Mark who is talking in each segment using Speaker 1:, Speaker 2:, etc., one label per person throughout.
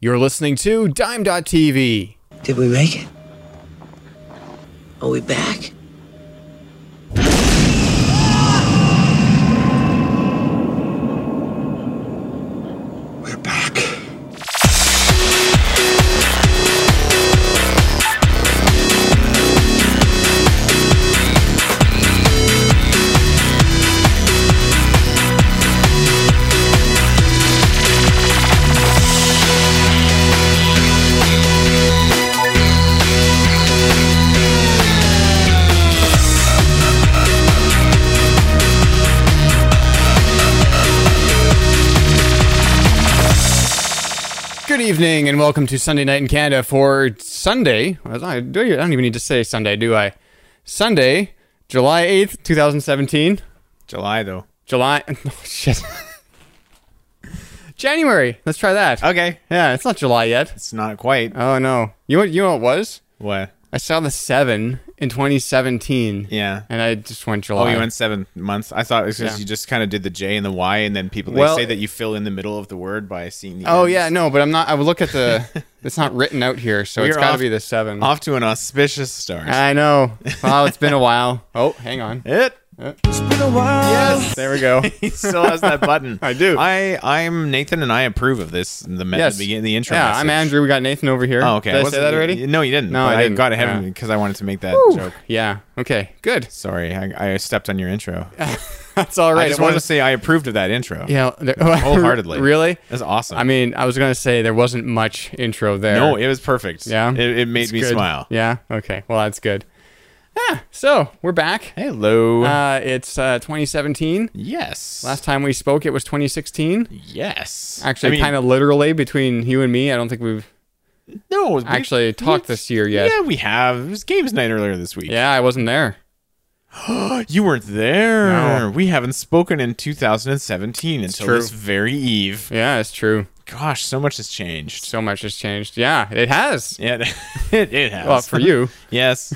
Speaker 1: You're listening to Dime.tv.
Speaker 2: Did we make it? Are we back? We're back.
Speaker 1: Good evening and welcome to Sunday Night in Canada for Sunday. I don't I don't even need to say Sunday, do I? Sunday, July 8th, 2017.
Speaker 3: July though.
Speaker 1: July. Oh, shit. January. Let's try that.
Speaker 3: Okay,
Speaker 1: Yeah, it's not July yet.
Speaker 3: it's not quite
Speaker 1: Oh, no. You know, you know what it was?
Speaker 3: what.
Speaker 1: I saw the seven in 2017.
Speaker 3: Yeah.
Speaker 1: And I just went July.
Speaker 3: Oh, you went seven months. I thought it was just
Speaker 1: Yeah.
Speaker 3: you just kind of did the J and the Y, and then people
Speaker 1: Well-
Speaker 3: they say that you fill in the middle of the word by seeing the.
Speaker 1: Oh
Speaker 3: ends.
Speaker 1: yeah, no, but I'm not. I would look at the. it's not written out here, so
Speaker 3: We
Speaker 1: it's
Speaker 3: are
Speaker 1: got to
Speaker 3: off-
Speaker 1: be the seven.
Speaker 3: Off to an auspicious start.
Speaker 1: I know. Wow, it's been a while. Oh, hang on.
Speaker 3: it.
Speaker 1: Yes, there we go.
Speaker 3: He still has that button.
Speaker 1: I do.
Speaker 3: I I'm Nathan, and I approve of this. The me-
Speaker 1: Yes,
Speaker 3: the, begin- the intro.
Speaker 1: Yeah,
Speaker 3: message.
Speaker 1: I'm Andrew. We got Nathan over here.
Speaker 3: Oh, okay.
Speaker 1: Did I say
Speaker 3: wasn't-
Speaker 1: that already?
Speaker 3: No, you didn't.
Speaker 1: No,
Speaker 3: but
Speaker 1: I didn't.
Speaker 3: got ahead of
Speaker 1: Yeah.
Speaker 3: him because I wanted to make that joke.
Speaker 1: Yeah. Okay. Good.
Speaker 3: Sorry, I, I stepped on your intro.
Speaker 1: That's all right.
Speaker 3: I just
Speaker 1: It
Speaker 3: wanted to
Speaker 1: was-
Speaker 3: say I approved of that intro.
Speaker 1: Yeah. there-
Speaker 3: wholeheartedly.
Speaker 1: really?
Speaker 3: That's awesome.
Speaker 1: I mean, I was gonna say there wasn't much intro there.
Speaker 3: no, it was perfect.
Speaker 1: Yeah?
Speaker 3: it, it made
Speaker 1: It's
Speaker 3: me
Speaker 1: good.
Speaker 3: smile.
Speaker 1: Yeah. Okay. Well, that's good. Yeah. So we're back.
Speaker 3: Hello.
Speaker 1: Uh, it's uh, 2017.
Speaker 3: yes.
Speaker 1: Last time we spoke, it was 2016.
Speaker 3: Yes.
Speaker 1: Actually,
Speaker 3: I mean,
Speaker 1: kind of literally between you and me. I don't think we've
Speaker 3: No, we-
Speaker 1: actually talked this year yet.
Speaker 3: Yeah, we have. It was games night earlier this week.
Speaker 1: Yeah, I wasn't there.
Speaker 3: You weren't there.
Speaker 1: No.
Speaker 3: We haven't spoken in 2017 until
Speaker 1: true.
Speaker 3: this very eve.
Speaker 1: Yeah, it's true.
Speaker 3: Gosh, so much has changed.
Speaker 1: So much has changed. Yeah, it has.
Speaker 3: Yeah, it, it has.
Speaker 1: Well, for you.
Speaker 3: yes.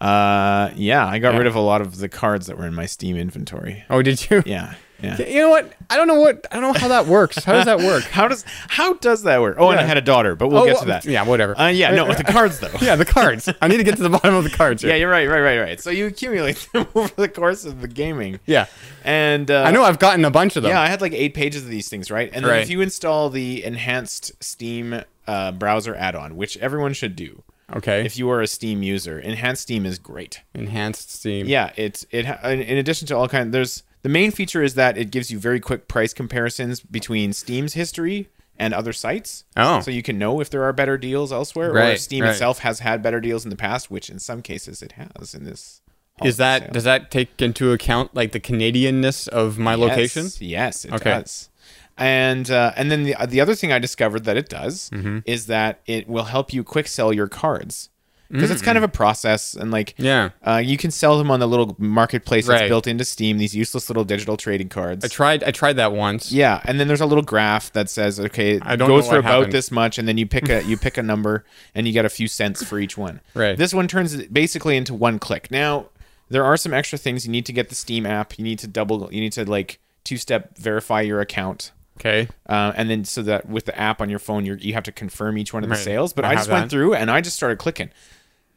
Speaker 3: uh, yeah, I got
Speaker 1: Yeah.
Speaker 3: rid of a lot of the cards that were in my Steam inventory.
Speaker 1: Oh, did you?
Speaker 3: Yeah. Yeah.
Speaker 1: You know what? I don't know what. I don't know how that works. How does that work?
Speaker 3: How does how does that work? Oh, and I
Speaker 1: Yeah.
Speaker 3: had a daughter, but we'll
Speaker 1: Oh,
Speaker 3: get
Speaker 1: well,
Speaker 3: to that.
Speaker 1: yeah, whatever.
Speaker 3: Uh, yeah, no, with the cards though.
Speaker 1: Yeah, the cards. I need to get to the bottom of the cards. Here.
Speaker 3: Yeah, you're right, right, right, right. So you accumulate them over the course of the gaming.
Speaker 1: Yeah.
Speaker 3: And uh,
Speaker 1: I know I've gotten a bunch of them.
Speaker 3: Yeah, I had like eight pages of these things, right? And then
Speaker 1: Right.
Speaker 3: if you install the enhanced Steam uh, browser add-on, which everyone should do
Speaker 1: Okay.
Speaker 3: if you are a Steam user, enhanced Steam is great.
Speaker 1: Enhanced Steam.
Speaker 3: Yeah, it's it. ha- In in addition to all kind, there's the main feature is that it gives you very quick price comparisons between Steam's history and other sites.
Speaker 1: Oh.
Speaker 3: so you can know if there are better deals elsewhere, or
Speaker 1: Right,
Speaker 3: if Steam
Speaker 1: right.
Speaker 3: itself has had better deals in the past, which in some cases it has. In this,
Speaker 1: Is that
Speaker 3: holiday sale.
Speaker 1: does that take into account like the Canadianness of my location?
Speaker 3: Yes, yes, it
Speaker 1: Okay.
Speaker 3: does. And uh, and then the the other thing I discovered that it does
Speaker 1: Mm-hmm.
Speaker 3: is that it will help you quick sell your cards because it's kind of a process and like
Speaker 1: Mm. Yeah.
Speaker 3: uh, you can sell them on the little marketplace
Speaker 1: Right.
Speaker 3: that's built into Steam. These useless little digital trading cards.
Speaker 1: I tried. I tried that once.
Speaker 3: yeah, and then there's a little graph that says, okay, it
Speaker 1: I don't
Speaker 3: goes
Speaker 1: know
Speaker 3: for
Speaker 1: what
Speaker 3: about
Speaker 1: happened.
Speaker 3: this much, and then you pick a you pick a number, and you get a few cents for each one.
Speaker 1: Right.
Speaker 3: This one turns it basically into one click. Now there are some extra things you need to get the Steam app. You need to double. You need to like two step verify your account.
Speaker 1: Okay.
Speaker 3: Uh, and then so that with the app on your phone, you you have to confirm each one of the
Speaker 1: Right.
Speaker 3: sales. But
Speaker 1: I
Speaker 3: I,
Speaker 1: have
Speaker 3: just went
Speaker 1: that.
Speaker 3: through and I just started clicking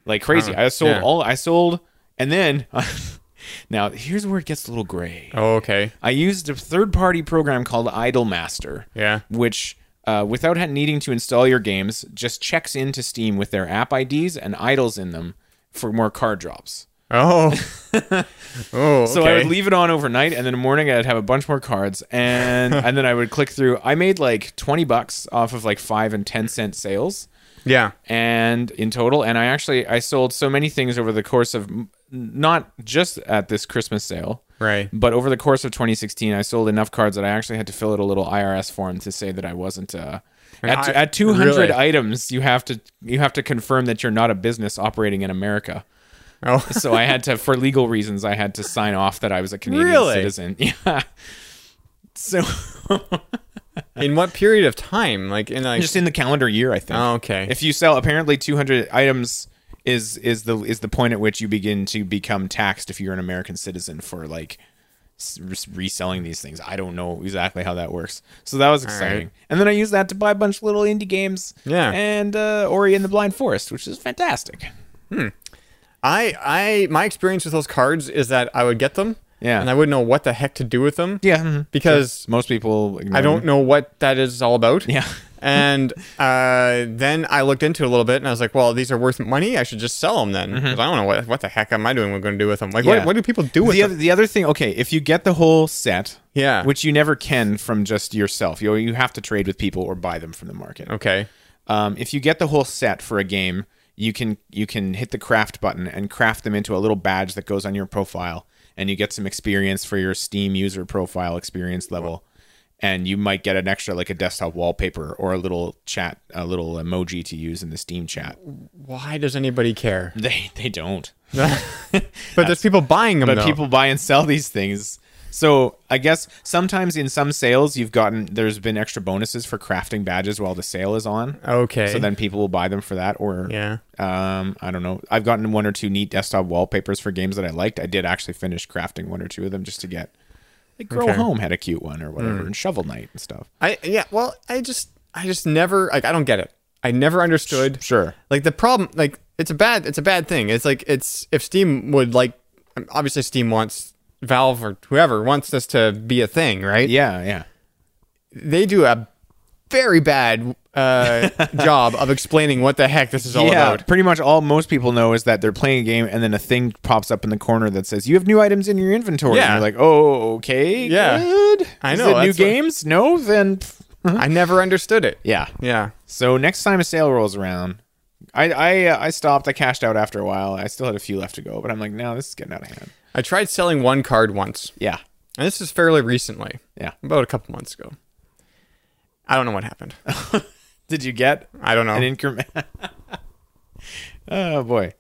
Speaker 3: like crazy. I sold
Speaker 1: yeah.
Speaker 3: all. I sold, and then now here's where it gets a little gray.
Speaker 1: Oh, okay.
Speaker 3: I used a third party program called Idlemaster.
Speaker 1: Yeah.
Speaker 3: Which, uh, without ha- needing to install your games, just checks into Steam with their app IDs and idles in them for more card drops.
Speaker 1: Oh. oh.
Speaker 3: So I would leave it on overnight, and then in the morning I'd have a bunch more cards, and and then I would click through. I made like twenty bucks off of like five and ten cent sales,
Speaker 1: Yeah.
Speaker 3: and in total, and I actually I sold so many things over the course of m- not just at this Christmas sale,
Speaker 1: Right.
Speaker 3: but over the course of 2016, I sold enough cards that I actually had to fill out a little IRS form to say that I wasn't. Uh, at,
Speaker 1: I-
Speaker 3: at 200
Speaker 1: really?
Speaker 3: items, you have to you have to confirm that you're not a business operating in America.
Speaker 1: Oh.
Speaker 3: So I had to, for legal reasons, I had to sign off that I was a Canadian
Speaker 1: Really?
Speaker 3: citizen. Yeah. So
Speaker 1: in what period of time? Like in like.
Speaker 3: just in the calendar year, I think.
Speaker 1: oh, okay.
Speaker 3: If you sell, apparently 200 items is is the is the point at which you begin to become taxed if you're an American citizen for like s- res- reselling these things. I don't know exactly how that works. So that was exciting. And then I used that to buy a bunch of little indie games.
Speaker 1: Yeah.
Speaker 3: And uh, Ori and the Blind Forest, which is fantastic.
Speaker 1: I I my experience with those cards is that I would get them,
Speaker 3: Yeah.
Speaker 1: and I wouldn't know what the heck to do with them,
Speaker 3: Yeah. mhm.
Speaker 1: mm-hmm. because
Speaker 3: Most people. ignore
Speaker 1: I don't
Speaker 3: them.
Speaker 1: know what that is all about.
Speaker 3: Yeah.
Speaker 1: and uh, then I looked into it a little bit, and I was like, "Well, these are worth money. I should just sell them then, because I don't know what what the heck am I doing? We're going to do with them? Like,
Speaker 3: Mm-hmm. Yeah.
Speaker 1: what, what do people do with
Speaker 3: The
Speaker 1: them?
Speaker 3: other, the other thing, okay, if you get the whole set,
Speaker 1: Yeah.
Speaker 3: which you never can from just yourself, you you have to trade with people or buy them from the market.
Speaker 1: okay,
Speaker 3: Um, if you get the whole set for a game, you can you can hit the craft button and craft them into a little badge that goes on your profile, and you get some experience for your Steam user profile experience level, and you might get an extra like a desktop wallpaper or a little chat, a little emoji to use in the Steam chat.
Speaker 1: why does anybody care?
Speaker 3: They they don't.
Speaker 1: But there's people buying them.
Speaker 3: but
Speaker 1: though.
Speaker 3: people buy and sell these things. So I guess sometimes in some sales you've gotten there's been extra bonuses for crafting badges while the sale is on.
Speaker 1: okay,
Speaker 3: So then people will buy them for that or
Speaker 1: yeah,
Speaker 3: um I don't know. I've gotten one or two neat desktop wallpapers for games that I liked. I did actually finish crafting one or two of them just to get like Grow
Speaker 1: Okay. Mm.
Speaker 3: Home had a cute one or whatever and Shovel Knight and stuff.
Speaker 1: I yeah. Well, I just I just never like I don't get it. I never understood.
Speaker 3: Sure.
Speaker 1: like the problem like it's a bad it's a bad thing it's like it's if steam would like obviously steam wants valve or whoever wants this to be a thing right
Speaker 3: Yeah, yeah.
Speaker 1: they do a very bad uh, job of explaining what the heck this is all
Speaker 3: yeah,
Speaker 1: about
Speaker 3: pretty much all most people know is that they're playing a game and then a thing pops up in the corner that says you have new items in your inventory.
Speaker 1: Yeah.
Speaker 3: And you're like, oh, okay,
Speaker 1: Yeah.
Speaker 3: good.
Speaker 1: I
Speaker 3: Is
Speaker 1: know,
Speaker 3: it new
Speaker 1: that's what-
Speaker 3: games? No, then pff,
Speaker 1: i never understood it
Speaker 3: Mm-hmm. yeah.
Speaker 1: yeah
Speaker 3: So next time a sale rolls around, I I uh, I stopped. I cashed out after a while. I still had a few left to go, but I'm like, no, this is getting out of hand.
Speaker 1: i tried selling one card once
Speaker 3: Yeah,
Speaker 1: and this is fairly recently
Speaker 3: yeah.
Speaker 1: about a couple months ago i don't know what happened
Speaker 3: Did you get
Speaker 1: i don't know
Speaker 3: an increment? oh boy.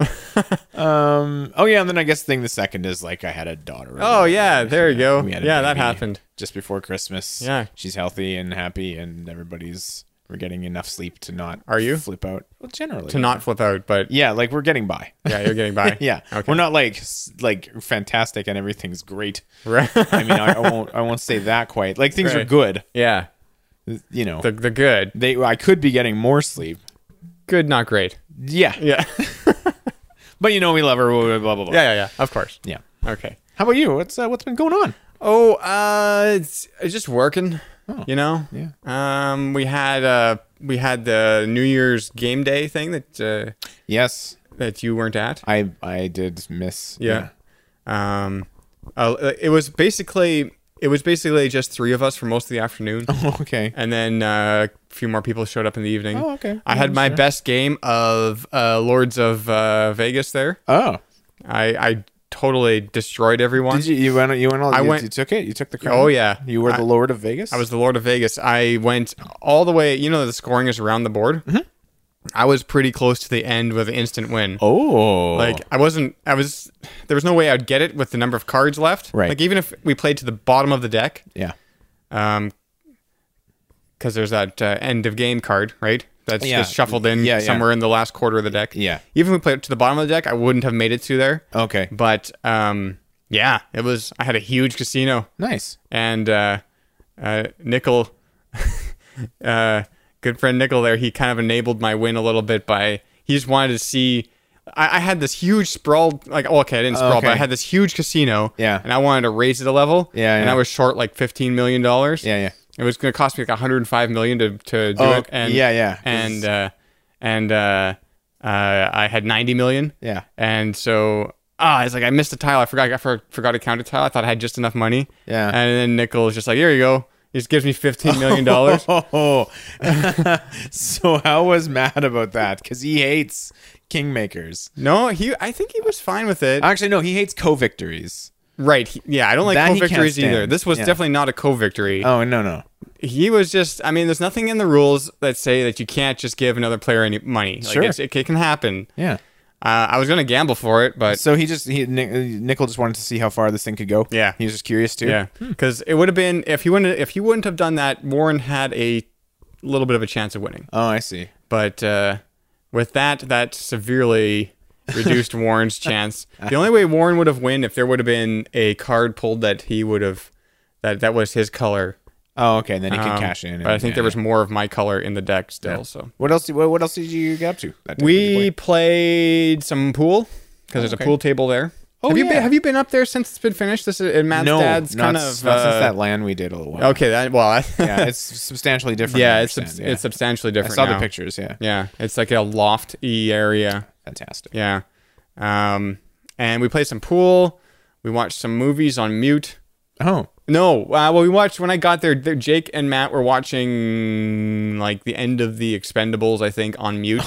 Speaker 3: um. Oh yeah. And then I guess the thing the second is like I had a daughter.
Speaker 1: oh yeah there you go
Speaker 3: We had a
Speaker 1: yeah that
Speaker 3: baby
Speaker 1: happened
Speaker 3: just before Christmas.
Speaker 1: Yeah.
Speaker 3: she's healthy and happy, and everybody's we're getting enough sleep to not.
Speaker 1: Are you?
Speaker 3: flip out? Well, generally
Speaker 1: to not flip out but
Speaker 3: Yeah, like we're getting by.
Speaker 1: yeah you're getting by
Speaker 3: yeah,
Speaker 1: okay
Speaker 3: we're not like s- like fantastic and everything's great.
Speaker 1: Right.
Speaker 3: I mean, I, I won't I won't say that quite. Like things are
Speaker 1: Right.
Speaker 3: good.
Speaker 1: yeah.
Speaker 3: You know,
Speaker 1: The the good.
Speaker 3: they I could be getting more sleep.
Speaker 1: Good, not great.
Speaker 3: Yeah,
Speaker 1: Yeah. yeah,
Speaker 3: but you know we love her. Blah blah blah. blah.
Speaker 1: yeah, yeah. Of course.
Speaker 3: yeah.
Speaker 1: Okay.
Speaker 3: How about you? What's uh, what's been going on?
Speaker 1: Oh, uh it's, it's just working. You know?
Speaker 3: yeah.
Speaker 1: Um we had uh we had the New Year's game day thing that uh
Speaker 3: Yes,
Speaker 1: that you weren't at.
Speaker 3: I I did miss.
Speaker 1: Yeah. Um uh, it was basically it was basically just three of us for most of the afternoon.
Speaker 3: yeah. okay.
Speaker 1: and then uh, a few more people showed up in the evening.
Speaker 3: Oh, okay.
Speaker 1: I had
Speaker 3: Yeah,
Speaker 1: my
Speaker 3: sure.
Speaker 1: best game of uh, Lords of uh, Vegas there.
Speaker 3: Oh,
Speaker 1: I, I totally destroyed everyone.
Speaker 3: did you you went you went all
Speaker 1: I
Speaker 3: you,
Speaker 1: went-
Speaker 3: you took it you took the crown.
Speaker 1: Oh, yeah.
Speaker 3: you were
Speaker 1: I-
Speaker 3: the Lord of Vegas.
Speaker 1: I was the Lord of Vegas. I went all the way. You know, the scoring is around the board.
Speaker 3: Mm-hmm.
Speaker 1: I was pretty close to the end with an instant win.
Speaker 3: oh
Speaker 1: Like I wasn't. I was. There was no way I'd get it with the number of cards left.
Speaker 3: Right.
Speaker 1: Like even if we played to the bottom of the deck,
Speaker 3: yeah
Speaker 1: um, because there's that uh, end of game card, right? That's
Speaker 3: Yeah.
Speaker 1: just shuffled in
Speaker 3: Yeah, yeah.
Speaker 1: somewhere in the last quarter of the deck.
Speaker 3: Yeah.
Speaker 1: Even if we played to the bottom of the deck, I wouldn't have made it to there.
Speaker 3: okay
Speaker 1: But um, yeah, it was. I had a huge casino,
Speaker 3: nice
Speaker 1: and uh, uh, Nickel, uh, good friend Nickel, there, he kind of enabled my win a little bit by he just wanted to see. I, I had this huge sprawl, like oh, okay, I didn't sprawl, but I
Speaker 3: Okay.
Speaker 1: had this huge casino,
Speaker 3: Yeah.
Speaker 1: and I wanted to raise it a level,
Speaker 3: Yeah,
Speaker 1: and
Speaker 3: yeah.
Speaker 1: I was short like fifteen million dollars,
Speaker 3: yeah yeah
Speaker 1: it was going to cost me like 105 million to to do
Speaker 3: Oh,
Speaker 1: it, and
Speaker 3: yeah, yeah.
Speaker 1: and uh, and uh, uh, I had 90 million,
Speaker 3: Yeah.
Speaker 1: and so ah, it's like I missed a tile. I forgot I for, forgot to count a tile. I thought I had just enough money,
Speaker 3: Yeah.
Speaker 1: And then Nickel is just like, here you go. He just gives me 15 million dollars.
Speaker 3: Oh, so how was Matt about that? Because he hates kingmakers.
Speaker 1: no, he. I think he was fine with it.
Speaker 3: Actually, no, he hates co-victories.
Speaker 1: right? he- yeah, I don't like
Speaker 3: That he can't
Speaker 1: co-victories either.
Speaker 3: stand.
Speaker 1: This was
Speaker 3: Yeah.
Speaker 1: definitely not a co-victory.
Speaker 3: Oh no, no,
Speaker 1: he was just i mean there's nothing in the rules that say that you can't just give another player any money like
Speaker 3: Sure.
Speaker 1: it's, it, it can happen
Speaker 3: yeah.
Speaker 1: uh, i was gonna gamble for it but
Speaker 3: So he just he Nic- Nickel just wanted to see how far this thing could go.
Speaker 1: Yeah.
Speaker 3: he was just curious too.
Speaker 1: Yeah, because it would have been if he wouldn't if he wouldn't have done that, Warren had a little bit of a chance of winning.
Speaker 3: Oh, I see.
Speaker 1: But uh, with that, that severely reduced Warren's chance. The only way Warren would have win if there would have been a card pulled that he would have that that was his color.
Speaker 3: Oh, okay. And then he can
Speaker 1: Um,
Speaker 3: cash in.
Speaker 1: but I
Speaker 3: and-
Speaker 1: think there
Speaker 3: yeah.
Speaker 1: was more of my color in the deck still. So
Speaker 3: What else? What, what else did you get up to? That day? Did you
Speaker 1: we
Speaker 3: play?
Speaker 1: played some pool because there's
Speaker 3: okay.
Speaker 1: a pool table there. Oh, have you
Speaker 3: yeah.
Speaker 1: been, have you been up there since it's been finished? This is and Matt's
Speaker 3: no,
Speaker 1: dad's
Speaker 3: not,
Speaker 1: kind
Speaker 3: s-
Speaker 1: of
Speaker 3: not since
Speaker 1: uh,
Speaker 3: that land we did a little while.
Speaker 1: Okay, that well, I,
Speaker 3: yeah, it's substantially different.
Speaker 1: yeah,
Speaker 3: I
Speaker 1: it's
Speaker 3: understand,
Speaker 1: subs-
Speaker 3: yeah.
Speaker 1: it's substantially
Speaker 3: I
Speaker 1: different.
Speaker 3: saw the
Speaker 1: now.
Speaker 3: pictures. Yeah,
Speaker 1: Yeah, it's like a lofty area.
Speaker 3: fantastic.
Speaker 1: Yeah. Um, and we played some pool. We watched some movies on mute.
Speaker 3: Oh,
Speaker 1: No, uh, well, we watched when I got there. there- Jake and Matt were watching like the end of the Expendables, I think, on mute.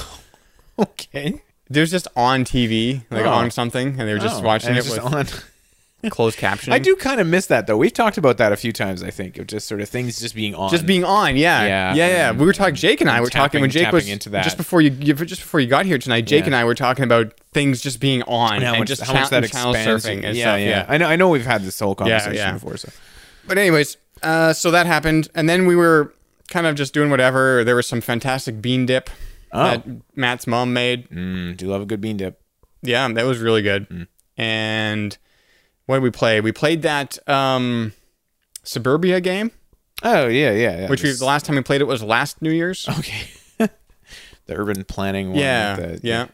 Speaker 3: okay.
Speaker 1: It was just on TV, like
Speaker 3: Oh.
Speaker 1: on something, and they were just
Speaker 3: Oh,
Speaker 1: watching
Speaker 3: and
Speaker 1: it
Speaker 3: it's just
Speaker 1: with
Speaker 3: on.
Speaker 1: closed captioning.
Speaker 3: I do kind of miss that though. We've talked about that a few times. I think of just sort of things just being on.
Speaker 1: just being on, yeah, yeah,
Speaker 3: Yeah,
Speaker 1: yeah.
Speaker 3: and-
Speaker 1: we were talking. Jake and I
Speaker 3: and
Speaker 1: were talking when
Speaker 3: tapping-
Speaker 1: Jake was
Speaker 3: tapping into that.
Speaker 1: just before you just before you got here tonight. Jake
Speaker 3: Yeah.
Speaker 1: and I were talking about things just being on
Speaker 3: And
Speaker 1: and,
Speaker 3: how much,
Speaker 1: just
Speaker 3: how much
Speaker 1: cha-
Speaker 3: that
Speaker 1: channel
Speaker 3: expands.
Speaker 1: surfing.
Speaker 3: yeah,
Speaker 1: And
Speaker 3: yeah,
Speaker 1: stuff, yeah.
Speaker 3: I know. I know. We've had this whole conversation
Speaker 1: yeah.
Speaker 3: before. So
Speaker 1: But anyways, uh, so that happened, and then we were kind of just doing whatever. There was some fantastic bean dip
Speaker 3: Oh.
Speaker 1: that Matt's mom made.
Speaker 3: Mm, do you love a good bean dip?
Speaker 1: Yeah, that was really good. And what did we play? We played that um, suburbia game,
Speaker 3: Oh yeah, yeah, yeah.
Speaker 1: which we,
Speaker 3: this-
Speaker 1: the last time we played it was last New Year's.
Speaker 3: okay. the urban planning one.
Speaker 1: yeah,
Speaker 3: with the-
Speaker 1: yeah.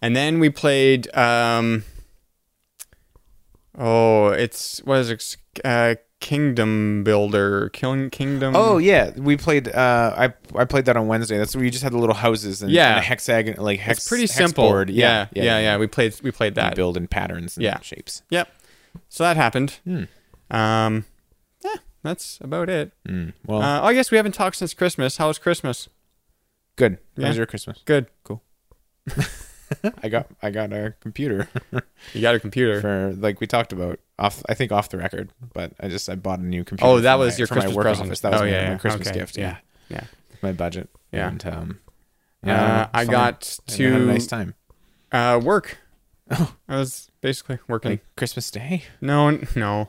Speaker 1: And then we played. Um, oh, it's what is it? Uh, Kingdom Builder, Killing Kingdom.
Speaker 3: Oh yeah, we played. Uh, I I played that on Wednesday. That's where you just had the little houses and
Speaker 1: Yeah.
Speaker 3: and a hexagon like hex.
Speaker 1: it's pretty
Speaker 3: hex
Speaker 1: simple.
Speaker 3: board.
Speaker 1: Yeah, yeah, yeah, We played we played that.
Speaker 3: Build in patterns and
Speaker 1: Yeah.
Speaker 3: shapes.
Speaker 1: Yep. So that happened. Um, yeah, that's about it.
Speaker 3: Mm, Well,
Speaker 1: Uh, I guess we haven't talked since Christmas. How was Christmas?
Speaker 3: good. That
Speaker 1: yeah.
Speaker 3: was your Christmas.
Speaker 1: Good.
Speaker 3: I got I got a computer
Speaker 1: You got a computer.
Speaker 3: for like we talked about off. I think off the record, but I just I bought a new computer.
Speaker 1: Oh, that
Speaker 3: for
Speaker 1: was
Speaker 3: my-
Speaker 1: your
Speaker 3: for
Speaker 1: Christmas
Speaker 3: my work
Speaker 1: present.
Speaker 3: office. That was
Speaker 1: Oh,
Speaker 3: my,
Speaker 1: yeah,
Speaker 3: my
Speaker 1: yeah.
Speaker 3: Christmas
Speaker 1: Okay.
Speaker 3: gift.
Speaker 1: Yeah. Yeah.
Speaker 3: my budget.
Speaker 1: Yeah.
Speaker 3: and um,
Speaker 1: Uh, I
Speaker 3: fun.
Speaker 1: got
Speaker 3: And I had a
Speaker 1: to-
Speaker 3: nice time.
Speaker 1: Uh, work. Oh. I was basically working.
Speaker 3: Like Christmas Day.
Speaker 1: No, n- no.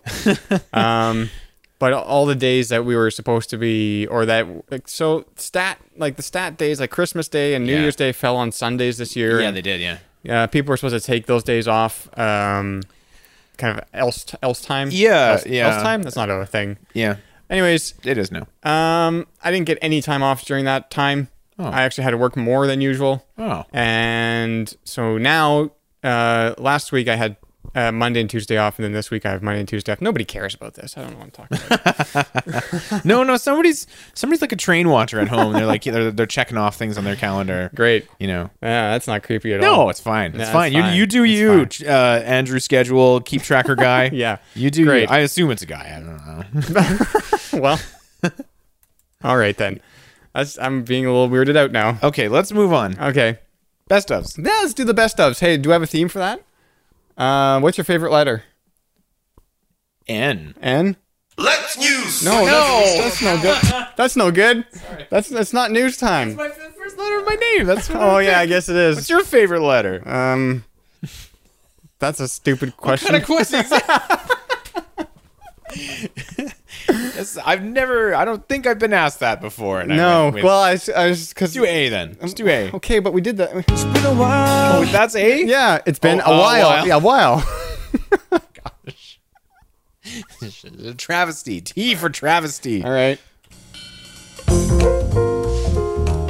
Speaker 1: um, but all the days that we were supposed to be, or that, like, so stat, like the stat days, like Christmas Day and New
Speaker 3: Yeah.
Speaker 1: Year's Day fell on Sundays this year. and
Speaker 3: did. Yeah.
Speaker 1: uh, people were supposed to take those days off, um, kind of else else time.
Speaker 3: Yeah,
Speaker 1: else,
Speaker 3: yeah.
Speaker 1: Else time. That's not a thing.
Speaker 3: Yeah.
Speaker 1: Anyways,
Speaker 3: It is now.
Speaker 1: um, I didn't get any time off during that time.
Speaker 3: Oh.
Speaker 1: I actually had to work more than usual,
Speaker 3: Oh.
Speaker 1: and so now, uh, last week I had. Uh, Monday and Tuesday off, and then this week I have Monday and Tuesday off. Nobody cares about this. I don't know what I'm talking about.
Speaker 3: No, no, somebody's somebody's like a train watcher at home. They're like they're, they're checking off things on their calendar.
Speaker 1: Great.
Speaker 3: You know.
Speaker 1: Yeah, that's not creepy at all.
Speaker 3: No, it's fine. It's
Speaker 1: No, it's
Speaker 3: fine.
Speaker 1: fine.
Speaker 3: You you do
Speaker 1: It's
Speaker 3: you, ch- uh, Andrew schedule, keep tracker guy.
Speaker 1: Yeah.
Speaker 3: You do
Speaker 1: Great.
Speaker 3: you. I assume it's a guy. I don't know.
Speaker 1: well, all right then. That's, I'm being a little weirded out now.
Speaker 3: okay, let's move on.
Speaker 1: Okay.
Speaker 3: Best ofs.
Speaker 1: Yeah, let's do the best ofs. Hey, do I have a theme for that? Uh, what's your favorite letter?
Speaker 3: N.
Speaker 1: N?
Speaker 2: Let's use.
Speaker 1: No, That's, that's no good. That's no good. That's that's not news time.
Speaker 3: My first letter of my name. That's
Speaker 1: Oh yeah, I guess it
Speaker 3: What's
Speaker 1: is.
Speaker 3: your favorite letter?
Speaker 1: Um, that's a stupid question.
Speaker 3: Kind of questions. Yes, I've never. I don't think I've been asked that before. And I
Speaker 1: no,
Speaker 3: went with-
Speaker 1: well, I, s- I was because
Speaker 3: let's do A then. Let's do A.
Speaker 1: Okay, but we did that.
Speaker 3: Oh, that's A.
Speaker 1: Yeah, it's been
Speaker 3: Oh,
Speaker 1: a
Speaker 3: a
Speaker 1: while.
Speaker 3: while.
Speaker 1: Yeah, a while.
Speaker 3: Travesty. T for travesty.
Speaker 1: All right.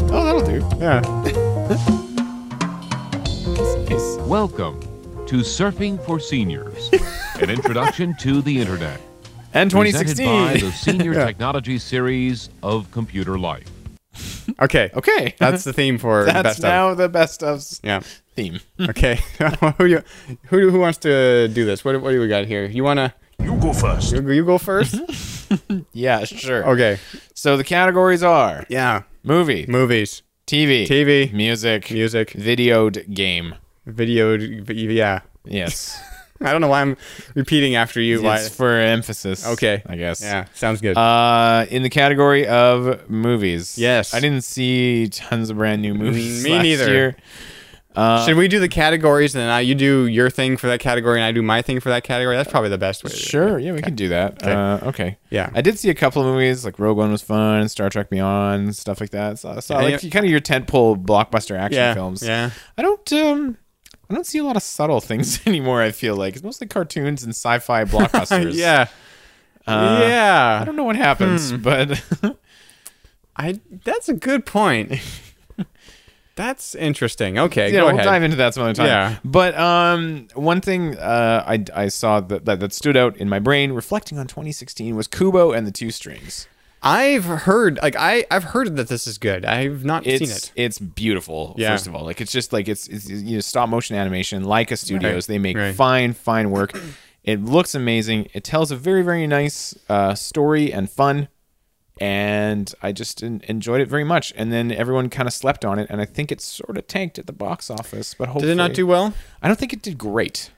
Speaker 3: Oh, that'll do.
Speaker 1: Yeah.
Speaker 3: Nice.
Speaker 4: Welcome to Surfing for Seniors, an introduction to the internet.
Speaker 3: And
Speaker 4: Presented by
Speaker 3: 2016.
Speaker 4: the Senior Technology Series of Computer Life.
Speaker 1: Okay.
Speaker 3: Okay.
Speaker 1: That's the theme for
Speaker 3: That's
Speaker 1: best of.
Speaker 3: now the best of
Speaker 1: Yeah.
Speaker 3: theme.
Speaker 1: Okay. who, you, who who wants to do this? What what do we got here? You wanna
Speaker 2: You go first.
Speaker 1: you go- you go first?
Speaker 3: Yeah, sure.
Speaker 1: Okay.
Speaker 3: So the categories are
Speaker 1: Yeah.
Speaker 3: movie,
Speaker 1: Movies,
Speaker 3: TV,
Speaker 1: TV,
Speaker 3: music,
Speaker 1: music,
Speaker 3: videoed game.
Speaker 1: video. Yeah.
Speaker 3: Yes.
Speaker 1: I don't know why I'm repeating after you. Why?
Speaker 3: it's for emphasis.
Speaker 1: Okay.
Speaker 3: I guess.
Speaker 1: Yeah. Sounds good.
Speaker 3: Uh, in the category of movies.
Speaker 1: Yes.
Speaker 3: I didn't see tons of brand new movies.
Speaker 1: Me
Speaker 3: last
Speaker 1: neither.
Speaker 3: year. Uh,
Speaker 1: Should we do the categories and then I, you do your thing for that category and I do my thing for that category? That's probably the best way. to do it.
Speaker 3: Sure. Yeah, we can do that. Okay. Uh, okay.
Speaker 1: Yeah.
Speaker 3: I did see a couple of movies like Rogue One was fun, Star Trek Beyond, stuff like that. So, so
Speaker 1: Yeah,
Speaker 3: like
Speaker 1: yeah.
Speaker 3: kind of your tentpole blockbuster action
Speaker 1: Yeah.
Speaker 3: films.
Speaker 1: Yeah.
Speaker 3: I don't. Um, I don't see a lot of subtle things anymore. I feel like it's mostly cartoons and sci-fi blockbusters.
Speaker 1: yeah.
Speaker 3: Uh,
Speaker 1: yeah.
Speaker 3: I don't know what happens,
Speaker 1: Hmm.
Speaker 3: but
Speaker 1: I that's a good point. that's interesting. Okay,
Speaker 3: yeah,
Speaker 1: go
Speaker 3: we'll
Speaker 1: ahead.
Speaker 3: dive into that some other time.
Speaker 1: Yeah.
Speaker 3: But um, one thing uh, I I saw that, that that stood out in my brain reflecting on 2016 was Kubo and the Two Strings.
Speaker 1: I've heard like I I've heard that this is good. I've not
Speaker 3: It's
Speaker 1: seen it.
Speaker 3: it's beautiful.
Speaker 1: Yeah.
Speaker 3: First of all, like it's just like it's, it's you know stop motion animation. Leica Studios they make
Speaker 1: right.
Speaker 3: fine fine work. It looks amazing. It tells a very very nice uh, story and fun. And I just en- enjoyed it very much. And then everyone kind of slept on it. And I think it sort of tanked at the box office. But hopefully,
Speaker 1: Did it not do well?
Speaker 3: I don't think it did great.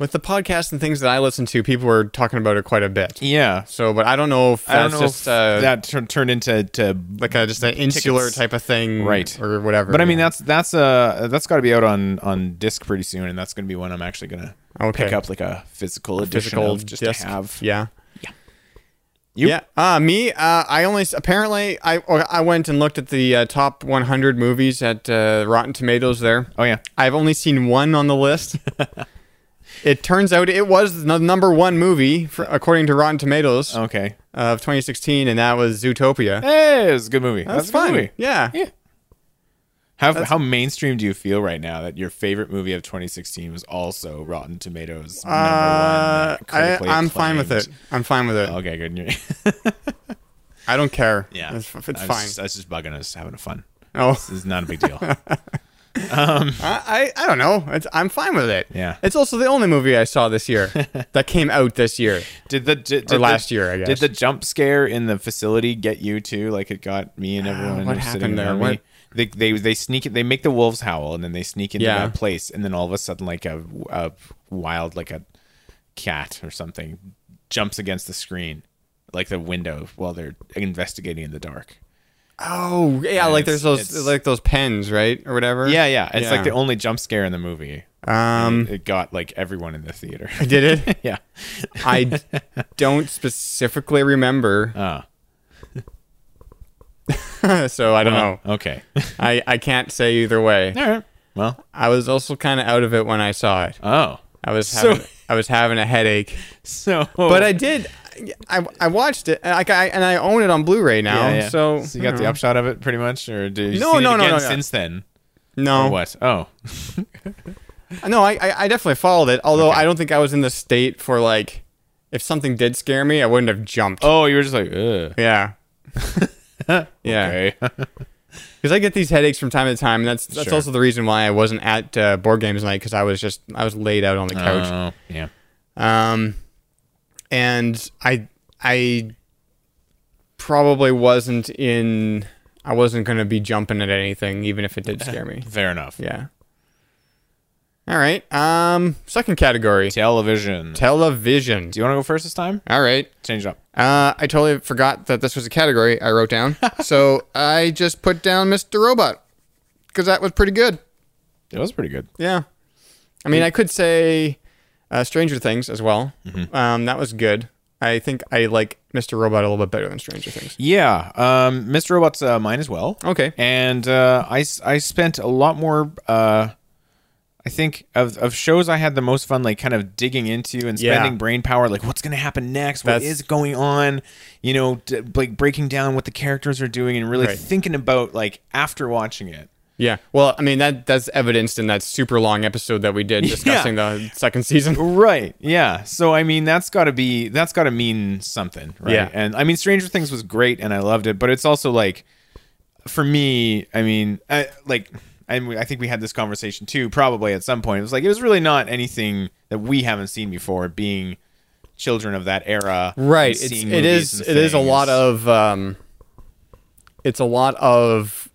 Speaker 1: With the podcast and things that I listen to, people were talking about it quite a bit.
Speaker 3: Yeah.
Speaker 1: So, but I don't know if
Speaker 3: I don't
Speaker 1: that's
Speaker 3: know
Speaker 1: just
Speaker 3: if
Speaker 1: uh,
Speaker 3: that tur- turned into to
Speaker 1: like a, just an insular
Speaker 3: Tickets.
Speaker 1: type of thing,
Speaker 3: Right.
Speaker 1: or whatever.
Speaker 3: But I mean,
Speaker 1: yeah.
Speaker 3: that's that's uh that's got to be out on on disc pretty soon, and that's going to be when I'm actually going to
Speaker 1: Okay.
Speaker 3: pick up like a physical edition
Speaker 1: physical
Speaker 3: of just
Speaker 1: disc.
Speaker 3: to have.
Speaker 1: Yeah.
Speaker 3: You?
Speaker 1: Yeah. Uh, me. Uh, I only s- apparently I or I went and looked at the uh, top 100 movies at uh, Rotten Tomatoes. There,
Speaker 3: Oh yeah.
Speaker 1: I've only seen one on the list. it turns out it was the number one movie for, according to Rotten Tomatoes
Speaker 3: Okay.
Speaker 1: of 2016, and that was Zootopia.
Speaker 3: Oh. Hey, it was a good movie.
Speaker 1: That's,
Speaker 3: a good
Speaker 1: fun.
Speaker 3: movie.
Speaker 1: Yeah.
Speaker 3: Yeah. How how mainstream do you feel right now that your favorite movie of 2016 was also Rotten Tomatoes number
Speaker 1: Uh,
Speaker 3: one?
Speaker 1: I,
Speaker 3: critically
Speaker 1: I'm fine with it.
Speaker 3: acclaimed?
Speaker 1: I'm fine with it.
Speaker 3: Okay, good.
Speaker 1: I don't care.
Speaker 3: yeah,
Speaker 1: It's, it's
Speaker 3: I was
Speaker 1: fine.
Speaker 3: Just, uh, I was just bugging us, having fun.
Speaker 1: oh.
Speaker 3: This is not a big deal.
Speaker 1: I, I I don't know. It's, I'm fine with it.
Speaker 3: Yeah.
Speaker 1: It's also the only movie I saw this year that came out this year.
Speaker 3: Did the did, did
Speaker 1: last
Speaker 3: the,
Speaker 1: year, I guess.
Speaker 3: Did the jump scare in the facility get you too? Like it got me and everyone.
Speaker 1: Uh, what
Speaker 3: who was sitting
Speaker 1: happened there?
Speaker 3: around
Speaker 1: What-
Speaker 3: me. They, they they sneak it. They make the wolves howl, and then they sneak into
Speaker 1: Yeah.
Speaker 3: that place, and then all of a sudden, like a, a wild like a cat or something jumps against the screen, like the window, while they're investigating in the dark.
Speaker 1: Oh yeah, like
Speaker 3: it's-
Speaker 1: there's those
Speaker 3: it's-
Speaker 1: like those pens, right, or whatever.
Speaker 3: Yeah, yeah. It's like
Speaker 1: Yeah.
Speaker 3: the only jump scare in the movie.
Speaker 1: Um,
Speaker 3: It, it got like everyone in the theater.
Speaker 1: I did it.
Speaker 3: yeah.
Speaker 1: I d- don't specifically remember,
Speaker 3: Uh,
Speaker 1: so I don't know.
Speaker 3: okay.
Speaker 1: I I can't say either way.
Speaker 3: all right. Well.
Speaker 1: I was also kind of out of it when I saw it.
Speaker 3: Oh.
Speaker 1: I was
Speaker 3: So- Oh.
Speaker 1: having, I was having a headache,
Speaker 3: So.
Speaker 1: but I did. I, I watched it, and I, I and I own it on Blu-ray now.
Speaker 3: Yeah, yeah.
Speaker 1: So, uh-huh.
Speaker 3: you got the upshot of it pretty much, or did you
Speaker 1: No,
Speaker 3: see
Speaker 1: no,
Speaker 3: it
Speaker 1: no,
Speaker 3: again
Speaker 1: no, no.
Speaker 3: since then?
Speaker 1: no
Speaker 3: Or what? Oh,
Speaker 1: No, I, I, I definitely followed it. Although I don't think I was in the state for like, if something did scare me, I wouldn't have jumped.
Speaker 3: oh, you were just like, Ugh.
Speaker 1: Yeah. yeah.
Speaker 3: okay.
Speaker 1: Because I get these headaches from time to time, and that's that's
Speaker 3: Sure.
Speaker 1: also the reason why I wasn't at uh, board games night because I was just I was laid out on the couch.
Speaker 3: Oh, yeah.
Speaker 1: Um, and I I probably wasn't in. I wasn't gonna be jumping at anything, even if it did scare me.
Speaker 3: Fair enough.
Speaker 1: Yeah. All right. Um, second category.
Speaker 3: Television.
Speaker 1: Television.
Speaker 3: Do you want to go first this time?
Speaker 1: All right.
Speaker 3: Change it up.
Speaker 1: Uh, I totally forgot that this was a category I wrote down. so I just put down Mr. Robot because that was pretty good.
Speaker 3: It was pretty good.
Speaker 1: Yeah. I mean, I could say uh, Stranger Things as well. Um, that was good. I think I like Mr. Robot a little bit better than Stranger Things.
Speaker 3: Yeah. Um, Mr. Robot's uh, mine as well.
Speaker 1: Okay.
Speaker 3: And uh, I s- I spent a lot more. Uh, I think of, of shows I had the most fun, like kind of digging into and
Speaker 1: Yeah.
Speaker 3: spending brain power, like what's going to happen next, what
Speaker 1: That's-
Speaker 3: is going on, you know, d- like breaking down what the characters are doing and really
Speaker 1: Right.
Speaker 3: thinking about like after watching it.
Speaker 1: Yeah. Well, I mean that that's evidenced in that super long episode that we did discussing the second season.
Speaker 3: Right. Yeah. So I mean, that's got to be that's got to mean something, right?
Speaker 1: Yeah.
Speaker 3: And I mean, Stranger Things was great, and I loved it, but it's also like, for me, I mean, I, like, and we- I think we had this conversation too, probably at some point. It was like it was really not anything that we haven't seen before, being children of that era,
Speaker 1: Right.
Speaker 3: and
Speaker 1: It's,
Speaker 3: seeing
Speaker 1: it
Speaker 3: movies
Speaker 1: is.
Speaker 3: and
Speaker 1: It is a lot
Speaker 3: things.
Speaker 1: of. Um, it's a lot of.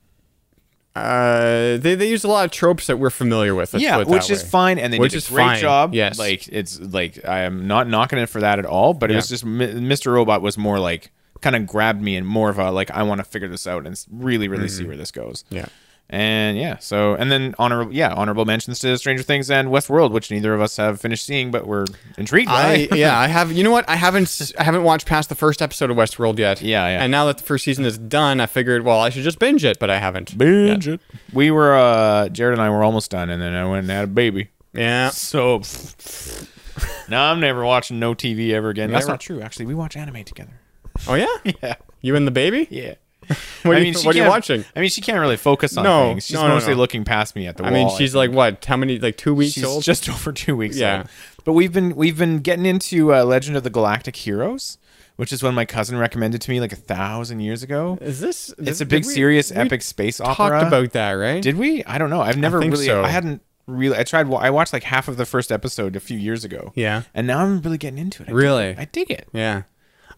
Speaker 1: Uh, they they use a lot of tropes that we're familiar with. let's
Speaker 3: yeah,
Speaker 1: put it
Speaker 3: which
Speaker 1: that
Speaker 3: is
Speaker 1: way.
Speaker 3: fine, and they
Speaker 1: Which
Speaker 3: did
Speaker 1: is
Speaker 3: a great
Speaker 1: fine,
Speaker 3: job.
Speaker 1: yes.
Speaker 3: like it's like I am not knocking it for that at all, but it
Speaker 1: Yeah.
Speaker 3: was just Mi- Mr. Robot was more like kind of grabbed me and more of a like I want to figure this out and s- really really see where this goes.
Speaker 1: Mm-hmm. Yeah.
Speaker 3: and yeah, so and then honorable yeah honorable mentions to Stranger Things and Westworld, which neither of us have finished seeing, but we're intrigued by.
Speaker 1: I yeah, I have. You know what? I haven't s- I haven't watched past the first episode of Westworld yet.
Speaker 3: Yeah, yeah.
Speaker 1: And now that the first season is done, I figured, well, I should just binge it, but I haven't.
Speaker 3: We were uh Jared and I were almost done, and then I went and had a baby.
Speaker 1: Yeah.
Speaker 3: So no, I'm never watching no TV ever again. That's
Speaker 1: Never.
Speaker 3: not true. Actually, we watch anime together.
Speaker 1: Oh yeah.
Speaker 3: Yeah,
Speaker 1: You and the baby?
Speaker 3: yeah.
Speaker 1: What are
Speaker 3: I
Speaker 1: you,
Speaker 3: mean, she
Speaker 1: what are you
Speaker 3: can't-
Speaker 1: watching?
Speaker 3: I mean, she can't really focus on
Speaker 1: No,
Speaker 3: things. She's
Speaker 1: no, no,
Speaker 3: mostly
Speaker 1: no.
Speaker 3: looking past me at the
Speaker 1: I
Speaker 3: wall.
Speaker 1: mean, she's like what? How many? Like two weeks
Speaker 3: she's
Speaker 1: old?
Speaker 3: just over two weeks
Speaker 1: Yeah.
Speaker 3: old. But we've been we've been getting into uh, Legend of the Galactic Heroes, which is one my cousin recommended to me like a thousand years ago.
Speaker 1: Is this?
Speaker 3: It's
Speaker 1: did-
Speaker 3: a big,
Speaker 1: did we-
Speaker 3: serious,
Speaker 1: we
Speaker 3: epic space
Speaker 1: Talked
Speaker 3: opera.
Speaker 1: about that, right?
Speaker 3: Did we? I don't know. I've never
Speaker 1: think
Speaker 3: really.
Speaker 1: so.
Speaker 3: I hadn't really. I tried. wa- I watched like half of the first episode a few years ago.
Speaker 1: Yeah.
Speaker 3: And now I'm really getting into it. I dig
Speaker 1: Really?
Speaker 3: it. I dig it.
Speaker 1: Yeah.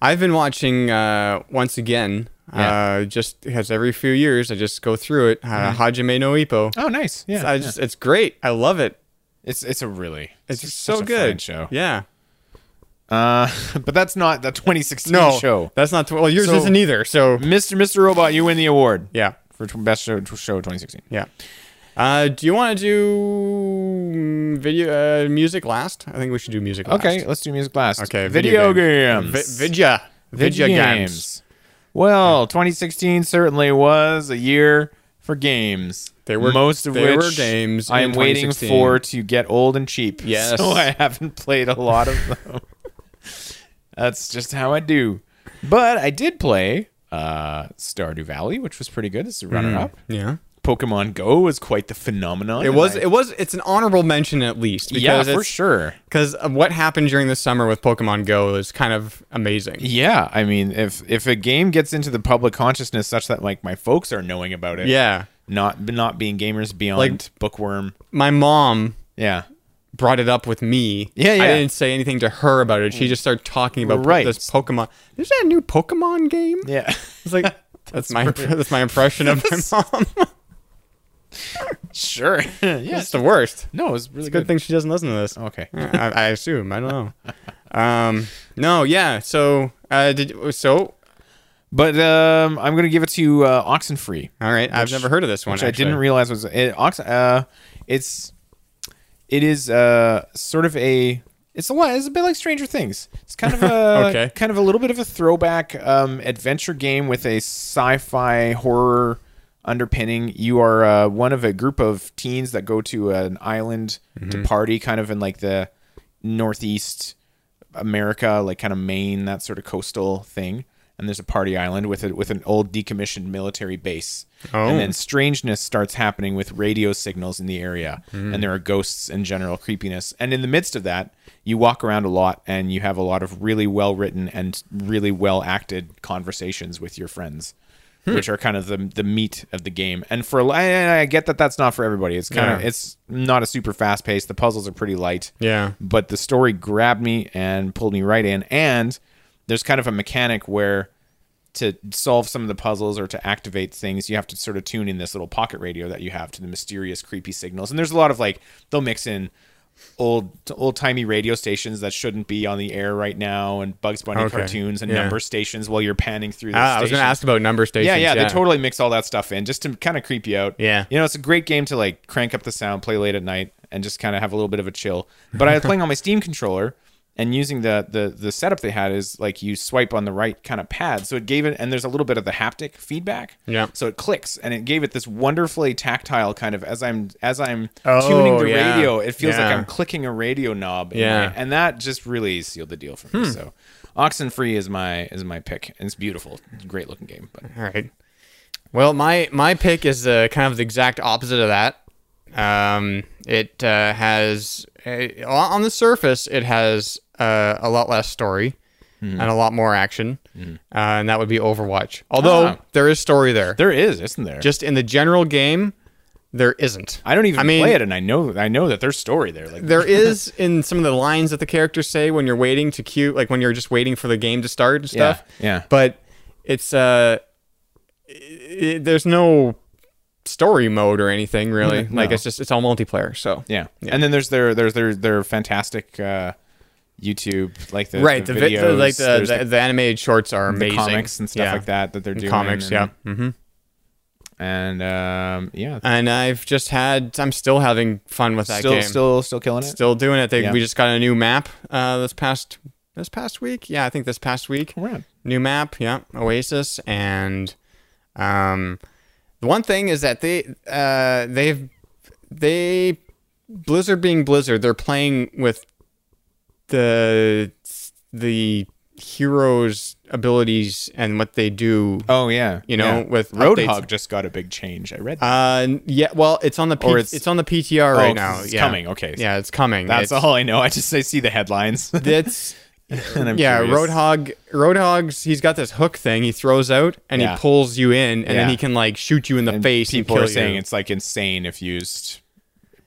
Speaker 1: I've been watching uh, once again.
Speaker 3: Yeah. Mm-hmm.
Speaker 1: Uh, just because every few years I just go through it. Uh, Hajime no Ippo.
Speaker 3: Oh, nice. Yeah.
Speaker 1: I just, it's great. I love it.
Speaker 3: It's it's a really.
Speaker 1: It's just
Speaker 3: such
Speaker 1: so
Speaker 3: a
Speaker 1: good.
Speaker 3: fun show.
Speaker 1: Yeah.
Speaker 3: Uh, but that's not the 2016
Speaker 1: No,
Speaker 3: show.
Speaker 1: that's not. Well, yours
Speaker 3: So- Mm-hmm.
Speaker 1: isn't either. So
Speaker 3: Mr. Mr. Robot, you win the award.
Speaker 1: yeah,
Speaker 3: For tw- best show, tw- show 2016.
Speaker 1: yeah. Uh, do you want to do mm, video uh, music last? I think we should do music last.
Speaker 3: Okay, let's do music last.
Speaker 1: Okay.
Speaker 3: Video,
Speaker 1: game.
Speaker 3: games.
Speaker 1: Vi- vidya. Vidya games.
Speaker 3: Well, 2016 certainly was a year for games.
Speaker 1: There were-
Speaker 3: most of
Speaker 1: there
Speaker 3: which
Speaker 1: were games
Speaker 3: I
Speaker 1: in
Speaker 3: am waiting
Speaker 1: 2016.
Speaker 3: for to get old and cheap.
Speaker 1: Yes.
Speaker 3: so I haven't played a lot of them. That's just how I do. But I did play uh, Stardew Valley, which was pretty good. It's a runner-up.
Speaker 1: Yeah.
Speaker 3: Pokemon Go was quite the phenomenon.
Speaker 1: It
Speaker 3: and
Speaker 1: was.
Speaker 3: I-
Speaker 1: It was. It's an honorable mention at least.
Speaker 3: yeah,
Speaker 1: Because
Speaker 3: for
Speaker 1: it's-
Speaker 3: sure.
Speaker 1: Because what happened during the summer with Pokemon Go is kind of amazing.
Speaker 3: Yeah, I mean, if if a game gets into the public consciousness such that like my folks are knowing about it,
Speaker 1: Yeah.
Speaker 3: not not being gamers beyond
Speaker 1: Like-
Speaker 3: bookworm.
Speaker 1: My mom
Speaker 3: Yeah.
Speaker 1: brought it up with me.
Speaker 3: Yeah, yeah.
Speaker 1: I didn't say anything to her about it. She just started talking about po-
Speaker 3: Right.
Speaker 1: this Pokemon. Is that a new Pokemon game?
Speaker 3: Yeah.
Speaker 1: It's like that's my that's my impression of my mom.
Speaker 3: sure. yeah.
Speaker 1: it's the worst.
Speaker 3: No, it was really
Speaker 1: Good
Speaker 3: good.
Speaker 1: thing she doesn't listen to this.
Speaker 3: Okay.
Speaker 1: I, I assume. I don't know. Um, no, yeah. So, uh, did so.
Speaker 3: But um, I'm going to give it to uh, Oxenfree,
Speaker 1: All right, I've never heard of this one.
Speaker 3: which I
Speaker 1: actually.
Speaker 3: didn't realize was it, Ox, uh, it's it is uh, sort of a it's a lot it's a bit like Stranger Things. It's kind of a
Speaker 1: Okay.
Speaker 3: kind of a little bit of a throwback um, adventure game with a sci-fi horror underpinning. You are uh, one of a group of teens that go to an island
Speaker 1: Mm-hmm.
Speaker 3: to party, kind of in like the northeast America, like kind of Maine, that sort of coastal thing. And there's a party island with it with an old decommissioned military base.
Speaker 1: Oh.
Speaker 3: And then strangeness starts happening with radio signals in the area,
Speaker 1: Mm.
Speaker 3: and there are ghosts and general creepiness. And in the midst of that, you walk around a lot, and you have a lot of really well written and really well acted conversations with your friends,
Speaker 1: Hmm.
Speaker 3: which are kind of the the meat of the game. And for a- and I get that that's not for everybody. It's kind of
Speaker 1: Yeah.
Speaker 3: it's not a super fast pace. The puzzles are pretty light
Speaker 1: Yeah.
Speaker 3: but the story grabbed me and pulled me right in and there's kind of a mechanic where to solve some of the puzzles or to activate things you have to sort of tune in this little pocket radio that you have to the mysterious creepy signals and there's a lot of like they'll mix in old old timey radio stations that shouldn't be on the air right now and bugs bunny
Speaker 1: Okay.
Speaker 3: cartoons and
Speaker 1: Yeah.
Speaker 3: number stations while you're panning through the
Speaker 1: Ah, I was going to
Speaker 3: stations.
Speaker 1: ask about number stations.
Speaker 3: Yeah, yeah, they totally mix all that stuff in just to kind of creep you out.
Speaker 1: Yeah.
Speaker 3: You know, it's a great game to like crank up the sound, play late at night, and just kind of have a little bit of a chill. But I was playing on my Steam controller and using the the the setup they had is like you swipe on the right kind of pad. So it gave it and there's a little bit of the haptic feedback.
Speaker 1: Yeah.
Speaker 3: So it clicks and it gave it this wonderfully tactile kind of as I'm as I'm tuning
Speaker 1: Oh,
Speaker 3: the
Speaker 1: yeah.
Speaker 3: radio, it feels like
Speaker 1: Yeah.
Speaker 3: I'm clicking a radio knob. in
Speaker 1: Yeah. Hmm.
Speaker 3: my- and that just really sealed the deal for me. So Oxenfree is my is my pick. And it's beautiful. Great looking game. But
Speaker 1: All right. Well, my my pick is uh, kind of the exact opposite of that. Um, it uh, has uh, on the surface, it has uh, a lot less story
Speaker 3: Hmm.
Speaker 1: and a lot more action, uh, and that would be Overwatch. Although
Speaker 3: Ah.
Speaker 1: there is story there,
Speaker 3: There is, isn't there?
Speaker 1: just in the general game, there isn't.
Speaker 3: I don't even
Speaker 1: I mean-
Speaker 3: play it, and I know I know that there's story there. Like
Speaker 1: there is in some of the lines that the characters say when you're waiting to queue, like when you're just waiting for the game to start and
Speaker 3: Yeah,
Speaker 1: stuff.
Speaker 3: yeah.
Speaker 1: But it's uh, i i there's no story mode or anything really. Like
Speaker 3: no.
Speaker 1: it's just it's all multiplayer. So
Speaker 3: yeah. and then there's their there's their their fantastic uh, YouTube like the
Speaker 1: right.
Speaker 3: the,
Speaker 1: The, vi- the-
Speaker 3: videos,
Speaker 1: like the,
Speaker 3: there's
Speaker 1: the, the animated shorts are
Speaker 3: the
Speaker 1: amazing.
Speaker 3: comics and stuff
Speaker 1: Yeah.
Speaker 3: like that that they're doing
Speaker 1: Comics,
Speaker 3: and, mm.
Speaker 1: yeah. Mm-hmm.
Speaker 3: and um, yeah,
Speaker 1: And I've just had I'm still having fun with that
Speaker 3: still
Speaker 1: game.
Speaker 3: still still killing it.
Speaker 1: still doing it. They,
Speaker 3: Yeah.
Speaker 1: We just got a new map uh, this past this past week. Yeah, I think this past week.
Speaker 3: Right.
Speaker 1: New map. Yeah, Oasis and um, the one thing is that they uh, they've they Blizzard being Blizzard, they're playing with the the heroes' abilities and what they do.
Speaker 3: Oh yeah,
Speaker 1: You know,
Speaker 3: yeah.
Speaker 1: with
Speaker 3: Roadhog
Speaker 1: updates.
Speaker 3: just got a big change. I read that.
Speaker 1: Uh, yeah. Well, it's on the P-
Speaker 3: Or
Speaker 1: it's,
Speaker 3: it's-
Speaker 1: on the PTR right
Speaker 3: Oh,
Speaker 1: now.
Speaker 3: it's
Speaker 1: yeah.
Speaker 3: coming, okay.
Speaker 1: Yeah, it's coming.
Speaker 3: That's
Speaker 1: It's-
Speaker 3: all I know. I just I see the headlines.
Speaker 1: That's
Speaker 3: and I'm
Speaker 1: yeah.
Speaker 3: curious.
Speaker 1: Roadhog. Roadhog's. He's got this hook thing. He throws out and
Speaker 3: Yeah.
Speaker 1: he pulls you in, and then
Speaker 3: Yeah.
Speaker 1: he can like shoot you in the
Speaker 3: And
Speaker 1: face.
Speaker 3: People
Speaker 1: and
Speaker 3: are
Speaker 1: kill
Speaker 3: saying
Speaker 1: you.
Speaker 3: it's like insane if used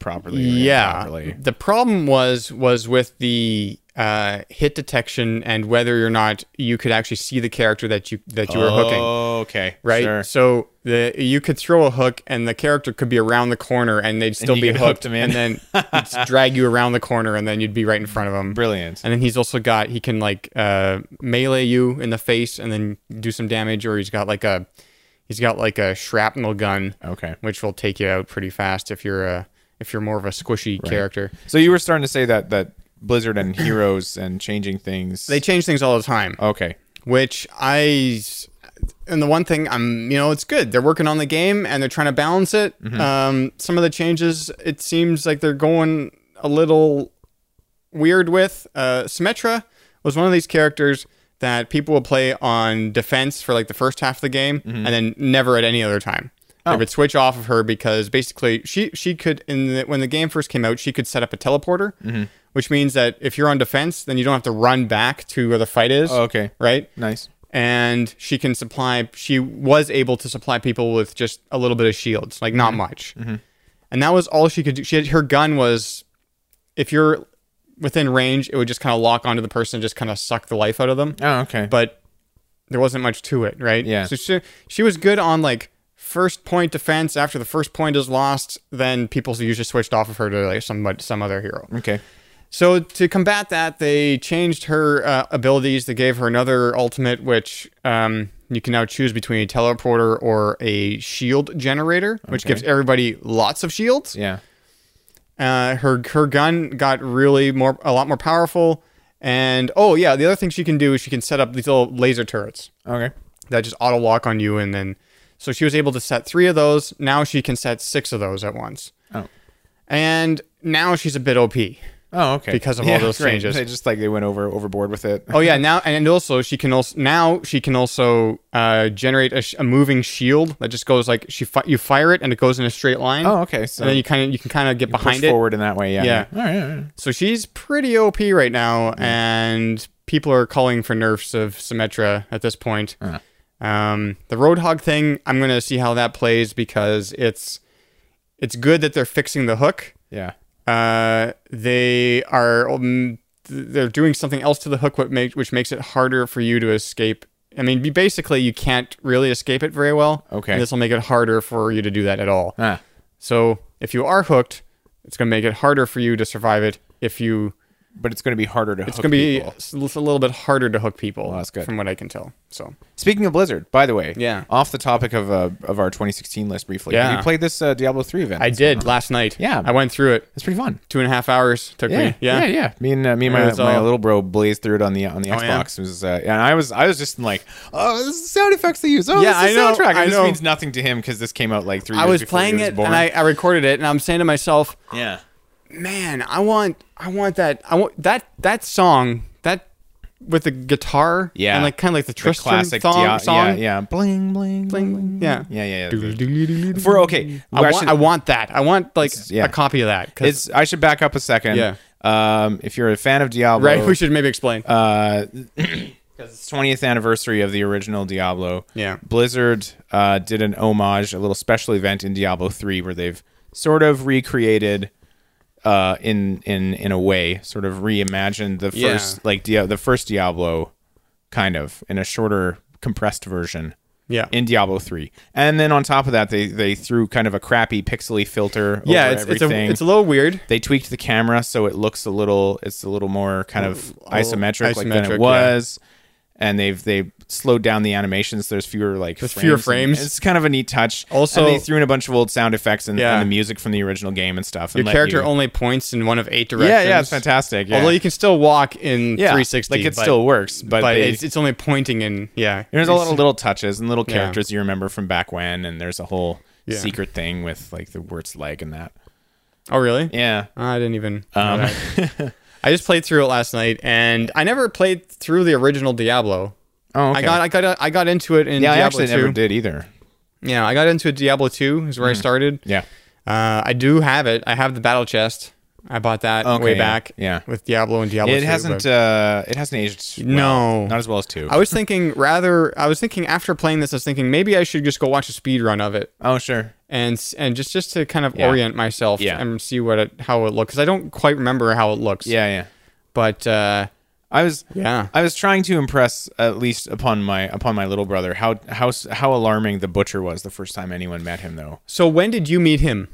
Speaker 3: properly. or
Speaker 1: yeah
Speaker 3: improperly.
Speaker 1: the problem was was with the uh, hit detection and whether or not you could actually see the character that you that you were hooking
Speaker 3: Oh, okay.
Speaker 1: right
Speaker 3: Sure.
Speaker 1: so the you could throw a hook and the character could be around the corner and they'd still
Speaker 3: you
Speaker 1: be
Speaker 3: could hook
Speaker 1: hooked
Speaker 3: them
Speaker 1: and
Speaker 3: in.
Speaker 1: then it's drag you around the corner and then you'd be right in front of them
Speaker 3: Brilliant.
Speaker 1: and then he's also got he can like uh, melee you in the face and then do some damage or he's got like a he's got like a shrapnel gun
Speaker 3: Okay.
Speaker 1: which will take you out pretty fast if you're a if you're more of a squishy character.
Speaker 3: So you were starting to say that that Blizzard and Heroes and changing things.
Speaker 1: They change things all the time,
Speaker 3: okay.
Speaker 1: which I s- and the one thing I'm you know it's good they're working on the game and they're trying to balance it.
Speaker 3: Mm-hmm.
Speaker 1: Um, some of the changes it seems like they're going a little weird with. Uh, Symmetra was one of these characters that people would play on defense for like the first half of the game
Speaker 3: Mm-hmm.
Speaker 1: and then never at any other time.
Speaker 3: Oh.
Speaker 1: They would switch off of her because basically she she could in the, when the game first came out she could set up a teleporter,
Speaker 3: Mm-hmm.
Speaker 1: which means that if you're on defense then you don't have to run back to where the fight is.
Speaker 3: Oh, okay.
Speaker 1: right.
Speaker 3: Nice.
Speaker 1: And she can supply. She was able to supply people with just a little bit of shields, like not much. And that was all she could do. She had, her gun was if you're within range, it would just kind of lock onto the person, and just kind of suck the life out of them.
Speaker 3: Oh, okay.
Speaker 1: But there wasn't much to it, right?
Speaker 3: Yeah.
Speaker 1: So she, she was good on like first point defense. After the first point is lost, then people usually switched off of her to like some some other hero.
Speaker 3: okay.
Speaker 1: So to combat that, they changed her uh, abilities. They gave her another ultimate, which um, you can now choose between a teleporter or a shield generator, which gives everybody lots of shields.
Speaker 3: Yeah.
Speaker 1: Uh, her her gun got really more a lot more powerful. And oh yeah, the other thing she can do is she can set up these little laser turrets
Speaker 3: Okay.
Speaker 1: that just auto lock on you, and then so she was able to set three of those. Now she can set six of those at once.
Speaker 3: Oh.
Speaker 1: And now she's a bit OP.
Speaker 3: Oh, okay.
Speaker 1: Because of all those
Speaker 3: great.
Speaker 1: changes.
Speaker 3: they just like they went over overboard with it.
Speaker 1: Oh yeah, now and also she can also now she can also uh, generate a, sh- a moving shield that just goes like she fi- you fire it and it goes in a straight line.
Speaker 3: Oh, okay. So
Speaker 1: and then you kind of you can kind of get
Speaker 3: push
Speaker 1: behind it.
Speaker 3: forward in that way. Yeah.
Speaker 1: Yeah.
Speaker 3: All right. all right.
Speaker 1: So she's pretty OP right now, and people are calling for nerfs of Symmetra at this point. Um, the Roadhog thing, I'm gonna see how that plays because it's it's good that they're fixing the hook.
Speaker 3: Yeah.
Speaker 1: Uh, they are um, th- they're doing something else to the hook what make, which makes it harder for you to escape i mean be- basically you can't really escape it very well
Speaker 3: Okay.
Speaker 1: and this will make it harder for you to do that at all
Speaker 3: Ah.
Speaker 1: so if you are hooked it's going to make it harder for you to survive it if you
Speaker 3: But it's going to be harder to.
Speaker 1: it's going to be s- it's a little bit harder to hook people
Speaker 3: that's good.
Speaker 1: from what i can tell so
Speaker 3: Speaking of Blizzard, by the way.
Speaker 1: Yeah.
Speaker 3: Off the topic of uh, of our 2016 list briefly.
Speaker 1: Yeah.
Speaker 3: You played this uh, Diablo 3 event.
Speaker 1: i did last night
Speaker 3: Yeah.
Speaker 1: i went through it
Speaker 3: It's pretty fun.
Speaker 1: two and a half hours took
Speaker 3: Yeah,
Speaker 1: me yeah
Speaker 3: yeah, yeah. Me and uh, me and
Speaker 1: Yeah,
Speaker 3: my,
Speaker 1: it's
Speaker 3: my
Speaker 1: all- Oh,
Speaker 3: little bro blazed through it on the on the
Speaker 1: yeah?
Speaker 3: Xbox. It was uh, and I was I was just like, oh, this is the sound effects they use. Oh,
Speaker 1: Yeah,
Speaker 3: yeah, this is
Speaker 1: I know,
Speaker 3: the soundtrack. And
Speaker 1: I
Speaker 3: this
Speaker 1: know.
Speaker 3: means nothing to him because this came out like three.
Speaker 1: i
Speaker 3: years
Speaker 1: was
Speaker 3: before he
Speaker 1: playing it
Speaker 3: born.
Speaker 1: and I, I recorded it and i'm saying to myself
Speaker 3: yeah.
Speaker 1: man, I want I want that I want that that song that with the guitar
Speaker 3: Yeah.
Speaker 1: and like kind of like the
Speaker 3: The
Speaker 1: Tristan
Speaker 3: classic
Speaker 1: thong,
Speaker 3: Dia-
Speaker 1: song.
Speaker 3: Yeah, yeah. Bling, bling, bling, bling.
Speaker 1: yeah.
Speaker 3: Yeah, yeah, yeah.
Speaker 1: Do-do-do-do-do-do.
Speaker 3: For okay,
Speaker 1: I want,
Speaker 3: should-
Speaker 1: I want that. I want like
Speaker 3: It's- yeah.
Speaker 1: a copy of that. 'cause-
Speaker 3: It's. I should back up a second.
Speaker 1: Yeah.
Speaker 3: Um, if you're a fan of Diablo,
Speaker 1: right. We should maybe explain.
Speaker 3: uh, 'cause it's 20th anniversary of the original Diablo.
Speaker 1: Yeah.
Speaker 3: Blizzard uh, did an homage, a little special event in Diablo 3 where they've sort of recreated uh, in in in a way, sort of reimagined the
Speaker 1: Yeah.
Speaker 3: first like Dia- the first Diablo kind of in a shorter compressed version
Speaker 1: yeah.
Speaker 3: in Diablo 3. And then on top of that they they threw kind of a crappy pixely filter
Speaker 1: yeah.
Speaker 3: over
Speaker 1: It's, it's
Speaker 3: everything
Speaker 1: a it's a little weird.
Speaker 3: they tweaked the camera so it looks a little it's a little more kind of isometric, like than
Speaker 1: isometric, yeah.
Speaker 3: it was and they've they slowed down the animations there's fewer like
Speaker 1: There's fewer
Speaker 3: and-
Speaker 1: frames.
Speaker 3: it's kind of a neat touch
Speaker 1: Also-
Speaker 3: and they threw in a bunch of old sound effects and,
Speaker 1: Yeah.
Speaker 3: and the music from the original game and stuff and
Speaker 1: Your
Speaker 3: let
Speaker 1: character
Speaker 3: you-
Speaker 1: only points in one of eight directions.
Speaker 3: yeah yeah it's fantastic yeah.
Speaker 1: Although you can still walk in
Speaker 3: yeah
Speaker 1: 360,
Speaker 3: like it
Speaker 1: but-
Speaker 3: still works but,
Speaker 1: but
Speaker 3: they-
Speaker 1: it's, it's only pointing in yeah.
Speaker 3: there's a
Speaker 1: It's-
Speaker 3: lot of little touches and little characters you remember from back when and there's a whole
Speaker 1: Yeah.
Speaker 3: secret thing with like the worst leg and that
Speaker 1: Oh, really?
Speaker 3: Yeah.
Speaker 1: I didn't even. know
Speaker 3: Um,
Speaker 1: that. I just played through it last night, and I never played through the original Diablo.
Speaker 3: oh, okay.
Speaker 1: I got I got I got into it in
Speaker 3: yeah, I
Speaker 1: Diablo
Speaker 3: actually
Speaker 1: 2.
Speaker 3: never did either.
Speaker 1: Yeah, I got into Diablo 2 is where I started.
Speaker 3: Yeah.
Speaker 1: Uh, I do have it. I have the battle chest. I bought that
Speaker 3: Okay,
Speaker 1: way
Speaker 3: yeah,
Speaker 1: back.
Speaker 3: yeah.
Speaker 1: With Diablo and Diablo.
Speaker 3: It
Speaker 1: 2,
Speaker 3: hasn't
Speaker 1: but-
Speaker 3: uh it hasn't aged well.
Speaker 1: No.
Speaker 3: not as well as 2.
Speaker 1: I was thinking rather. I was thinking after playing this, I was thinking maybe I should just go watch a speed run of it
Speaker 3: oh, sure.
Speaker 1: and s- and just just to kind of
Speaker 3: Yeah.
Speaker 1: orient myself
Speaker 3: Yeah.
Speaker 1: and see what it how it looks. 'Cause I don't quite remember how it looks.
Speaker 3: Yeah, yeah.
Speaker 1: But uh,
Speaker 3: I was
Speaker 1: yeah.
Speaker 3: I was trying to impress at least upon my upon my little brother how how how alarming the butcher was the first time anyone met him though.
Speaker 1: So when did you meet him?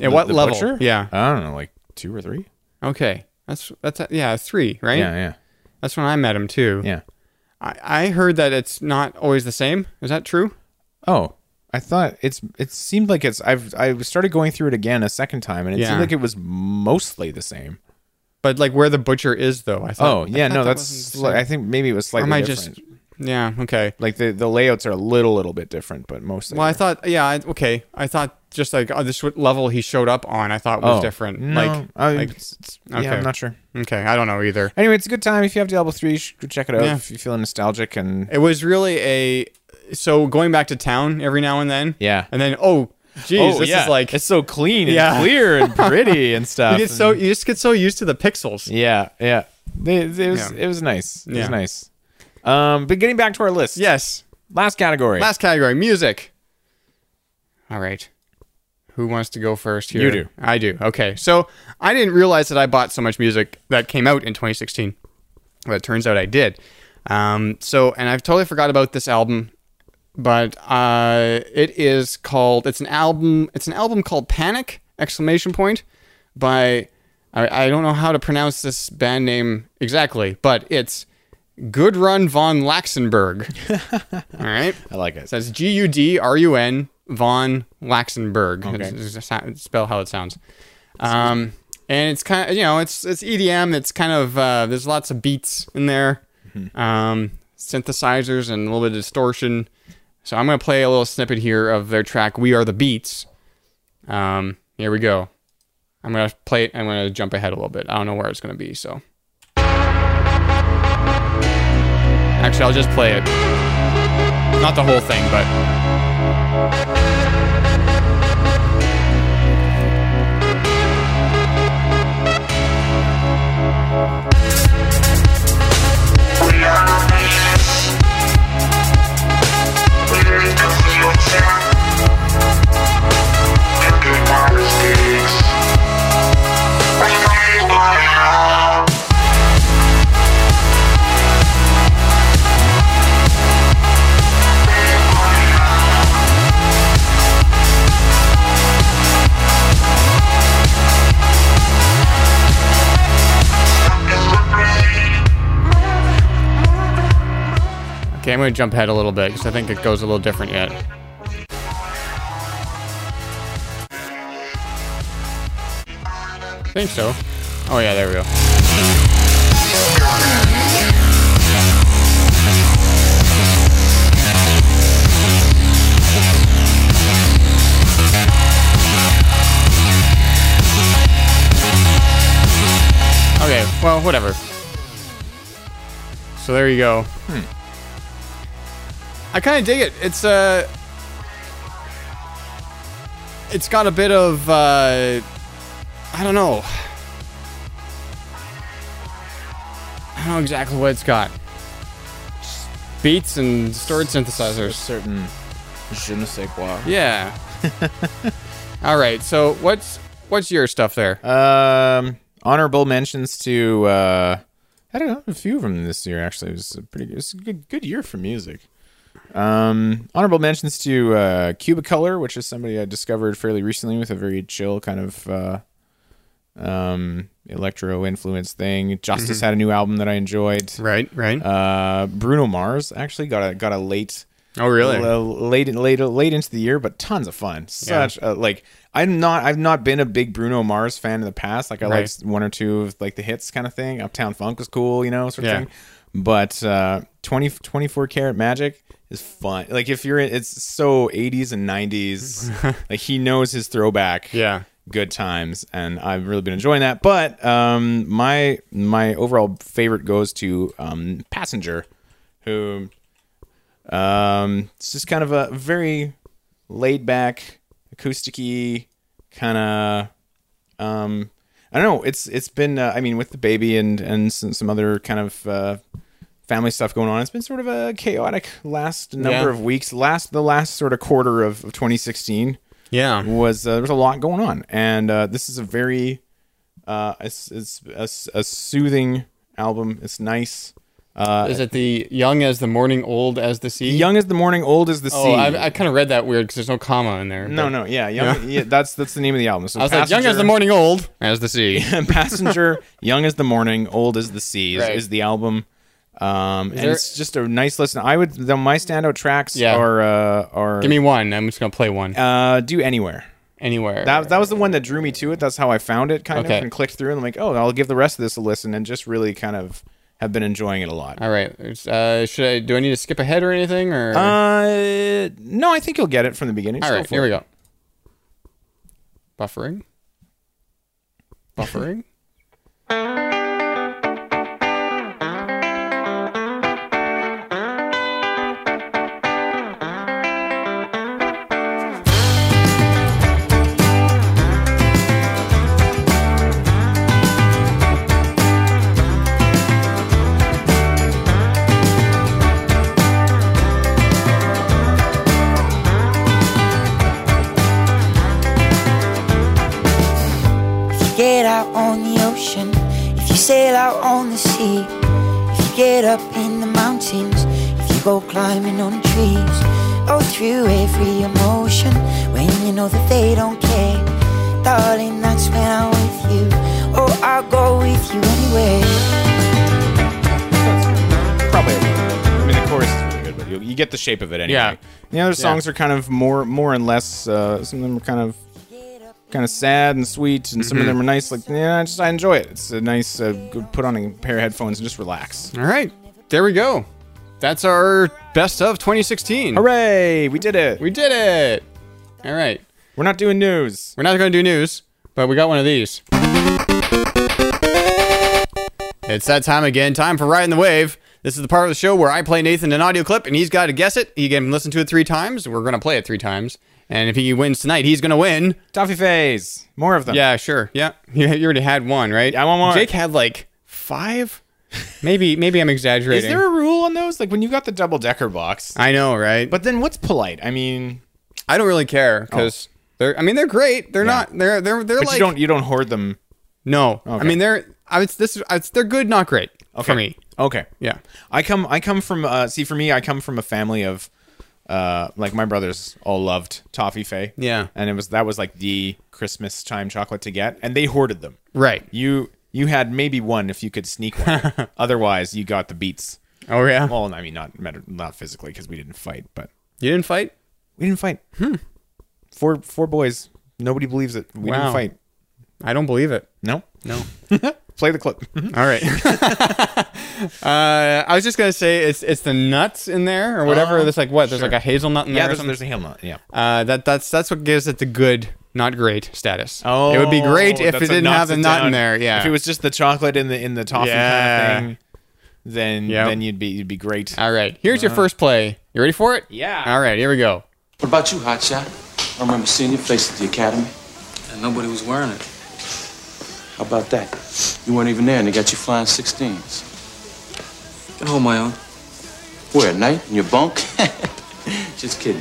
Speaker 1: At
Speaker 3: The-
Speaker 1: what
Speaker 3: the
Speaker 1: level?
Speaker 3: butcher? Uh,
Speaker 1: Yeah.
Speaker 3: I don't know, like 2 or 3?
Speaker 1: Okay. That's that's yeah three right.
Speaker 3: Yeah, yeah.
Speaker 1: That's when I met him too.
Speaker 3: Yeah.
Speaker 1: I, I heard that it's not always the same. Is that true?
Speaker 3: Oh, I thought it's it seemed like it's I've I started going through it again a second time and it
Speaker 1: Yeah.
Speaker 3: seemed like it was mostly the same.
Speaker 1: But like where the butcher is though. I
Speaker 3: Oh
Speaker 1: thought,
Speaker 3: yeah,
Speaker 1: I thought
Speaker 3: no,
Speaker 1: that
Speaker 3: that's
Speaker 1: wasn't the
Speaker 3: sli-
Speaker 1: same.
Speaker 3: I think maybe it was
Speaker 1: or
Speaker 3: slightly
Speaker 1: am I
Speaker 3: different.
Speaker 1: just yeah okay.
Speaker 3: like the the layouts are a little little bit different, but mostly.
Speaker 1: Well, I
Speaker 3: they're-
Speaker 1: thought yeah I, okay. I thought just like oh, this what level he showed up on, I thought was
Speaker 3: Oh,
Speaker 1: different.
Speaker 3: No,
Speaker 1: Like
Speaker 3: I,
Speaker 1: like-
Speaker 3: it's- it's-
Speaker 1: okay.
Speaker 3: yeah, I'm not sure.
Speaker 1: okay, I don't know either.
Speaker 3: Anyway, it's a good time if you have Diablo three, you should check it out
Speaker 1: Yeah.
Speaker 3: if you're feeling nostalgic and
Speaker 1: It was really a so going back to town every now and then.
Speaker 3: Yeah.
Speaker 1: and then oh geez, this is like
Speaker 3: it's so clean and
Speaker 1: Yeah.
Speaker 3: clear and pretty and stuff.
Speaker 1: you get so you just get so used to the pixels.
Speaker 3: yeah, yeah. They- they- It, was
Speaker 1: Yeah.
Speaker 3: it was nice. It
Speaker 1: Yeah.
Speaker 3: was nice. Um, but getting back to our list,
Speaker 1: Yes.
Speaker 3: Last category.
Speaker 1: Last category, music. All right. Who wants to go first here?
Speaker 3: You do.
Speaker 1: I do. Okay. So I didn't realize that I bought so much music that came out in 2016, but it turns out I did. Um, so, and I've totally forgot about this album, but uh, it is called. It's an album. It's an album called Panic! Exclamation point by I, I don't know how to pronounce this band name exactly, but it's Good Run von Laxenberg. All right.
Speaker 3: I like it.
Speaker 1: So it's G U D R U N von Laxenberg. It's- it's- it's- Spell how it sounds. Um, and it's kind of you know it's it's EDM. It's kind of uh, there's lots of beats in there, um, synthesizers and a little bit of distortion. So I'm gonna play a little snippet here of their track "We Are the Beats." Um, here we go. I'm gonna play it. I'm gonna jump ahead a little bit. I don't know where it's gonna be. So actually, I'll just play it. Not the whole thing, but. Okay, I'm gonna jump ahead a little bit because I think it goes a little different yet. think so. Oh yeah, there we go. Okay, well, whatever. So there you go. I kind of dig it. It's uh it's got a bit of uh I don't know. I don't know exactly what it's got. Just Beats and distorted synthesizers.
Speaker 3: certain je ne sais quoi.
Speaker 1: Yeah. All right. So what's what's your stuff there?
Speaker 3: Um, honorable mentions to uh, I don't know a few of them this year. Actually, it was a pretty good, it was a good, good year for music. Um, honorable mentions to uh, Cubicolor, which is somebody I discovered fairly recently with a very chill kind of uh, um, electro influence thing. Justice had a new album that I enjoyed.
Speaker 1: Right. Right.
Speaker 3: Uh, Bruno Mars actually got a got a late
Speaker 1: oh really?
Speaker 3: l- late, late, late into the year, but tons of fun. Such a, like I'm not. I've not been a big Bruno Mars fan in the past. Like I
Speaker 1: Right.
Speaker 3: liked one or two of like the hits kind of thing. Uptown Funk was cool, you know, sort of
Speaker 1: Yeah.
Speaker 3: thing. But uh, 20, 24 karat magic is fun. Like if you're, in, it's so 80s and 90s. like he knows his throwback
Speaker 1: yeah.
Speaker 3: good times, and I've really been enjoying that. But um, my my overall favorite goes to um, Passenger, who um, it's just kind of a very laid back, acousticy kind of. Um, I don't know. It's it's been. Uh, I mean, with the baby and and some, some other kind of uh, family stuff going on, it's been sort of a chaotic last number
Speaker 1: Yeah.
Speaker 3: of weeks. Last the last sort of quarter of, of 2016
Speaker 1: Yeah.
Speaker 3: was uh, there was a lot going on, and uh, this is a very uh, it's, it's a, s- a soothing album. It's nice. Uh,
Speaker 1: Is it the young as the morning, old as the sea?
Speaker 3: young as the morning, old as the sea.
Speaker 1: Oh, I, I kind of read that weird because there's no comma in there.
Speaker 3: no,
Speaker 1: but-
Speaker 3: no, yeah, young, yeah. That's that's the name of the album. So
Speaker 1: I was like, young as the
Speaker 3: Passenger-
Speaker 1: morning, old as the sea.
Speaker 3: passenger young as the morning old as the sea is,
Speaker 1: Right.
Speaker 3: is the album um and
Speaker 1: there-
Speaker 3: it's just a nice listen i would the, my standout tracks
Speaker 1: Yeah.
Speaker 3: are uh are
Speaker 1: Give me one. I'm just gonna play one
Speaker 3: uh do anywhere
Speaker 1: anywhere.
Speaker 3: that, that was the one that drew me to it that's how i found it kind
Speaker 1: Okay.
Speaker 3: of and clicked through and i'm like oh i'll give the rest of this a listen and just really kind of have been enjoying it a lot
Speaker 1: All right. There's, Uh, should I? Do I need to skip ahead or anything? Or
Speaker 3: uh no i think you'll get it from the beginning
Speaker 1: all
Speaker 3: Just
Speaker 1: right,
Speaker 3: go for
Speaker 1: here
Speaker 3: it.
Speaker 1: we go. Buffering. Buffering.
Speaker 5: If you get out on the ocean, if you sail out on the sea, if you get up in the mountains, if you go climbing on trees, go through every emotion when you know that they don't care. Darling, that's when I'm with you. Oh, I'll go with you anywhere.
Speaker 3: Probably. a little bit. I mean, the chorus is really good, but you, you get the shape of it anyway.
Speaker 1: Yeah.
Speaker 3: The other songs are kind of more, more and less. Uh, some of them are kind of, kind of sad and sweet, and some
Speaker 1: Mm-hmm.
Speaker 3: of them are nice. Like, yeah, I just I enjoy it. It's a nice. Uh, good, put on a pair of headphones and just relax.
Speaker 1: All right. There we go. That's our best of 2016.
Speaker 3: Hooray! We did it.
Speaker 1: We did it. All right.
Speaker 3: We're not doing news.
Speaker 1: We're not going to do news, but we got one of these. It's that time again. Time for riding the wave. This is the part of the show where I play Nathan an audio clip, and he's got to guess it. He can listen to it three times. We're going to play it three times, and if he wins tonight, he's going to win.
Speaker 3: Toffee phase. More of them.
Speaker 1: Yeah, sure. Yeah, you, you already had one, right?
Speaker 3: Yeah, I want more.
Speaker 1: Jake had like five. Maybe, maybe I'm
Speaker 3: Is
Speaker 1: exaggerating.
Speaker 3: there a rule on those? Like when you got the double decker box.
Speaker 1: I know, right? But
Speaker 3: But then what's polite? I mean,
Speaker 1: I don't really care because they're. I mean, they're great. They're not. They're they're they're
Speaker 3: Oh. but
Speaker 1: like
Speaker 3: you don't you don't hoard them.
Speaker 1: no. I
Speaker 3: Okay.
Speaker 1: mean, they're. I it's this. It's, they're good, not great for me.
Speaker 3: Okay.
Speaker 1: Yeah.
Speaker 3: I come I come from uh see for me I come from a family of uh like my brothers all loved toffee fay.
Speaker 1: Yeah.
Speaker 3: And it was that was like the Christmas time chocolate to get and they hoarded them.
Speaker 1: Right.
Speaker 3: You you had maybe one if you could sneak one. Otherwise, you got the beats.
Speaker 1: Oh yeah.
Speaker 3: Well, I mean not met- not physically cuz we didn't fight, but
Speaker 1: you didn't fight.
Speaker 3: we didn't fight. Hmm. Four four boys. Nobody believes it. We
Speaker 1: Wow.
Speaker 3: didn't fight.
Speaker 1: I don't believe it.
Speaker 3: No. Mm-hmm.
Speaker 1: No.
Speaker 3: Play the clip.
Speaker 1: All right. uh, I was just gonna say it's it's the nuts in there or whatever. there's like what? There's like a hazelnut in
Speaker 3: Oh, yeah,
Speaker 1: there. or
Speaker 3: there's,
Speaker 1: something?
Speaker 3: there's a hazelnut. Yeah.
Speaker 1: Uh, that that's that's what gives it the good, not great status. it would be great if it
Speaker 3: Oh, that's what
Speaker 1: didn't have
Speaker 3: knocks
Speaker 1: the
Speaker 3: it
Speaker 1: nut in
Speaker 3: down.
Speaker 1: there. Yeah,
Speaker 3: If it was just the chocolate in the in the toffee
Speaker 1: Yeah.
Speaker 3: kind of thing, then
Speaker 1: Yep. Uh,
Speaker 3: then you'd be you'd be great.
Speaker 1: All right, here's your first play. You ready for it?
Speaker 3: Uh-huh. Yeah.
Speaker 1: All right, here we go.
Speaker 6: What about you, Hotshot? I remember seeing your face at the academy.
Speaker 2: And nobody was wearing it.
Speaker 6: How about that? You weren't even there, and they got you flying 16s.
Speaker 2: Can hold my own.
Speaker 6: Where, at night? In your bunk? Just kidding.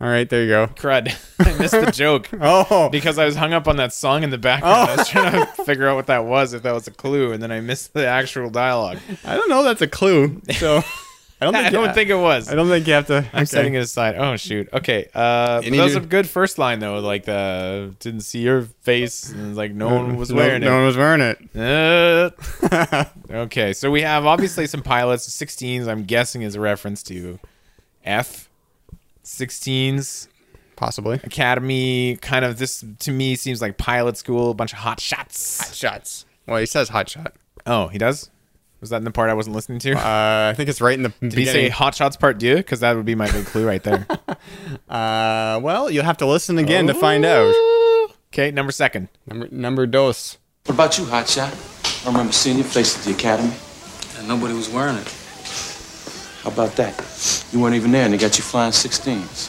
Speaker 1: All right, there you go.
Speaker 3: Crud. I missed the joke
Speaker 1: Oh,
Speaker 3: because I was hung up on that song in the background. I was trying to figure out what that was, if that was a clue, and then I missed the actual dialogue.
Speaker 1: I don't know. That's a clue. So I don't think.
Speaker 3: I don't think it was.
Speaker 1: Oh I don't think you have to.
Speaker 3: I'm setting it aside. Oh shoot. Okay. Uh,
Speaker 1: Any
Speaker 3: that was a
Speaker 1: dude-
Speaker 3: good first line though. Like the didn't see your face, and like no one was wearing
Speaker 1: No
Speaker 3: it.
Speaker 1: one was wearing it.
Speaker 3: Uh, okay, so we have obviously some pilots. 16s, I'm guessing, is a reference to F. 16s,
Speaker 1: Possibly.
Speaker 3: Academy, kind of this to me seems like pilot school, a bunch of hot shots.
Speaker 1: Shots. Well, he says hot shot.
Speaker 3: Oh, he does? Was that in the part I wasn't listening to?
Speaker 1: Uh, I think it's right in the
Speaker 3: Did he say
Speaker 1: beginning.
Speaker 3: Hot Shots Part 2? Because that would be my big clue right there.
Speaker 1: uh, well, you'll have to listen again to find out.
Speaker 3: okay, number second.
Speaker 1: Number, number dos.
Speaker 6: What about you, Hotshot? I remember seeing your face at the academy.
Speaker 2: And nobody was wearing it.
Speaker 6: How about that? You weren't even there, and they got you flying 16s.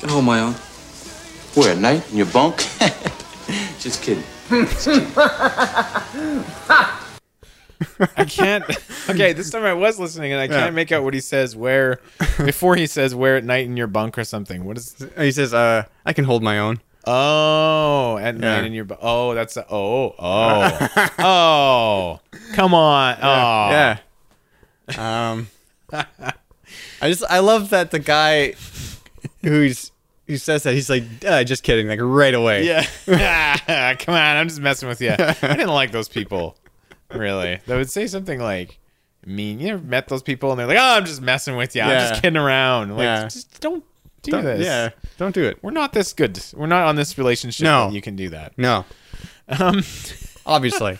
Speaker 2: Can hold my own.
Speaker 6: Where, at night? In your bunk? Just kidding.
Speaker 3: I can't. Okay, this time I was listening and I can't make out what he says where before he says where at night in your bunk or something. What is?
Speaker 1: He says, uh, I can hold my own.
Speaker 3: Oh, at
Speaker 1: Yeah.
Speaker 3: night in your bunk. Oh, that's a, oh oh oh. Come on. Oh
Speaker 1: Yeah. Um, I just I love that the guy who's who says that he's like uh, just kidding like right away.
Speaker 3: Yeah. Come on, I'm just messing with you. I didn't like those people. Really. They would say something like mean. You ever met those people and they're like, "Oh, I'm just messing with you. I'm
Speaker 1: Yeah.
Speaker 3: just kidding around." Like,
Speaker 1: Yeah.
Speaker 3: just don't do
Speaker 1: Don't-
Speaker 3: this.
Speaker 1: yeah. Don't do it.
Speaker 3: We're not this good. We're not on this relationship
Speaker 1: No.
Speaker 3: that you can do that.
Speaker 1: No. Um. Obviously.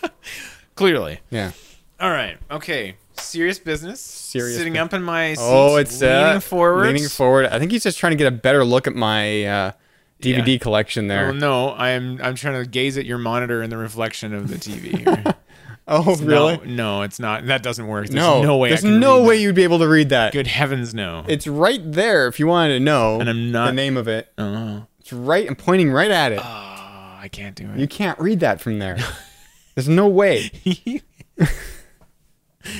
Speaker 3: Clearly.
Speaker 1: Yeah.
Speaker 3: All right. Okay. Serious business.
Speaker 1: Serious
Speaker 3: Sitting
Speaker 1: bu-
Speaker 3: up in my seat.
Speaker 1: Oh, it's
Speaker 3: leaning
Speaker 1: uh,
Speaker 3: forward.
Speaker 1: Leaning forward. I think he's just trying to get a better look at my uh, DVD
Speaker 3: Yeah.
Speaker 1: collection
Speaker 3: Oh
Speaker 1: there.
Speaker 3: no, I'm I'm trying to gaze at your monitor and the reflection of the TV. Here.
Speaker 1: Oh, really?
Speaker 3: No, no, it's not. That doesn't work. There's
Speaker 1: No.
Speaker 3: no, way. I
Speaker 1: There's
Speaker 3: can
Speaker 1: no
Speaker 3: read
Speaker 1: way
Speaker 3: that.
Speaker 1: you'd be able to read that.
Speaker 3: Good heavens, no.
Speaker 1: It's right there if you wanted to know.
Speaker 3: And I'm not-
Speaker 1: the name of it. It's right. I'm pointing right at it.
Speaker 3: Oh, I can't do
Speaker 1: You
Speaker 3: it.
Speaker 1: can't read that from there. There's no way.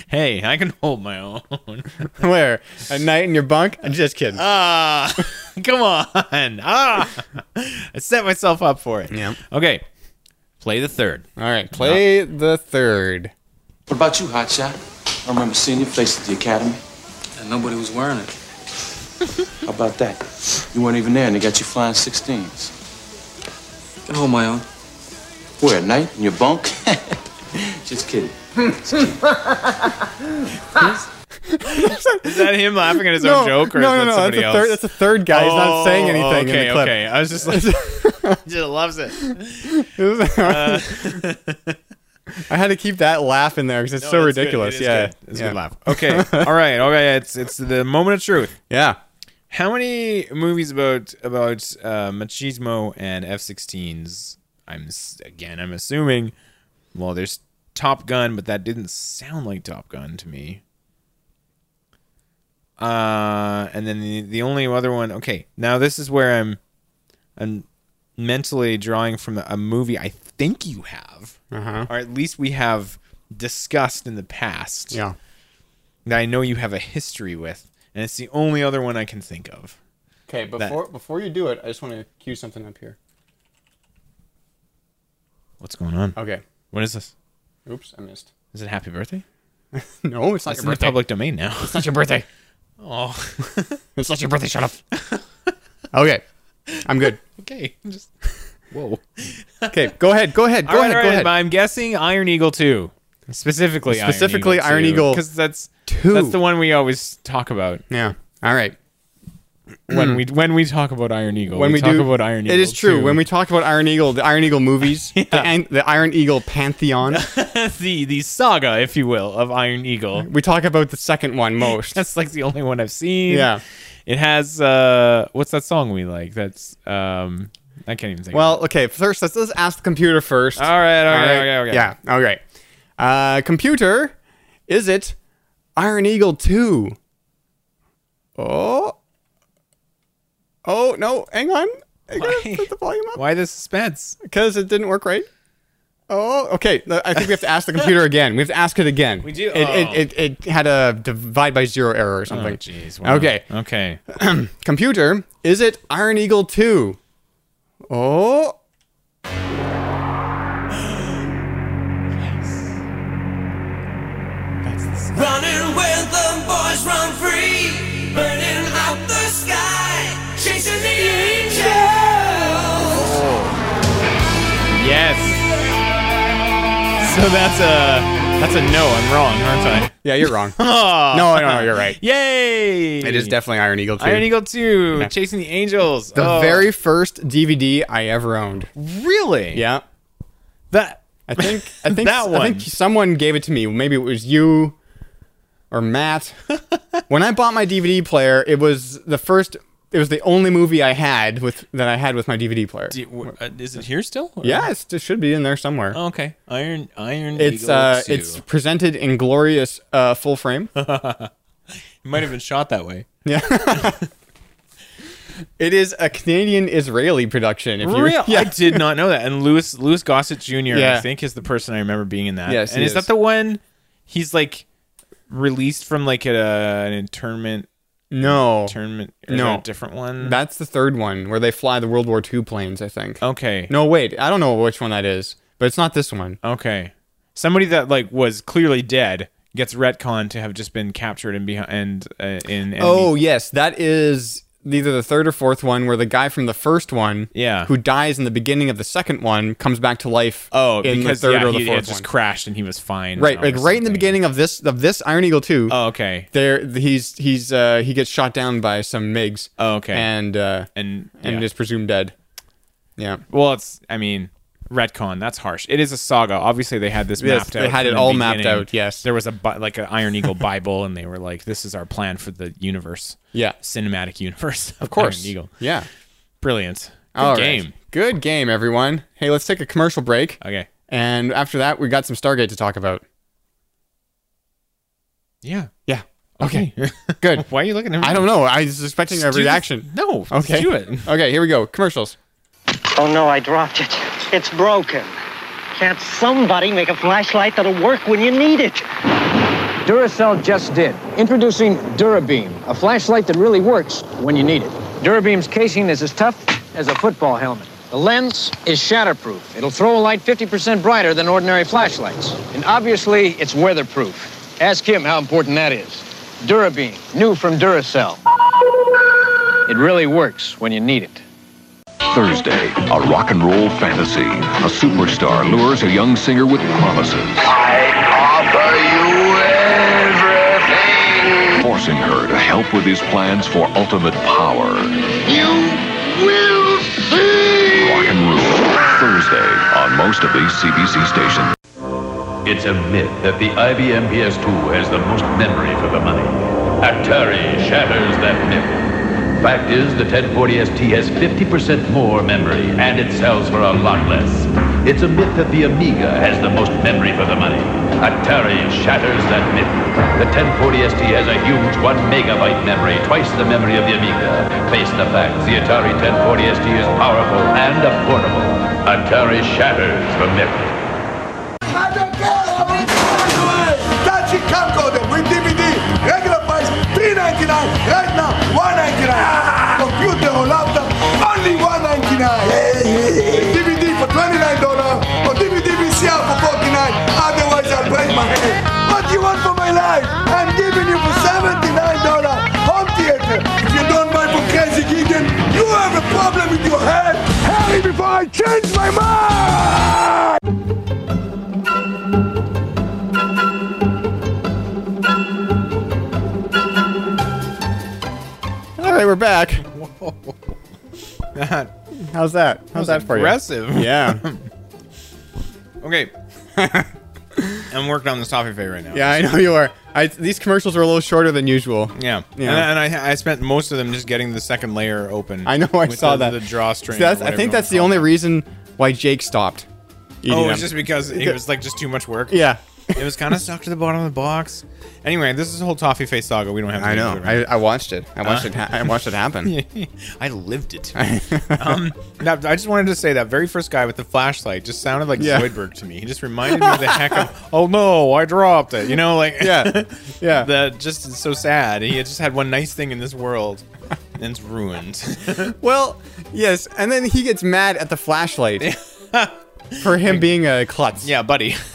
Speaker 3: hey, I can hold my own.
Speaker 1: Where? At night in your bunk? I'm just kidding.
Speaker 3: Ah, come on. Ah, I set myself up for it.
Speaker 1: Yeah.
Speaker 3: Okay. Play the third.
Speaker 1: All right, play the third.
Speaker 6: What about you, Hotshot? I remember seeing your face at the academy.
Speaker 2: And nobody was wearing it.
Speaker 6: How about that? You weren't even there, and they got you flying 16s.
Speaker 2: Can hold my own.
Speaker 6: Where, at night? In your bunk? Just kidding.
Speaker 3: Is that him laughing at his own joke or
Speaker 1: no,
Speaker 3: is
Speaker 1: no,
Speaker 3: that
Speaker 1: no. that's
Speaker 3: somebody
Speaker 1: the
Speaker 3: else?
Speaker 1: third. That's the third guy. He's not saying
Speaker 3: Oh,
Speaker 1: anything
Speaker 3: Okay,
Speaker 1: in the clip.
Speaker 3: okay. I was just like, just loves it.
Speaker 1: I had to keep that laugh in there because it's
Speaker 3: Uh, No,
Speaker 1: so
Speaker 3: that's good.
Speaker 1: ridiculous.
Speaker 3: It is
Speaker 1: yeah,
Speaker 3: good. it's
Speaker 1: yeah.
Speaker 3: a good laugh. Okay, all right, all right. It's it's the moment of truth.
Speaker 1: Yeah.
Speaker 3: How many movies about about uh, machismo and F-16s? I'm s- again, I'm assuming. Well, there's Top Gun, but that didn't sound like Top Gun to me. Uh, and then the the only other one. Okay, now this is where I'm, I'm mentally drawing from a movie I think you have,
Speaker 1: Uh-huh.
Speaker 3: or at least we have discussed in the past
Speaker 1: Yeah.
Speaker 3: that I know you have a history with, and it's the only other one I can think of.
Speaker 1: Okay,
Speaker 3: before-
Speaker 1: before you do it, I just want to cue something up here.
Speaker 3: What's going on?
Speaker 1: Okay.
Speaker 3: What Uh, is this?
Speaker 1: Oops, I missed.
Speaker 3: Is it Happy Birthday?
Speaker 1: No, it's not
Speaker 3: It's
Speaker 1: your
Speaker 3: in the
Speaker 1: birthday.
Speaker 3: public domain now.
Speaker 1: It's not your birthday.
Speaker 3: Oh,
Speaker 1: It's not your birthday. Shut up. okay, I'm good.
Speaker 3: okay. Just whoa.
Speaker 1: Okay, go ahead. Go ahead. Go
Speaker 3: All right,
Speaker 1: ahead.
Speaker 3: all
Speaker 1: go
Speaker 3: right,
Speaker 1: ahead.
Speaker 3: but I'm guessing Iron Eagle two, specifically.
Speaker 1: Specifically Iron Eagle
Speaker 3: because that's
Speaker 1: two.
Speaker 3: That's the one we always talk about
Speaker 1: Yeah. All right.
Speaker 3: when we when we talk about Iron Eagle.
Speaker 1: Hmm. when we,
Speaker 3: talk
Speaker 1: do
Speaker 3: about Iron Eagle,
Speaker 1: It is true.
Speaker 3: 2.
Speaker 1: When we talk about Iron Eagle, the Iron Eagle movies, the, an- the Iron Eagle pantheon,
Speaker 3: the the saga, if you will, of Iron Eagle.
Speaker 1: we talk about the second one most.
Speaker 3: That's like the only one I've seen.
Speaker 1: Yeah.
Speaker 3: It has uh what's that song we like? That's um I can't even think. of
Speaker 1: well, okay. First, let's, let's ask the computer first.
Speaker 3: it. all right, all right,
Speaker 1: All right.
Speaker 3: okay, okay.
Speaker 1: Yeah. All right. Uh, computer, is it Iron Eagle two? Oh. Oh no! Hang on. I gotta
Speaker 3: Why?
Speaker 1: put the volume up
Speaker 3: Why the suspense?
Speaker 1: because it didn't work right. Oh, okay. I think we have to ask the computer again. We have to ask it again. We
Speaker 3: do?
Speaker 1: It, it,
Speaker 3: Oh.
Speaker 1: it, it had a divide by zero error or something.
Speaker 3: jeez.
Speaker 1: Okay.
Speaker 3: Okay.
Speaker 1: Computer, is it Iron Eagle 2? Oh.
Speaker 7: Running with the boys, run free. Burning out the sky. Chasing the angels.
Speaker 3: Yes. So that's a that's a no, I'm wrong, aren't I?
Speaker 1: Yeah, you're wrong.
Speaker 3: Oh.
Speaker 1: no, no, no, you're right.
Speaker 3: Yay!
Speaker 1: It is definitely Iron Eagle 2.
Speaker 3: Iron Eagle 2, Chasing the Angels.
Speaker 1: The
Speaker 3: Oh.
Speaker 1: very first DVD I ever owned.
Speaker 3: Really?
Speaker 1: Yeah.
Speaker 3: That
Speaker 1: I think I think I
Speaker 3: That one.
Speaker 1: think someone gave it to me. Maybe it was you or Matt. when I bought my DVD player, it was the first. It was the only movie I had with that I had with my DVD player.
Speaker 8: Do you- w- uh, is it here still? Or-
Speaker 1: yeah, it's, it should be in there somewhere.
Speaker 8: Oh, okay. Iron Iron
Speaker 1: it's
Speaker 8: Eagle
Speaker 1: uh,
Speaker 8: 2.
Speaker 1: it's presented in glorious uh, full frame.
Speaker 8: It might have been shot that way.
Speaker 1: it is a Canadian Israeli production. If you
Speaker 3: I
Speaker 1: yeah,
Speaker 3: did not know that. And Louis Louis Gossett Jr. I
Speaker 1: Yeah.
Speaker 3: think is the person I remember being in that.
Speaker 1: Yes,
Speaker 3: and
Speaker 1: he
Speaker 3: is, that
Speaker 1: is.
Speaker 3: the one? He's like released from like a, an internment
Speaker 1: no,
Speaker 3: internment.
Speaker 1: No.
Speaker 3: or is that a different one.
Speaker 1: that's the third one where they fly the World War II planes. I think.
Speaker 3: okay.
Speaker 1: No, wait, I don't know which one that is, but it's not this one.
Speaker 3: Okay. Somebody that like was clearly dead gets retconned to have just been captured and behind and uh, in. enemy-
Speaker 1: Oh yes, that is either the third or fourth one where the guy from the first one,
Speaker 3: Yeah.
Speaker 1: who dies in the beginning of the second one, comes back to life.
Speaker 3: oh,
Speaker 1: in
Speaker 3: because
Speaker 1: the third
Speaker 3: yeah,
Speaker 1: or the
Speaker 3: he had
Speaker 1: fourth
Speaker 3: just
Speaker 1: one.
Speaker 3: crashed and he was fine.
Speaker 1: right,
Speaker 3: now
Speaker 1: like
Speaker 3: or
Speaker 1: right in the
Speaker 3: something.
Speaker 1: beginning of this of this Iron Eagle two.
Speaker 3: Oh, okay.
Speaker 1: There, he's he's uh, he gets shot down by some MIGs.
Speaker 3: Oh, okay.
Speaker 1: and uh, and
Speaker 3: And
Speaker 1: and
Speaker 3: yeah.
Speaker 1: is presumed dead. Yeah,
Speaker 3: Well, it's I mean, retcon. That's harsh. It is a saga. Obviously, they had this
Speaker 1: Yes,
Speaker 3: mapped out.
Speaker 1: they had
Speaker 3: from
Speaker 1: it
Speaker 3: the
Speaker 1: all mapped
Speaker 3: beginning.
Speaker 1: out, yes.
Speaker 3: there was a bi- like an Iron Eagle Bible, and they were like, "This is our plan for the universe,
Speaker 1: yeah,
Speaker 3: cinematic universe." Of, Iron Eagle.
Speaker 1: Yeah,
Speaker 3: Brilliant. Good
Speaker 1: All right.
Speaker 3: game.
Speaker 1: good game, everyone. Hey, let's take a commercial break,
Speaker 3: Okay.
Speaker 1: and after that, we got some Stargate to talk about.
Speaker 3: Yeah.
Speaker 1: Yeah. Okay. Good.
Speaker 3: Why are you looking at me?
Speaker 1: I don't know. I was expecting a
Speaker 3: Do this-
Speaker 1: reaction.
Speaker 3: No.
Speaker 1: Okay.
Speaker 3: Okay. Do it.
Speaker 1: Okay, here we go. Commercials.
Speaker 9: Oh no, I dropped it. It's broken. Can't somebody make a flashlight that'll work when you need it?
Speaker 10: Duracell just did. Introducing Durabeam, a flashlight that really works when you need it. Durabeam's casing is as tough as a football helmet. The lens is shatterproof. It'll throw a light 50% brighter than ordinary flashlights. And obviously, it's weatherproof. Ask him how important that is. Durabeam, new from Duracell. It really works when you need it.
Speaker 11: Thursday, a rock and roll fantasy. A superstar lures a young singer with promises. I offer you everything. Forcing her to help with his plans for ultimate power. You will see. Rock and roll. Thursday on most of these CBC stations.
Speaker 7: It's a myth that the IBM PS2 has the most memory for the money. Atari shatters that myth. Fact is, the 1040 ST has 50% more memory, and it sells for a lot less. It's a myth that the Amiga has the most memory for the money. Atari shatters that myth. The 1040 ST has a huge 1 megabyte memory, twice the memory of the Amiga. Face the facts, the Atari 1040 ST is powerful and affordable. Atari shatters the myth.
Speaker 10: That you can't go there with DVD, regular price, $3.99. Right now, $1.99. Computer or laptop, only $1.99. DVD for $29, or DVD VCR for $49. Otherwise, I'll break my head. What do you want for my life? I'm giving you for $79. Home theater. If you don't buy for Crazy Gigan, you have a problem with your head. Harry, before I change my mind!
Speaker 1: All right, we're back. How's that? How's that, for
Speaker 3: Aggressive.
Speaker 1: you? Yeah.
Speaker 3: Okay. I'm working on the topic right now.
Speaker 1: Yeah, I know you are. I, these commercials were a little shorter than usual.
Speaker 3: Yeah,
Speaker 1: Yeah.
Speaker 3: And, and I, I spent most of them just getting the second layer open.
Speaker 1: I know. I
Speaker 3: with
Speaker 1: saw that.
Speaker 3: the, the drawstring.
Speaker 1: So that's, I
Speaker 3: or whatever you
Speaker 1: think that's
Speaker 3: wanna
Speaker 1: the
Speaker 3: call
Speaker 1: only
Speaker 3: it.
Speaker 1: reason why Jake stopped. eating
Speaker 3: Oh, it
Speaker 1: them.
Speaker 3: was just because it was like just too much work.
Speaker 1: yeah.
Speaker 3: it was kind of stuck to the bottom of the box. Anyway, this is the whole toffee face saga. We don't have. To
Speaker 1: I
Speaker 3: get
Speaker 1: know.
Speaker 3: into
Speaker 1: I,
Speaker 3: it
Speaker 1: I watched it. I
Speaker 3: Uh.
Speaker 1: watched it. Ha- I watched it happen.
Speaker 3: right now. I, lived it. um, that, I just wanted to say that very first guy with the flashlight just sounded like
Speaker 1: Yeah.
Speaker 3: Zoidberg to me. He just reminded me the heck of. Oh no, I dropped it. You know, like
Speaker 1: Yeah. Yeah.
Speaker 3: that just is so sad. He had just had one nice thing in this world, and it's ruined.
Speaker 1: well, yes, and then he gets mad at the flashlight for him being a klutz.
Speaker 3: Yeah, buddy.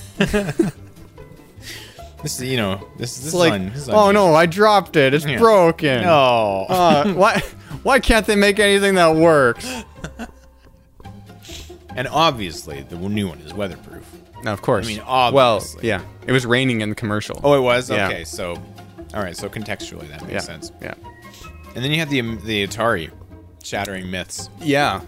Speaker 3: this is you know this
Speaker 1: It's
Speaker 3: is this is
Speaker 1: like,
Speaker 3: on- this is Oh. on
Speaker 1: oh
Speaker 3: you."
Speaker 1: no, I dropped it. It's
Speaker 3: Yeah.
Speaker 1: broken.
Speaker 3: no
Speaker 1: Uh, why? Why can't they make anything that works?
Speaker 3: and obviously the new one is weatherproof.
Speaker 1: No, of course.
Speaker 3: I mean,
Speaker 1: Well,
Speaker 3: obviously.
Speaker 1: yeah. It was raining in the commercial.
Speaker 3: Oh, it was
Speaker 1: Yeah.
Speaker 3: okay. So all right, so contextually that makes
Speaker 1: yeah.
Speaker 3: sense.
Speaker 1: Yeah.
Speaker 3: And then you had the the Atari shattering myths.
Speaker 1: Yeah.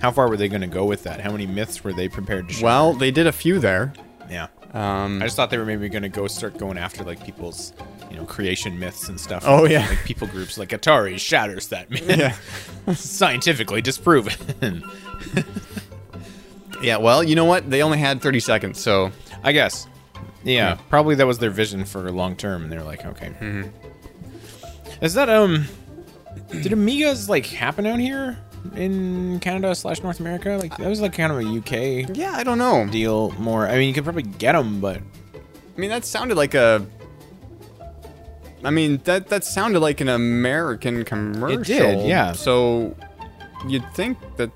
Speaker 3: How far were they going to go with that? How many myths were they prepared to show?
Speaker 1: Well, they did a few there.
Speaker 3: Yeah.
Speaker 1: Um,
Speaker 3: I just thought they were maybe going to go start going after like people's, you know, creation myths and stuff.
Speaker 1: Oh, yeah.
Speaker 3: Like people groups like Atari shatters that myth.
Speaker 1: Yeah.
Speaker 3: Scientifically disproven.
Speaker 1: yeah. Well, you know what? They only had 30 seconds, so
Speaker 3: I guess. Yeah, probably that was their vision for long term and they're like, okay.
Speaker 1: Mm-hmm.
Speaker 3: Is that um did Amigas like happen out here in Canada slash North America? Like that was like kind of a UK
Speaker 1: yeah, I don't know.
Speaker 3: deal more. I mean, you could probably get them, but
Speaker 1: I mean, that sounded like a. I mean, that that sounded like an American commercial.
Speaker 3: yeah.
Speaker 1: So, you'd think that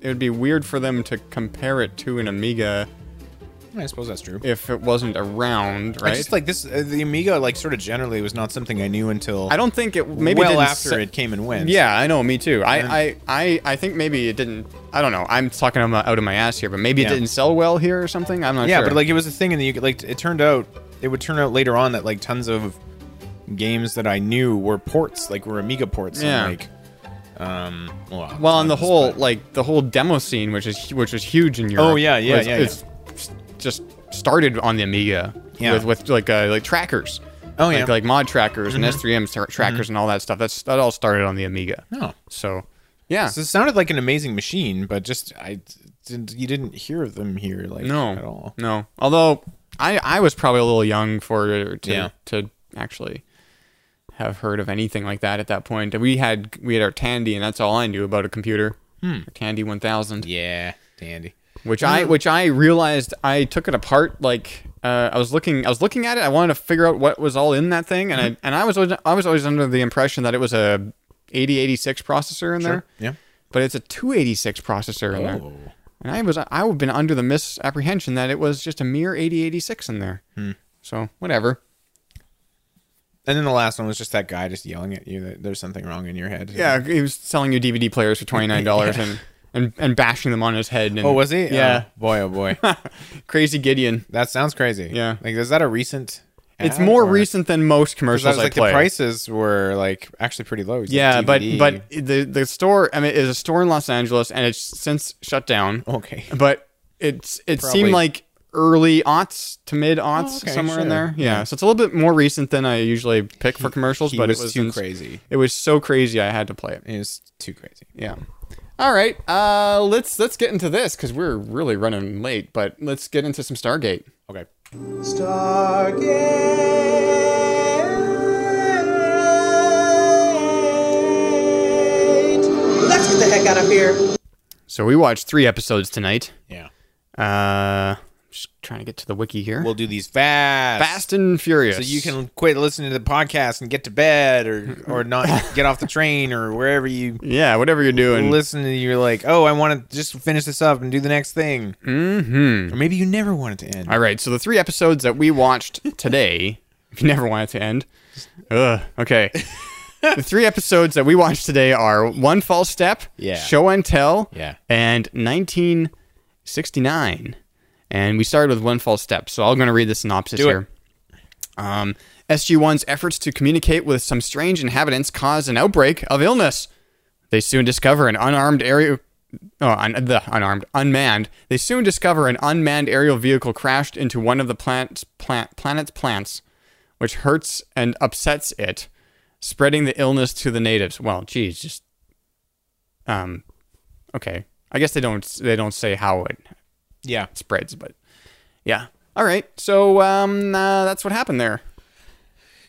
Speaker 1: it would be weird for them to compare it to an Amiga
Speaker 3: I suppose that's true.
Speaker 1: if it wasn't around,
Speaker 3: I
Speaker 1: right?
Speaker 3: just like this uh, the Amiga like sort of generally was not something I knew until
Speaker 1: I don't think it maybe
Speaker 3: well
Speaker 1: didn't
Speaker 3: after
Speaker 1: se-
Speaker 3: it came and went.
Speaker 1: Yeah, I know. Me too.
Speaker 3: Yeah.
Speaker 1: I, I, I, I think maybe it didn't. I don't know. I'm talking out of my- out of my ass here, but maybe
Speaker 3: Yeah.
Speaker 1: it didn't sell well here or something. I'm not
Speaker 3: yeah,
Speaker 1: sure.
Speaker 3: but like it was a thing in the UK. Like it turned out, it would turn out later on that like tons of games that I knew were ports, like were Amiga ports.
Speaker 1: Yeah.
Speaker 3: And, like, um, well,
Speaker 1: well, on the
Speaker 3: tons,
Speaker 1: whole,
Speaker 3: but-
Speaker 1: like the whole demo scene, which is which was huge in Europe.
Speaker 3: Oh, yeah, yeah,
Speaker 1: was-
Speaker 3: yeah,
Speaker 1: It's just started on the Amiga.
Speaker 3: Yeah.
Speaker 1: With, with like uh, like trackers.
Speaker 3: Oh, yeah.
Speaker 1: Like, like mod trackers and
Speaker 3: Mhm.
Speaker 1: S3M tra- trackers and all that stuff. That's that all started on the Amiga.
Speaker 3: no,
Speaker 1: So yeah.
Speaker 3: so it sounded like an amazing machine, but just I didn't, you didn't hear of them here, like
Speaker 1: no.
Speaker 3: at all.
Speaker 1: No. Although I I was probably a little young for to
Speaker 3: Yeah.
Speaker 1: to actually have heard of anything like that at that point. We had we had our Tandy and that's all I knew about a computer.
Speaker 3: Hmm.
Speaker 1: Tandy 1000.
Speaker 3: Yeah, dandy.
Speaker 1: which I which I realized I took it apart. Like uh, I was looking, I was looking at it. I wanted to figure out what was all in that thing, and I
Speaker 3: Mm-hmm.
Speaker 1: and I was always, I was always under the impression that it was a 8086 processor in there,
Speaker 3: Yeah.
Speaker 1: but it's a 286 processor in there.
Speaker 3: Oh.
Speaker 1: And I was I would have been under the misapprehension that it was just a mere 8086 in there.
Speaker 3: Hmm.
Speaker 1: So whatever.
Speaker 3: And then the last one was just that guy just yelling at you that there's something wrong in your head.
Speaker 1: Yeah, he was selling you DVD players for twenty nine dollars and. And, and bashing them on his head. And,
Speaker 3: Oh, was he?
Speaker 1: Yeah.
Speaker 3: Oh, boy, oh boy.
Speaker 1: Crazy Gideon.
Speaker 3: that sounds crazy.
Speaker 1: Yeah.
Speaker 3: Like, is that a recent?
Speaker 1: It's
Speaker 3: ad
Speaker 1: more
Speaker 3: or-
Speaker 1: recent than most
Speaker 3: Because I
Speaker 1: commercials
Speaker 3: was like
Speaker 1: I play.
Speaker 3: the prices were like actually pretty low. It's like
Speaker 1: Yeah, but
Speaker 3: DVD.
Speaker 1: but the the store I mean is a store in Los Angeles and it's since shut down.
Speaker 3: okay,
Speaker 1: But it's it
Speaker 3: Oh. Probably.
Speaker 1: seemed like early aughts to mid aughts
Speaker 3: Oh, okay,
Speaker 1: somewhere in
Speaker 3: sure.
Speaker 1: there. Yeah. so it's a little bit more recent than I usually pick for commercials,
Speaker 3: he
Speaker 1: but
Speaker 3: was
Speaker 1: it was
Speaker 3: too
Speaker 1: since-
Speaker 3: crazy.
Speaker 1: It was so crazy I had to play it.
Speaker 3: it's too crazy.
Speaker 1: Yeah. All right, uh, let's let's get into this because we're really running late. But let's get into some Stargate.
Speaker 3: Okay,
Speaker 12: Let's get the heck out of here.
Speaker 1: So we watched three episodes tonight.
Speaker 3: yeah,
Speaker 1: Uh, just trying to get to the wiki here.
Speaker 3: we'll do these fast,
Speaker 1: Fast and Furious.
Speaker 3: so you can quit listening to the podcast and get to bed, or or not get off the train or wherever you
Speaker 1: yeah, whatever you're doing.
Speaker 3: listen. And you're like, oh, I want to just finish this up and do the next thing,
Speaker 1: Mm-hmm.
Speaker 3: or maybe you never want it to end.
Speaker 1: All right, so the three episodes that we watched today, if you never want it to end, ugh, okay. the three episodes that we watched today are One False Step,
Speaker 3: Yeah.
Speaker 1: Show and Tell,
Speaker 3: Yeah.
Speaker 1: and 1969. And we started with One False Step, so I'm going to read the synopsis
Speaker 3: Do it.
Speaker 1: here. Um, SG1's efforts to communicate with some strange inhabitants cause an outbreak of illness. They soon discover an unarmed aerial, oh, un, the unarmed, unmanned. They soon discover an unmanned aerial vehicle crashed into one of the planet's plant, planet's plants, which hurts and upsets it, spreading the illness to the natives. Well, geez, just um, okay. I guess they don't they don't say how it
Speaker 3: Yeah,
Speaker 1: spreads, but yeah. All right, so um, uh, that's what happened there.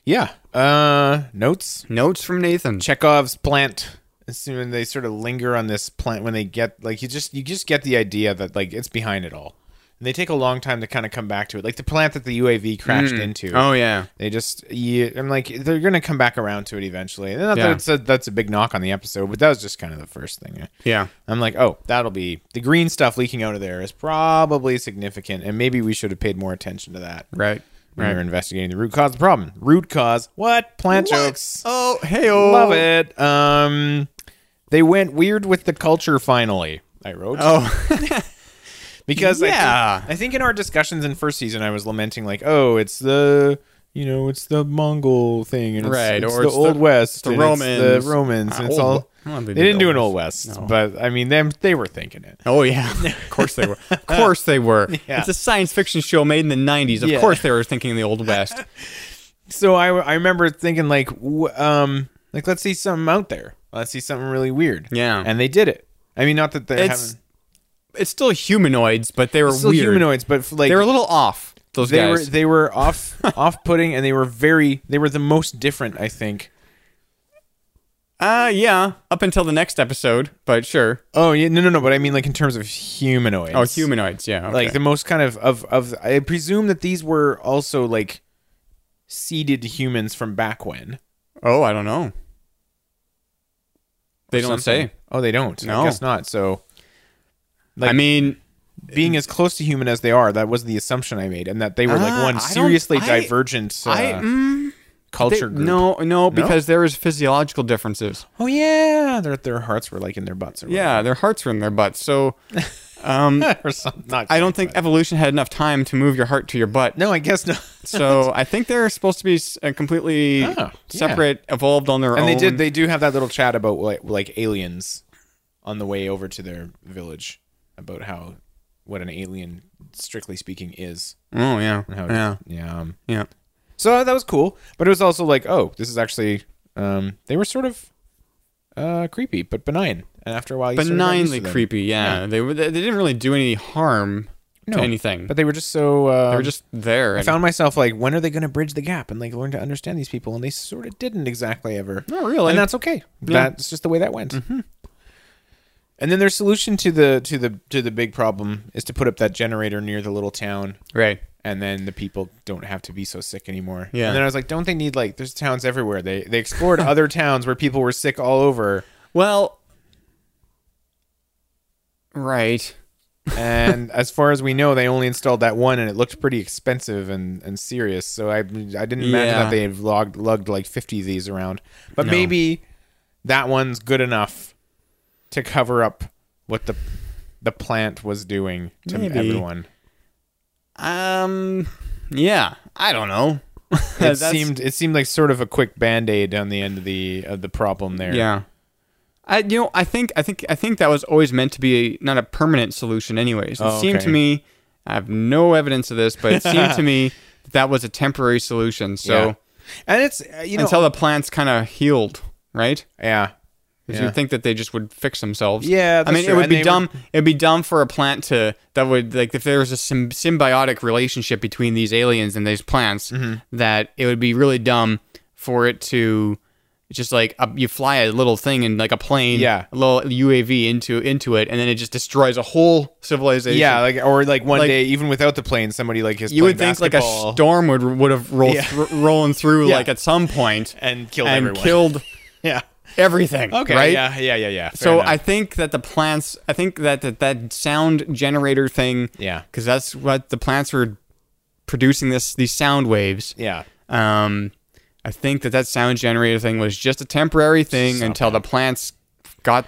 Speaker 3: yeah. Uh, notes.
Speaker 1: Notes from Nathan.
Speaker 3: Chekhov's plant. Assuming they sort of linger on this plant when they get like you just you just get the idea that like it's behind it all, and they take a long time to kind of come back to it. Like the plant that the UAV crashed
Speaker 1: Mm.
Speaker 3: into.
Speaker 1: Oh yeah.
Speaker 3: They just you, I'm like they're gonna come back around to it eventually. And not that
Speaker 1: Yeah.
Speaker 3: it's a, that's a big knock on the episode, but that was just kind of the first thing.
Speaker 1: Yeah.
Speaker 3: I'm like, oh, that'll be the green stuff leaking out of there is probably significant, and maybe we should have paid more attention to that.
Speaker 1: Right.
Speaker 3: When we were investigating the root cause of the problem. Root cause? What? Plant jokes.
Speaker 1: Oh, hey,
Speaker 3: Love it. Um, they went weird with the culture finally. I wrote
Speaker 1: Oh,
Speaker 3: because I think-
Speaker 1: Yeah.
Speaker 3: I think, in our discussions in first season, I was lamenting like, oh, it's the you know, it's the Mongol thing, and it's,
Speaker 1: Right,
Speaker 3: it's
Speaker 1: or
Speaker 3: the
Speaker 1: it's
Speaker 3: Old
Speaker 1: the- it's
Speaker 3: West,
Speaker 1: the
Speaker 3: and it's
Speaker 1: Romans.
Speaker 3: the Romans,
Speaker 1: Ah,
Speaker 3: and it's
Speaker 1: Old-
Speaker 3: all.
Speaker 1: I don't think
Speaker 3: They
Speaker 1: they did
Speaker 3: didn't do an
Speaker 1: Old
Speaker 3: Old
Speaker 1: West,
Speaker 3: West,
Speaker 1: no.
Speaker 3: but I mean, them they were thinking it.
Speaker 1: Oh yeah, of course they were. Of course they were.
Speaker 3: Yeah.
Speaker 1: It's a science fiction show made in the '90s. Of
Speaker 3: Yeah.
Speaker 1: course they were thinking the Old West.
Speaker 3: So I, I remember thinking like, w- um, like let's see something out there. Let's see something really weird.
Speaker 1: Yeah.
Speaker 3: and they did it. I mean, not that they
Speaker 1: It's-
Speaker 3: haven't.
Speaker 1: It's still humanoids, but they were
Speaker 3: still
Speaker 1: weird.
Speaker 3: humanoids, but f- like
Speaker 1: they were a little off. Those
Speaker 3: they
Speaker 1: guys.
Speaker 3: were they were off off putting, and they were very they were the most different. I think.
Speaker 1: Uh yeah, up until the next episode, but sure.
Speaker 3: Oh yeah, no no no, but I mean like in terms of humanoids.
Speaker 1: Oh, humanoids, yeah. okay.
Speaker 3: Like the most kind of of of I presume that these were also like seeded humans from back when.
Speaker 1: Oh, I don't know. They
Speaker 3: or
Speaker 1: don't
Speaker 3: something.
Speaker 1: say.
Speaker 3: Oh, they don't.
Speaker 1: No.
Speaker 3: I guess not. So
Speaker 1: I mean,
Speaker 3: being as close to human as they are, that was the assumption I made, and that they were like
Speaker 1: Ah, I
Speaker 3: one
Speaker 1: don't-
Speaker 3: seriously
Speaker 1: I-
Speaker 3: divergent uh,
Speaker 1: I- mm,
Speaker 3: culture
Speaker 1: they-
Speaker 3: group.
Speaker 1: No, no, because there is physiological differences.
Speaker 3: Oh yeah, their their hearts were like in their butts. Or
Speaker 1: Yeah, their hearts are in their butts. So, um,
Speaker 3: whatever. or something. Not
Speaker 1: I don't think evolution had enough time to move your heart to your butt.
Speaker 3: No, I guess not.
Speaker 1: so I think they're supposed to be s- uh, completely
Speaker 3: Oh, yeah.
Speaker 1: separate, evolved on their
Speaker 3: and
Speaker 1: own.
Speaker 3: they did. They do have that little chat about like, like aliens on the way over to their village about how what an alien, strictly speaking, is.
Speaker 1: oh yeah,
Speaker 3: And how it-
Speaker 1: yeah,
Speaker 3: yeah. um,
Speaker 1: yeah.
Speaker 3: So that was cool, but it was also like, oh, this is actually. Um, they were sort of uh, creepy, but benign. And after a while, you sort of got used to
Speaker 1: Benignly
Speaker 3: them.
Speaker 1: creepy. Yeah, they were. They didn't really do any harm
Speaker 3: No,
Speaker 1: to anything.
Speaker 3: But they were just so. Uh,
Speaker 1: they were just there.
Speaker 3: I
Speaker 1: and-
Speaker 3: found myself like, when are they going to bridge the gap and like learn to understand these people? And they sort of didn't exactly ever.
Speaker 1: Not really.
Speaker 3: And that's okay.
Speaker 1: Yeah.
Speaker 3: That's just the way that went. And then their solution to the to the to the big problem is to put up that generator near the little town,
Speaker 1: right.
Speaker 3: and then the people don't have to be so sick anymore.
Speaker 1: Yeah.
Speaker 3: And then I was like, don't they need like there's towns everywhere? They they explored other towns where people were sick all over,
Speaker 1: Well, right.
Speaker 3: and as far as we know, they only installed that one, and it looked pretty expensive and, and serious. So I I didn't imagine
Speaker 1: Yeah.
Speaker 3: that they had logged lugged like fifty of these around. But
Speaker 1: No.
Speaker 3: maybe that one's good enough to cover up what the the plant was doing to
Speaker 1: Maybe.
Speaker 3: everyone.
Speaker 1: Um. Yeah. I don't know.
Speaker 3: It
Speaker 1: That's-
Speaker 3: seemed it seemed like sort of a quick band aid on the end of the of the problem there.
Speaker 1: Yeah. I you know I think I think I think that was always meant to be a, not a permanent solution. Anyways, it
Speaker 3: Oh,
Speaker 1: seemed to
Speaker 3: okay.
Speaker 1: me. I have no evidence of this, but it seemed to me that, that was a temporary solution. So
Speaker 3: Yeah. and it's uh, you know
Speaker 1: until the plants kind of healed, right?
Speaker 3: yeah.
Speaker 1: Because
Speaker 3: Yeah.
Speaker 1: you'd think that they just would fix themselves.
Speaker 3: Yeah,
Speaker 1: I
Speaker 3: that's
Speaker 1: mean, it
Speaker 3: true,
Speaker 1: would
Speaker 3: and
Speaker 1: be
Speaker 3: they
Speaker 1: dumb. It'd be dumb for a plant to that would like if there was a sym- symbiotic relationship between these aliens and these plants, that it would be really dumb for it to just like a, you fly a little thing in like a plane,
Speaker 3: Yeah.
Speaker 1: a little UAV into into it, and then it just destroys a whole civilization.
Speaker 3: Yeah, like or like one
Speaker 1: Like-
Speaker 3: day, even without the plane, somebody like his
Speaker 1: you would think like a storm would would have rolled
Speaker 3: Yeah.
Speaker 1: thr- rolling through
Speaker 3: Yeah.
Speaker 1: like at some point
Speaker 3: and killed
Speaker 1: and
Speaker 3: everyone.
Speaker 1: killed
Speaker 3: yeah.
Speaker 1: everything.
Speaker 3: Okay.
Speaker 1: right?
Speaker 3: Yeah. Yeah. Yeah. Yeah. Fair
Speaker 1: so
Speaker 3: enough.
Speaker 1: I think that the plants, I think that that, that sound generator thing,
Speaker 3: Yeah.
Speaker 1: because that's what the plants were producing this these sound waves.
Speaker 3: Yeah.
Speaker 1: Um, I think that that sound generator thing was just a temporary thing until the plants got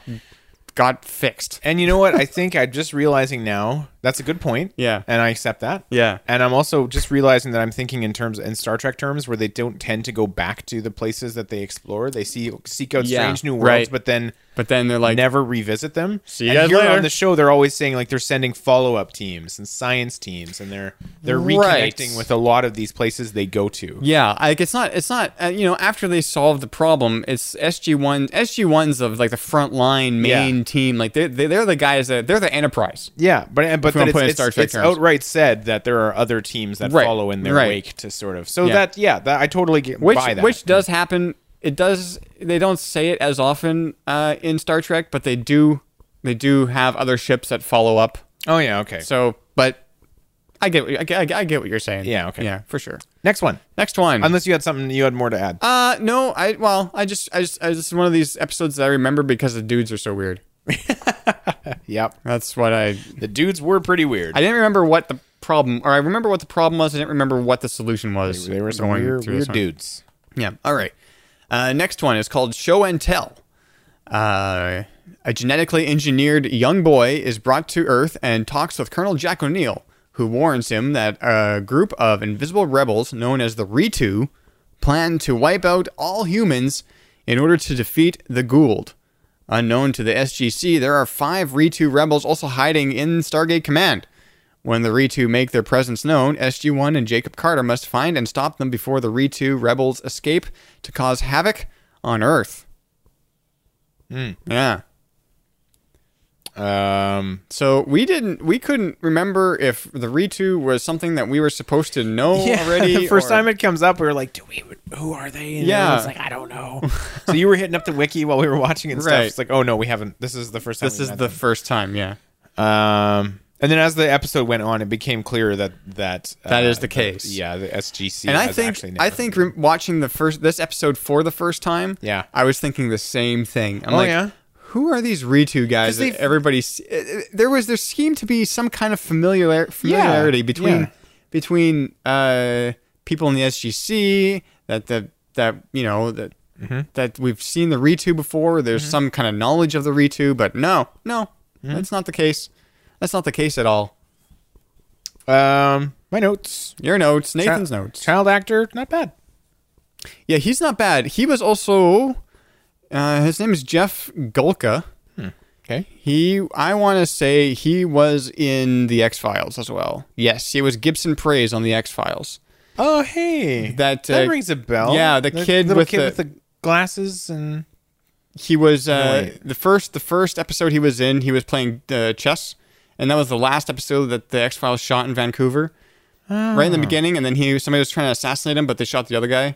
Speaker 1: got fixed.
Speaker 3: And you know what? I think I'm just realizing now. That's a good point.
Speaker 1: Yeah.
Speaker 3: And I accept that.
Speaker 1: Yeah.
Speaker 3: And I'm also just realizing that I'm thinking in terms in Star Trek terms where they don't tend to go back to the places that they explore. They see seek out
Speaker 1: Yeah,
Speaker 3: strange new worlds,
Speaker 1: right.
Speaker 3: but then
Speaker 1: But then they're like,
Speaker 3: never revisit them.
Speaker 1: See you
Speaker 3: and
Speaker 1: guys
Speaker 3: here
Speaker 1: later.
Speaker 3: on the show, they're always saying like they're sending follow up teams and science teams, and they're they're
Speaker 1: Right.
Speaker 3: reconnecting with a lot of these places they go to.
Speaker 1: Yeah, like it's not, it's not, uh, you know, after they solve the problem, it's SG1, SG1's of like the front line main
Speaker 3: Yeah.
Speaker 1: team. Like they, they, they're the guys that, they're the enterprise.
Speaker 3: Yeah, but
Speaker 1: If
Speaker 3: but
Speaker 1: we wanna
Speaker 3: then
Speaker 1: put it in
Speaker 3: it's,
Speaker 1: Star
Speaker 3: it's,
Speaker 1: Trek
Speaker 3: it's
Speaker 1: terms.
Speaker 3: outright said that there are other teams that
Speaker 1: Right,
Speaker 3: follow in their
Speaker 1: right.
Speaker 3: wake to sort of. So
Speaker 1: Yeah.
Speaker 3: that yeah, that I totally get
Speaker 1: which
Speaker 3: buy that.
Speaker 1: which does happen. It does. They don't say it as often uh, in Star Trek, but they do. They do have other ships that follow up.
Speaker 3: oh yeah, okay. So
Speaker 1: So, but I get what you- I get, I get what you're saying.
Speaker 3: Yeah, okay.
Speaker 1: Yeah, for sure.
Speaker 3: next one,
Speaker 1: Next one.
Speaker 3: unless you had something you had more to add.
Speaker 1: Hmm. uh, no, I well, I just I just I this is one of these episodes that I remember because the dudes are so weird.
Speaker 3: yep,
Speaker 1: That's what I
Speaker 3: the dudes were pretty weird.
Speaker 1: I didn't remember what the problem or I remember what the problem was. I didn't remember what the solution was.
Speaker 3: they were some
Speaker 1: going
Speaker 3: weird,
Speaker 1: through this one.
Speaker 3: weird dudes.
Speaker 1: Yeah. All right. Uh, next one is called Show and Tell. Uh, a genetically engineered young boy is brought to Earth and talks with Colonel Jack O'Neill, who warns him that a group of invisible rebels known as the Ritu plan to wipe out all humans in order to defeat the Gould. Unknown to the SGC, there are five Ritu rebels also hiding in Stargate Command. When the Ritu make their presence known, SG 1 and Jacob Carter must find and stop them before the Ritu rebels escape to cause havoc on Earth.
Speaker 3: Mm.
Speaker 1: Yeah.
Speaker 3: Um.
Speaker 1: So we didn't, we couldn't remember if the Ritu was something that we were supposed to know
Speaker 3: Yeah,
Speaker 1: already.
Speaker 3: the first
Speaker 1: or-
Speaker 3: time it comes up, we were like, "Do we? Who are they?" And
Speaker 1: Yeah.
Speaker 3: it's like I don't know. so you were hitting up the wiki while we were watching and stuff.
Speaker 1: Right.
Speaker 3: It's like, oh no, we haven't. This is the first time.
Speaker 1: This is the first time, yeah.
Speaker 3: Um. And then as the episode went on, it became clear that that
Speaker 1: That is the case.
Speaker 3: yeah, the SGC.
Speaker 1: and I
Speaker 3: has
Speaker 1: think
Speaker 3: actually
Speaker 1: I
Speaker 3: never-
Speaker 1: think re- watching the first this episode for the first time,
Speaker 3: Yeah.
Speaker 1: I was thinking the same thing. I'm
Speaker 3: Oh,
Speaker 1: like,
Speaker 3: yeah?
Speaker 1: who are these Ritu guys?
Speaker 3: 'Cause
Speaker 1: That
Speaker 3: they've-
Speaker 1: everybody, s- eh, eh, there was there seemed to be some kind of familiar familiarity
Speaker 3: Yeah,
Speaker 1: between
Speaker 3: yeah.
Speaker 1: between uh, people in the SGC that the that you know that
Speaker 3: Mhm.
Speaker 1: that we've seen the Ritu before. There's
Speaker 3: Mm-hmm.
Speaker 1: some kind of knowledge of the Ritu, but no, no,
Speaker 3: Mhm.
Speaker 1: that's not the case. That's not the case at all.
Speaker 3: Um. My notes.
Speaker 1: Your notes,
Speaker 3: Child-
Speaker 1: Nathan's notes.
Speaker 3: Child actor, not bad.
Speaker 1: Yeah, he's not bad. He was also uh, his name is Jeff Golka.
Speaker 3: Hmm, Okay.
Speaker 1: He I want to say he was in the X Files as well. Yes, he was Gibson Praise on the X Files.
Speaker 3: Oh hey,
Speaker 1: That,
Speaker 3: that
Speaker 1: uh,
Speaker 3: rings a bell.
Speaker 1: yeah, the kid
Speaker 3: little
Speaker 1: with
Speaker 3: kid
Speaker 1: the-
Speaker 3: with the glasses and
Speaker 1: He was uh,
Speaker 3: way.
Speaker 1: the first the first episode he was in. He was playing uh, chess, and that was the last episode that the X Files shot in Vancouver. right in the
Speaker 3: Ah.
Speaker 1: beginning, and then he somebody was trying to assassinate him, but they shot the other guy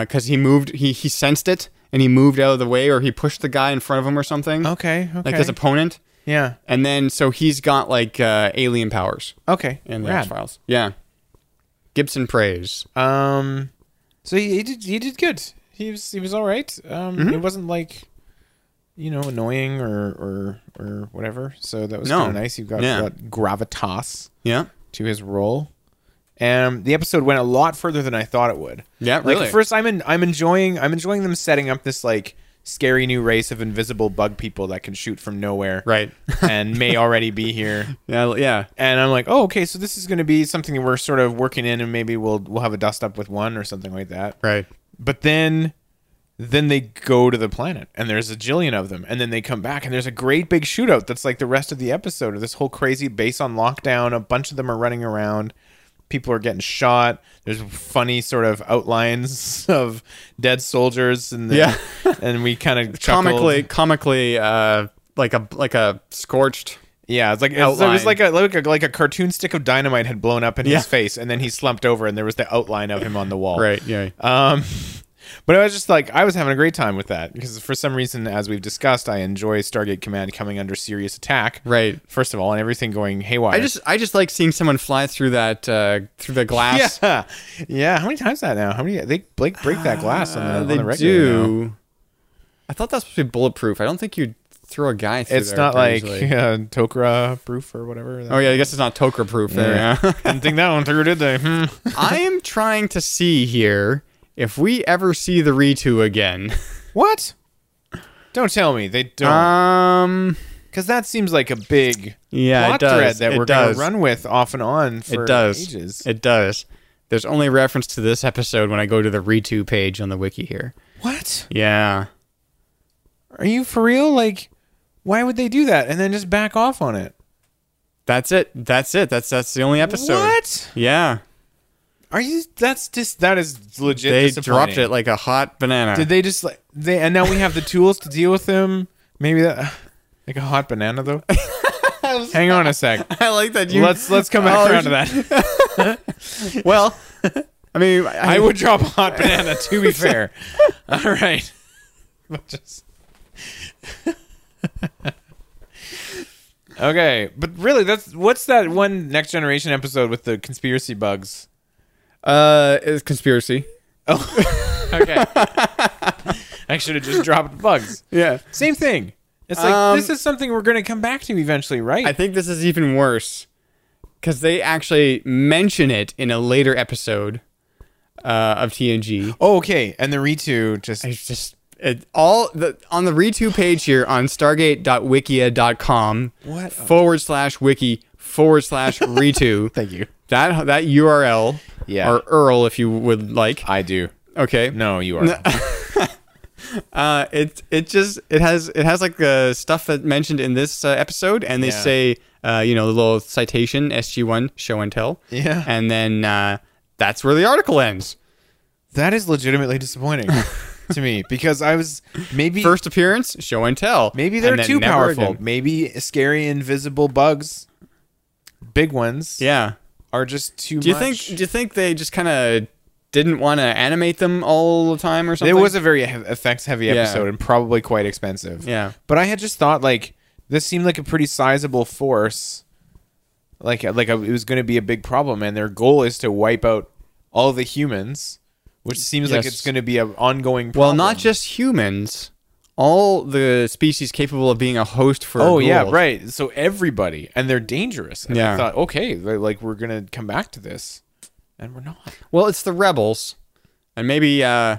Speaker 1: because he moved. He he sensed it and he moved out of the way, or he pushed the guy in front of him or something.
Speaker 3: Okay, okay.
Speaker 1: like his opponent.
Speaker 3: Yeah.
Speaker 1: And then so he's got like uh, alien powers
Speaker 3: Okay.
Speaker 1: in the
Speaker 3: rad.
Speaker 1: X Files. Yeah, Gibson praise.
Speaker 3: Um, so he, he did he did good. He was he was all right. Um,
Speaker 1: Mm-hmm.
Speaker 3: it wasn't like you know annoying or or or whatever. So that was
Speaker 1: No.
Speaker 3: kind of nice. He got,
Speaker 1: Yeah.
Speaker 3: got gravitas
Speaker 1: Yeah,
Speaker 3: to his role. Um, the episode went a lot further than I thought it would.
Speaker 1: Yeah,
Speaker 3: like,
Speaker 1: really.
Speaker 3: At first, I'm in, I'm enjoying I'm enjoying them setting up this like scary new race of invisible bug people that can shoot from nowhere,
Speaker 1: Right.
Speaker 3: and may already be here.
Speaker 1: yeah, yeah.
Speaker 3: And I'm like, oh, okay, so this is going to be something we're sort of working in, and maybe we'll we'll have a dust up with one or something like that.
Speaker 1: Right.
Speaker 3: But then, then they go to the planet, and there's a jillion of them, and then they come back, and there's a great big shootout that's like the rest of the episode of this whole crazy base on lockdown. A bunch of them are running around, people are getting shot. There's funny sort of outlines of dead soldiers, and then,
Speaker 1: Yeah.
Speaker 3: and we kind of
Speaker 1: Comically, comically, uh, like a like a scorched.
Speaker 3: yeah, it's like it's- there was
Speaker 1: Outline.
Speaker 3: like a, like a like a cartoon stick of dynamite had blown up in
Speaker 1: Yeah.
Speaker 3: his face, and then he slumped over, and there was the outline of him on the wall.
Speaker 1: Right. Yeah.
Speaker 3: Um, but I was just like, I was having a great time with that because for some reason, as we've discussed, I enjoy Stargate Command coming under serious attack.
Speaker 1: Right.
Speaker 3: First of all, and everything going haywire.
Speaker 1: I just I just like seeing someone fly through that uh, through the glass.
Speaker 3: yeah, yeah. How many times that now? How many they break break that glass on the,
Speaker 1: Uh,
Speaker 3: on
Speaker 1: they
Speaker 3: the regular? now.
Speaker 1: do. I thought that's supposed to be bulletproof. I don't think you throw a guy through
Speaker 3: It's
Speaker 1: there
Speaker 3: not
Speaker 1: pretty
Speaker 3: like
Speaker 1: easily.
Speaker 3: uh, Tokra proof or whatever.
Speaker 1: Oh yeah, I guess it's not toker proof there.
Speaker 3: Yeah.
Speaker 1: yeah.
Speaker 3: Didn't think that one through, did they? Hmm.
Speaker 1: I am trying to see here if we ever see the Ritu again.
Speaker 3: What? Don't tell me they don't.
Speaker 1: Um,
Speaker 3: Because that seems like a big
Speaker 1: Yeah,
Speaker 3: plot
Speaker 1: it does.
Speaker 3: thread that
Speaker 1: It
Speaker 3: we're going
Speaker 1: does.
Speaker 3: to run with off and on for
Speaker 1: it does.
Speaker 3: ages.
Speaker 1: It does. There's only reference to this episode when I go to the Ritu page on the wiki here.
Speaker 3: what?
Speaker 1: Yeah.
Speaker 3: Are you for real? Like, why would they do that and then just back off on it?
Speaker 1: That's it. That's it. That's that's the only episode.
Speaker 3: What?
Speaker 1: Yeah.
Speaker 3: Are you? That's just that is legit.
Speaker 1: They
Speaker 3: disappointing.
Speaker 1: dropped it like a hot banana.
Speaker 3: Did they just like they? And now we have the tools to deal with them. Maybe that like a hot banana though. Hang on a sec.
Speaker 1: I like that you
Speaker 3: Let's let's come back
Speaker 1: Oh,
Speaker 3: around to that.
Speaker 1: Well, I mean,
Speaker 3: I would drop a hot banana. To be fair, all right. But just- okay, but really, that's what's that one Next Generation episode with the conspiracy bugs?
Speaker 1: Uh, it's conspiracy.
Speaker 3: Okay, I should have just dropped bugs.
Speaker 1: Yeah.
Speaker 3: Same thing. It's like
Speaker 1: Um,
Speaker 3: this is something we're going to come back to eventually, right?
Speaker 1: I think this is even worse because they actually mention it in a later episode uh, of TNG.
Speaker 3: oh, okay. And the Ritu just
Speaker 1: It's just it, all the on the Ritu page here on Stargate.wikia.com
Speaker 3: What a-
Speaker 1: forward slash wiki forward slash Ritu.
Speaker 3: Thank you.
Speaker 1: That that URL.
Speaker 3: Yeah.
Speaker 1: Or URL if you would like.
Speaker 3: I do.
Speaker 1: Okay.
Speaker 3: No, you are.
Speaker 1: uh, it it just it has it has like the stuff that mentioned in this uh, episode, and they
Speaker 3: Yeah.
Speaker 1: say uh, you know the little citation SG one show and tell.
Speaker 3: Yeah.
Speaker 1: And then uh, that's where the article ends.
Speaker 3: That is legitimately disappointing to me because I was maybe
Speaker 1: First appearance, show and tell.
Speaker 3: maybe
Speaker 1: And
Speaker 3: they're
Speaker 1: then
Speaker 3: too
Speaker 1: never
Speaker 3: powerful.
Speaker 1: again.
Speaker 3: Maybe scary invisible bugs, big ones,
Speaker 1: Yeah.
Speaker 3: are just too.
Speaker 1: Do you
Speaker 3: much.
Speaker 1: think do you think they just kind of didn't want to animate them all the time or something?
Speaker 3: It was a very he- effects heavy
Speaker 1: Yeah.
Speaker 3: episode and probably quite expensive.
Speaker 1: Yeah.
Speaker 3: But I had just thought like this seemed like a pretty sizable force. Like like a, it was going to be a big problem and their goal is to wipe out all the humans, which seems like
Speaker 1: Yes.
Speaker 3: it's going to be an ongoing
Speaker 1: well,
Speaker 3: problem.
Speaker 1: not just humans. All the species capable of being a host for.
Speaker 3: Oh yeah,
Speaker 1: ghouls.
Speaker 3: right. So everybody and they're dangerous. And I
Speaker 1: Yeah.
Speaker 3: thought okay, they're like we're going to come back to this. And we're not.
Speaker 1: Well, it's the rebels, and maybe uh,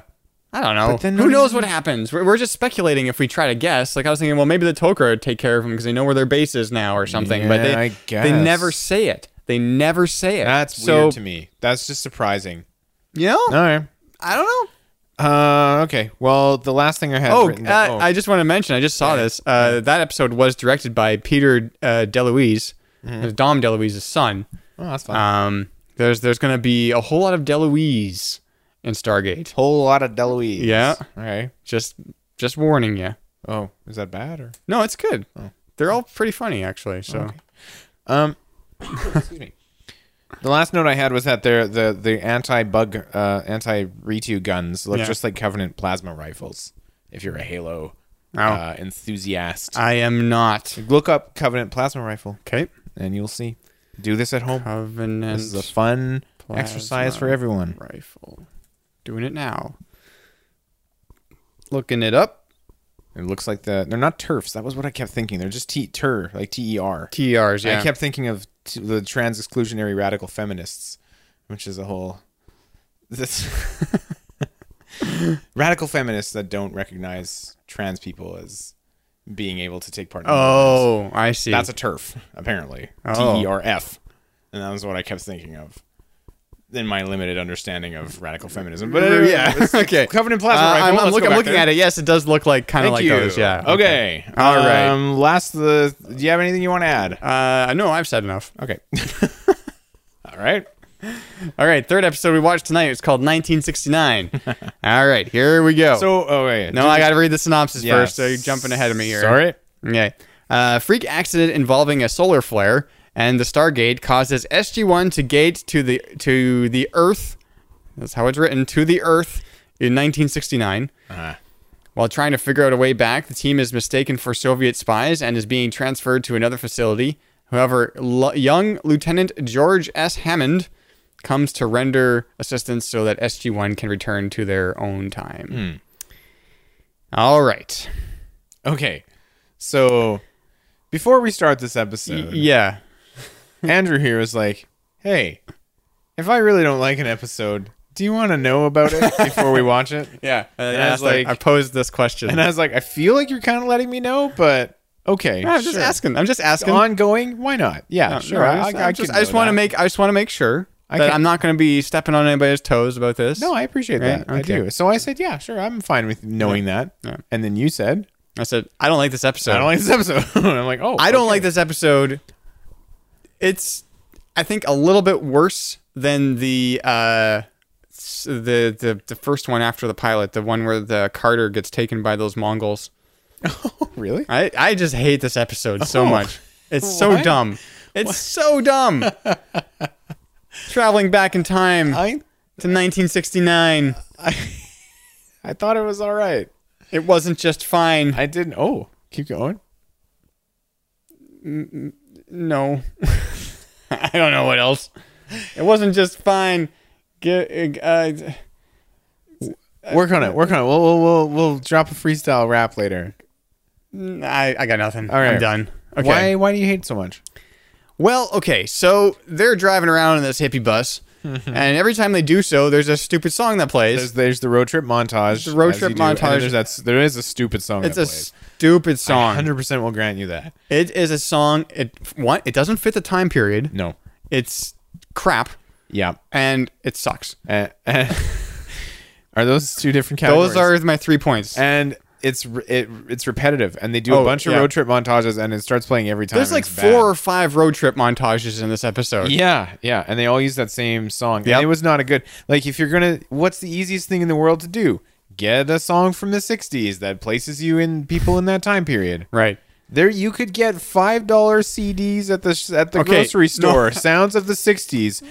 Speaker 1: I don't know.
Speaker 3: But then
Speaker 1: Who
Speaker 3: what
Speaker 1: knows
Speaker 3: is-
Speaker 1: what happens? We're, we're just speculating if we try to guess. Like I was thinking, well, maybe the Tok'ra take care of them because they know where their base is now or something. but
Speaker 3: Yeah,
Speaker 1: they
Speaker 3: I
Speaker 1: they
Speaker 3: guess.
Speaker 1: never say it. They never say it.
Speaker 3: That's
Speaker 1: so,
Speaker 3: weird to me. That's just surprising.
Speaker 1: You know,
Speaker 3: All right.
Speaker 1: I don't know.
Speaker 3: Uh, okay. Well, the last thing I had.
Speaker 1: Oh,
Speaker 3: written
Speaker 1: uh, I just want to mention. I just saw this. Uh, That episode was directed by Peter uh, DeLuise,
Speaker 3: Mm-hmm.
Speaker 1: Dom DeLuise's son.
Speaker 3: Oh, that's fine.
Speaker 1: Um, there's there's gonna be a whole lot of DeLuise in Stargate.
Speaker 3: Whole lot of Deloise.
Speaker 1: Yeah.
Speaker 3: All right.
Speaker 1: Just just warning you.
Speaker 3: Oh, is that bad or?
Speaker 1: No, it's good.
Speaker 3: Oh.
Speaker 1: They're all pretty funny actually. So
Speaker 3: Um. excuse me. The last note I had was that they're the the anti bug uh, anti Ritu guns look
Speaker 1: Yeah.
Speaker 3: just like Covenant plasma rifles. If you're a Halo
Speaker 1: Oh.
Speaker 3: uh, enthusiast,
Speaker 1: I am not
Speaker 3: look up Covenant plasma rifle
Speaker 1: okay.
Speaker 3: and you'll see. Do this at home.
Speaker 1: Covenant.
Speaker 3: This is a fun
Speaker 1: plasma
Speaker 3: exercise for everyone.
Speaker 1: Rifle. Doing it now. Looking it up.
Speaker 3: It looks like the they're not turfs. That was what I kept thinking. They're just T tur like T E R.
Speaker 1: TRs. Yeah.
Speaker 3: I kept thinking of t- the trans exclusionary radical feminists, which is a whole this radical feminists that don't recognize trans people as being able to take part. In lives.
Speaker 1: Oh, I see.
Speaker 3: that's a turf apparently.
Speaker 1: Oh.
Speaker 3: T E R F, and that was what I kept thinking of. In my limited understanding of radical feminism, but anyway,
Speaker 1: yeah.
Speaker 3: let's-
Speaker 1: okay.
Speaker 3: Covenant plasma
Speaker 1: Uh,
Speaker 3: rifle.
Speaker 1: I'm, I'm
Speaker 3: Let's
Speaker 1: look-
Speaker 3: go
Speaker 1: I'm
Speaker 3: back
Speaker 1: looking
Speaker 3: there.
Speaker 1: at it. Yes, it does look like kind of
Speaker 3: Thank
Speaker 1: like
Speaker 3: you.
Speaker 1: those. Yeah.
Speaker 3: Okay.
Speaker 1: All right.
Speaker 3: Um, last the. Do you have anything you want to add?
Speaker 1: Uh, no, I've said enough.
Speaker 3: Okay. All right.
Speaker 1: All right. Third episode we watched tonight. It's called 1969. All right. Here we go.
Speaker 3: So, oh wait.
Speaker 1: no, I got to read the synopsis
Speaker 3: Yeah,
Speaker 1: first. So you're jumping ahead of me here.
Speaker 3: Sorry.
Speaker 1: Okay. Uh, freak accident involving a solar flare and the Stargate causes SG-1 to gate to the to the Earth. That's how it's written to the Earth in 1969.
Speaker 3: Uh-huh.
Speaker 1: While trying to figure out a way back, the team is mistaken for Soviet spies and is being transferred to another facility. However, L- young Lieutenant George S. Hammond comes to render assistance so that SG-1 can return to their own time.
Speaker 3: Hmm.
Speaker 1: All right.
Speaker 3: Okay. So, before we start this episode,
Speaker 1: Yeah.
Speaker 3: Andrew here was like, "Hey, if I really don't like an episode, do you want to know about it before we watch it?"
Speaker 1: Uh, Yeah, and,
Speaker 3: I
Speaker 1: I
Speaker 3: was
Speaker 1: was
Speaker 3: like-
Speaker 1: I posed this question.
Speaker 3: And I was like, "I feel like you're kind of letting me know, but okay,
Speaker 1: I'm just
Speaker 3: sure.
Speaker 1: asking. I'm just asking.
Speaker 3: Ongoing? Why not? Yeah,
Speaker 1: No,
Speaker 3: sure.
Speaker 1: no,
Speaker 3: I, I,
Speaker 1: I'm
Speaker 3: I
Speaker 1: just,
Speaker 3: can
Speaker 1: I just
Speaker 3: know
Speaker 1: want to
Speaker 3: that.
Speaker 1: make. I just want to make sure
Speaker 3: I
Speaker 1: that
Speaker 3: can-
Speaker 1: I'm not going to be stepping on anybody's toes about this.
Speaker 3: No, I appreciate
Speaker 1: Right?
Speaker 3: that. I
Speaker 1: Okay.
Speaker 3: do. So I said, yeah, sure, I'm fine with knowing that.
Speaker 1: Yeah.
Speaker 3: And then you said,
Speaker 1: I said I don't like this episode.
Speaker 3: I don't like this episode. And I'm like, oh,
Speaker 1: I don't
Speaker 3: okay.
Speaker 1: like this episode. It's, I think, a little bit worse than the uh, s- the the the first one after the pilot, the one where the Carter gets taken by those Mongols.
Speaker 3: Really?
Speaker 1: I, I just hate this episode so
Speaker 3: Oh.
Speaker 1: much. It's so
Speaker 3: Why?
Speaker 1: dumb. It's so dumb. Traveling back in time to
Speaker 3: I
Speaker 1: 1969.
Speaker 3: I thought it was all right.
Speaker 1: It wasn't just fine.
Speaker 3: I didn't. Oh, keep going.
Speaker 1: no. I don't know what else. It wasn't just fine. Get, uh,
Speaker 3: Work on it. Work on it. We'll we'll we'll, we'll drop a freestyle rap later.
Speaker 1: I, I got nothing.
Speaker 3: All right.
Speaker 1: I'm done. Okay.
Speaker 3: Why why do you hate it so much?
Speaker 1: Well, okay, so they're driving around in this hippie bus, and every time they do so, there's a stupid song that plays.
Speaker 3: There's, there's the road trip montage.
Speaker 1: The road
Speaker 3: as
Speaker 1: trip
Speaker 3: you do, and
Speaker 1: montage.
Speaker 3: There's that, there is a stupid song.
Speaker 1: It's
Speaker 3: that
Speaker 1: a
Speaker 3: plays.
Speaker 1: stupid
Speaker 3: I
Speaker 1: song.
Speaker 3: 100% will grant you that.
Speaker 1: It is a song. It one. It doesn't fit the time period.
Speaker 3: No.
Speaker 1: It's crap,
Speaker 3: Yeah.
Speaker 1: and it sucks.
Speaker 3: Uh, uh, are those two different categories?
Speaker 1: Those are my three points.
Speaker 3: And it's re- it, it's repetitive, and they do
Speaker 1: Oh,
Speaker 3: a bunch
Speaker 1: yeah.
Speaker 3: of road trip montages, and it starts playing every time.
Speaker 1: There's
Speaker 3: and
Speaker 1: like
Speaker 3: it's
Speaker 1: four
Speaker 3: bad.
Speaker 1: or five road trip montages in this episode.
Speaker 3: Yeah, yeah, and they all use that same song.
Speaker 1: Yep.
Speaker 3: And it was not a good like if you're gonna. What's the easiest thing in the world to do? Get a song from the '60s that places you in people in that time period.
Speaker 1: Right.
Speaker 3: There, you could get five dollar CDs at the sh- at the
Speaker 1: Okay,
Speaker 3: grocery
Speaker 1: no.
Speaker 3: store. Sounds of the '60s.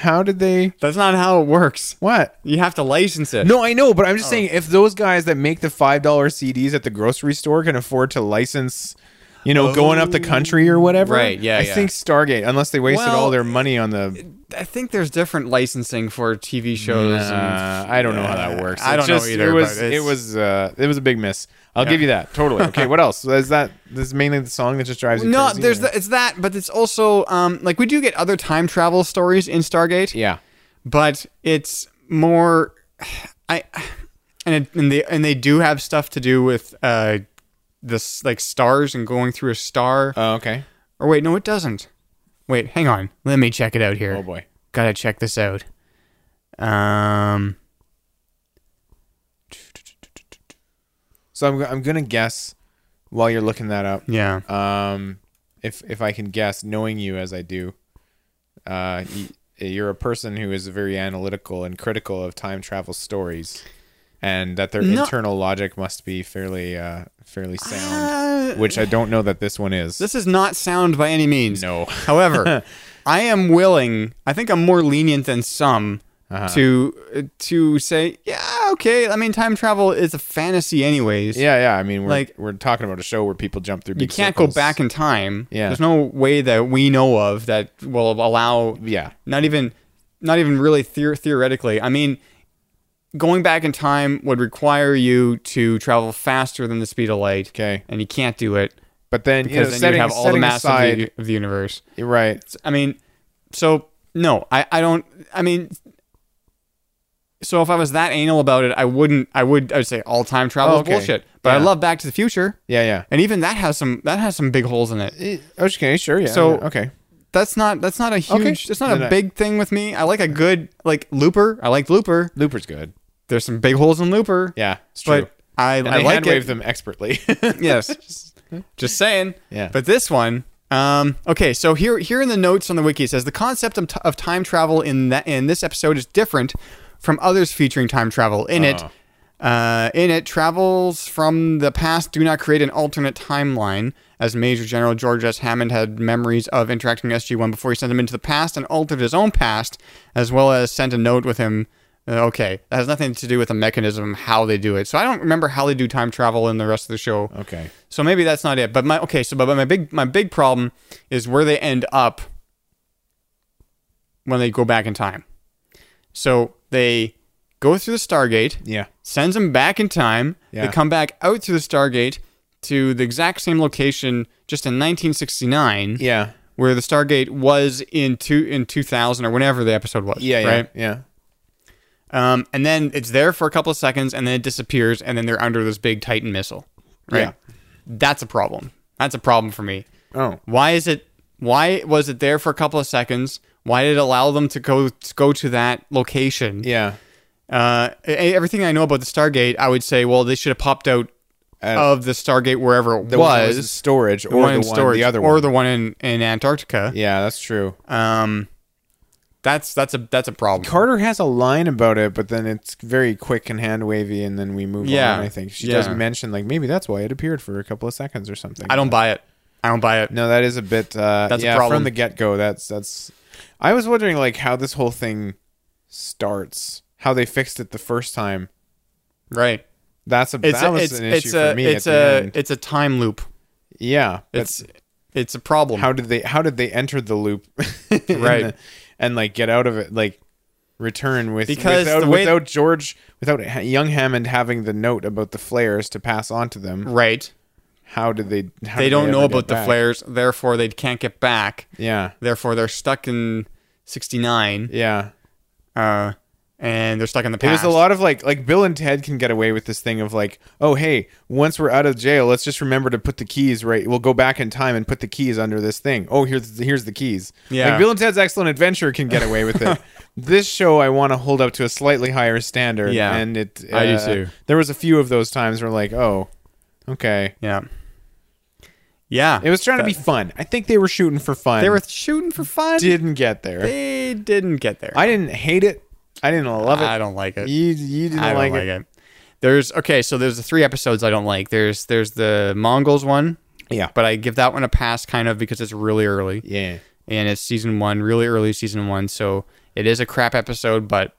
Speaker 3: How did they?
Speaker 1: That's not how it works.
Speaker 3: What?
Speaker 1: You have to license it.
Speaker 3: No, I know, but
Speaker 1: Oh.
Speaker 3: I'm just saying if those guys that make the five dollar CDs at the grocery store can afford to license, you know, going up the country or whatever,
Speaker 1: Right, yeah,
Speaker 3: I
Speaker 1: yeah.
Speaker 3: think Stargate, unless they wasted
Speaker 1: Well,
Speaker 3: all their money on the.
Speaker 1: I think there's different licensing for TV shows.
Speaker 3: Uh,
Speaker 1: and,
Speaker 3: I don't know how that works.
Speaker 1: I
Speaker 3: It's
Speaker 1: don't know
Speaker 3: just-
Speaker 1: either,
Speaker 3: It was
Speaker 1: but it's-
Speaker 3: it was uh, it was a big miss. I'll
Speaker 1: Yeah.
Speaker 3: give you that totally. Okay, what else? Is that this is mainly the song that just drives you?
Speaker 1: No,
Speaker 3: crazy?
Speaker 1: there's the, it's that, but it's also um like we do get other time travel stories in Stargate.
Speaker 3: yeah.
Speaker 1: but it's more I and it, and they and they do have stuff to do with uh this like stars and going through a star.
Speaker 3: Oh, okay.
Speaker 1: or wait, no, it doesn't. Wait, hang on. Let me check it out here.
Speaker 3: Oh boy.
Speaker 1: Gotta check this out. Um,
Speaker 3: So I'm I'm gonna guess while you're looking that up.
Speaker 1: yeah.
Speaker 3: Um, if if I can guess, knowing you as I do, uh, y- you're a person who is very analytical and critical of time travel stories, and that their
Speaker 1: No.
Speaker 3: internal logic must be fairly uh, fairly sound.
Speaker 1: Uh,
Speaker 3: which I don't know that this one is.
Speaker 1: This is not sound by any means.
Speaker 3: no.
Speaker 1: However, I am willing. I think I'm more lenient than some
Speaker 3: Uh-huh.
Speaker 1: to uh, to say, yeah, okay. I mean, time travel is a fantasy, anyways.
Speaker 3: Yeah, yeah. I mean, we're
Speaker 1: Like-
Speaker 3: we're talking about a show where people jump through.
Speaker 1: You
Speaker 3: big
Speaker 1: can't
Speaker 3: circles.
Speaker 1: go back in time.
Speaker 3: Yeah.
Speaker 1: There's no way that we know of that will allow.
Speaker 3: Yeah.
Speaker 1: Not even, not even really theor- theoretically. I mean, going back in time would require you to travel faster than the speed of light.
Speaker 3: Okay.
Speaker 1: And you can't do it
Speaker 3: But then you know,
Speaker 1: because then
Speaker 3: setting-
Speaker 1: you have all the
Speaker 3: setting
Speaker 1: mass of
Speaker 3: aside-
Speaker 1: the, of the universe.
Speaker 3: You're right.
Speaker 1: I mean, so no, I, I don't. I mean, so if I was that anal about it, I wouldn't. I would. I would say all time travel
Speaker 3: Oh,
Speaker 1: is
Speaker 3: okay.
Speaker 1: bullshit. But I
Speaker 3: Yeah.
Speaker 1: love Back to the Future,
Speaker 3: Yeah, yeah.
Speaker 1: and even that has some that has some big holes in it.
Speaker 3: Eh, Okay, sure. Yeah.
Speaker 1: So-
Speaker 3: yeah, okay.
Speaker 1: That's not that's not a huge.
Speaker 3: Okay.
Speaker 1: It's not
Speaker 3: Then
Speaker 1: a
Speaker 3: I-
Speaker 1: big thing with me. I like a good like Looper. I like Looper.
Speaker 3: Looper's good.
Speaker 1: There's some big holes in Looper.
Speaker 3: Yeah, it's true.
Speaker 1: but I
Speaker 3: and
Speaker 1: I
Speaker 3: they
Speaker 1: like
Speaker 3: hand wave
Speaker 1: it.
Speaker 3: them expertly.
Speaker 1: yes. Just saying.
Speaker 3: Yeah.
Speaker 1: But this one, um, okay. So here, here in the notes on the wiki it says the concept of, t- of time travel in that in this episode is different from others featuring time travel. In it, uh, in it, travels from the past do not create an alternate timeline, as Major General George S. Hammond had memories of interacting with SG One before he sent him into the past and altered his own past, as well as sent a note with him. Uh, Okay, that has nothing to do with the mechanism how they do it. So I don't remember how they do time travel in the rest of the show.
Speaker 3: okay.
Speaker 1: So maybe that's not it. But my okay, so but my big my big problem is where they end up when they go back in time. So they go through the Stargate,
Speaker 3: Yeah.
Speaker 1: sends them back in time.
Speaker 3: Yeah.
Speaker 1: They come back out through the Stargate to the exact same location just in 1969
Speaker 3: Yeah.
Speaker 1: where the Stargate was in two in 2000 or whenever the episode was,
Speaker 3: Yeah. Yeah.
Speaker 1: right?
Speaker 3: Yeah.
Speaker 1: Um, and then it's there for a couple of seconds and then it disappears and then they're under this big Titan missile. Right?
Speaker 3: Yeah.
Speaker 1: That's a problem. That's a problem for me.
Speaker 3: Oh.
Speaker 1: Why is it why was it there for a couple of seconds? Why did it allow them to go to go to that location?
Speaker 3: Yeah.
Speaker 1: Uh, e- everything I know about the Stargate, I would say, well, they should have popped out
Speaker 3: Uh,
Speaker 1: of the Stargate wherever it
Speaker 3: the one that was in
Speaker 1: was,
Speaker 3: storage or
Speaker 1: the one in
Speaker 3: the one,
Speaker 1: storage,
Speaker 3: the other
Speaker 1: or
Speaker 3: one.
Speaker 1: the one in, in Antarctica.
Speaker 3: yeah, that's true.
Speaker 1: Um, that's that's a that's a problem.
Speaker 3: Carter has a line about it, but then it's very quick and hand wavy, and then we move
Speaker 1: Yeah.
Speaker 3: on. I think she
Speaker 1: Yeah.
Speaker 3: does mention like maybe that's why it appeared for a couple of seconds or something.
Speaker 1: I don't buy it. I don't buy it.
Speaker 3: No, that is a bit. Uh,
Speaker 1: That's a
Speaker 3: yeah,
Speaker 1: problem.
Speaker 3: from the get go. That's that's. I was wondering like how this whole thing starts, how they fixed it the first time.
Speaker 1: Right.
Speaker 3: That's a
Speaker 1: It's
Speaker 3: that
Speaker 1: a,
Speaker 3: was
Speaker 1: it's,
Speaker 3: an
Speaker 1: it's
Speaker 3: issue
Speaker 1: a
Speaker 3: for me.
Speaker 1: it's
Speaker 3: at the
Speaker 1: a
Speaker 3: end.
Speaker 1: it's a time loop.
Speaker 3: yeah, but-
Speaker 1: It's it's a problem.
Speaker 3: how did they how did they enter the loop in
Speaker 1: Right.
Speaker 3: the- and like get out of it like return with
Speaker 1: Because
Speaker 3: without,
Speaker 1: the way-
Speaker 3: without george without Ha- young hammond having the note about the flares to pass on to them
Speaker 1: right.
Speaker 3: how did they how
Speaker 1: They
Speaker 3: did
Speaker 1: don't
Speaker 3: ever
Speaker 1: know
Speaker 3: get
Speaker 1: about the
Speaker 3: back?
Speaker 1: flares, therefore they can't get back.
Speaker 3: yeah
Speaker 1: Therefore they're stuck in 69.
Speaker 3: yeah
Speaker 1: uh, and they're stuck in the
Speaker 3: It was
Speaker 1: past.
Speaker 3: a lot of like like Bill and Ted can get away with this thing of like, oh hey, once we're out of jail, let's just remember to put the keys right. We'll go back in time and put the keys under this thing. Oh here's here's the keys.
Speaker 1: Yeah.
Speaker 3: like Bill and Ted's Excellent Adventure can get away with it. this show I want to hold up to a slightly higher standard.
Speaker 1: Yeah.
Speaker 3: and it uh,
Speaker 1: I do too.
Speaker 3: There was a few of those times where like, oh, okay,
Speaker 1: yeah, yeah.
Speaker 3: It was trying to be fun. I think they were shooting for fun.
Speaker 1: They were shooting for fun.
Speaker 3: didn't get there.
Speaker 1: They didn't get there.
Speaker 3: I didn't hate it. I didn't love it.
Speaker 1: I don't like it.
Speaker 3: You you didn't
Speaker 1: I don't
Speaker 3: like,
Speaker 1: like,
Speaker 3: it.
Speaker 1: it. There's okay, so there's the three episodes I don't like. There's there's the Mongols one.
Speaker 3: Yeah.
Speaker 1: But I give that one a pass kind of because it's really early.
Speaker 3: Yeah.
Speaker 1: And it's season one, really early season one, so it is a crap episode, but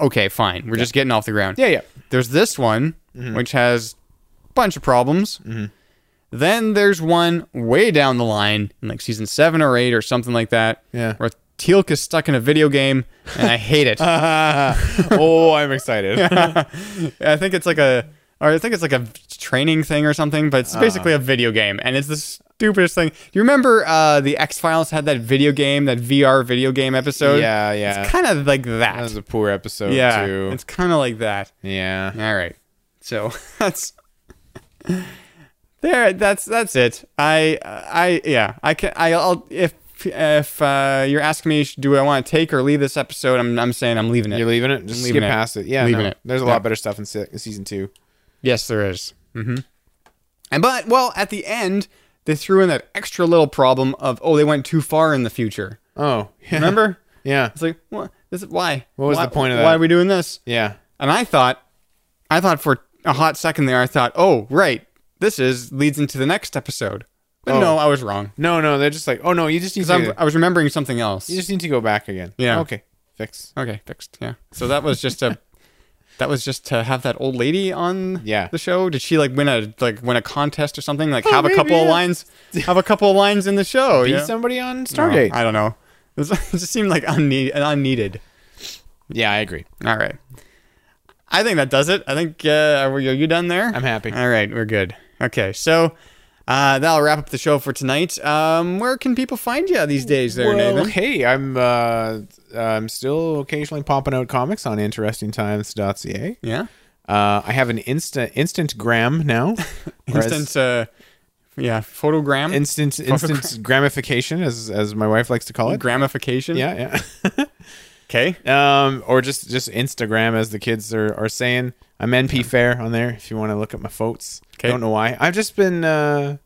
Speaker 1: okay, fine. We're just getting off the ground.
Speaker 3: Yeah, yeah. Mm-hmm.
Speaker 1: There's this one, which has a bunch of problems. Then there's one way down the line, in like season seven or eight or something like that.
Speaker 3: Yeah.
Speaker 1: Where Teal'c's stuck in a video game, and I hate it.
Speaker 3: oh, I'm excited.
Speaker 1: I think it's like a, or I think it's like a training thing or something, but
Speaker 3: Ah.
Speaker 1: it's basically a video game, and it's the stupidest thing. You remember uh, the X Files had that video game, that VR video game episode?
Speaker 3: Yeah, yeah.
Speaker 1: It's kind of like that.
Speaker 3: That was a poor episode
Speaker 1: yeah,
Speaker 3: too.
Speaker 1: it's kind of like that.
Speaker 3: yeah.
Speaker 1: All right, so that's there. That's that's it. I I yeah. I can I, I'll if. If uh, you're asking me, sh- do I want to take or leave this episode? I'm, I'm saying I'm leaving it.
Speaker 3: You're leaving it. Just
Speaker 1: Leaving
Speaker 3: skip
Speaker 1: it.
Speaker 3: past it. Yeah,
Speaker 1: Leaving
Speaker 3: no.
Speaker 1: it.
Speaker 3: There's a
Speaker 1: Yeah.
Speaker 3: lot better stuff in se- season two.
Speaker 1: Yes, there is. Mm-hmm. And but well, at the end they threw in that extra little problem of oh they went too far in the future.
Speaker 3: Oh, yeah.
Speaker 1: Remember?
Speaker 3: Yeah,
Speaker 1: It's like what? This why?
Speaker 3: What was
Speaker 1: Why-
Speaker 3: the point of
Speaker 1: Why
Speaker 3: that?
Speaker 1: are we doing this?
Speaker 3: yeah.
Speaker 1: And I thought, I thought for a hot second there, I thought, oh right, this is leads into the next episode. But
Speaker 3: Oh.
Speaker 1: no, I was wrong.
Speaker 3: No, no. They're just like, oh no, you just need
Speaker 1: 'Cause I'm-
Speaker 3: to.
Speaker 1: I was remembering something else.
Speaker 3: You just need to go back again.
Speaker 1: Yeah.
Speaker 3: Okay. Fix.
Speaker 1: Okay, fixed. Yeah. So that was just a that was just to have that old lady on
Speaker 3: Yeah. Oh,
Speaker 1: the show. Did she like win a like win a contest or something? Like have a couple of
Speaker 3: yeah.
Speaker 1: lines have a couple of lines in the show.
Speaker 3: Be
Speaker 1: yeah.
Speaker 3: somebody on
Speaker 1: No,
Speaker 3: Stargate.
Speaker 1: I don't know. It, was, it just seemed like unne- unneeded.
Speaker 3: yeah, I agree.
Speaker 1: All right. I think that does it. I think uh, are, we, are you done there?
Speaker 3: I'm happy.
Speaker 1: All right, we're good. Okay, so uh, that'll wrap up the show for tonight. Um, where can people find you these days, there,
Speaker 3: Well,
Speaker 1: Nathan?
Speaker 3: hey, I'm uh, I'm still occasionally popping out comics on interestingtimes.ca.
Speaker 1: Yeah.
Speaker 3: Uh, I have an instant instant gram now. Whereas-
Speaker 1: Instant. Uh, yeah, photogram.
Speaker 3: instant instant gramification, as as my wife likes to call it.
Speaker 1: Gramification.
Speaker 3: yeah, yeah.
Speaker 1: Okay.
Speaker 3: um, or just just Instagram, as the kids are, are saying. I'm NP Fair on there if you want to look at my photos.
Speaker 1: 'Kay.
Speaker 3: Don't know why. I've just been. Uh,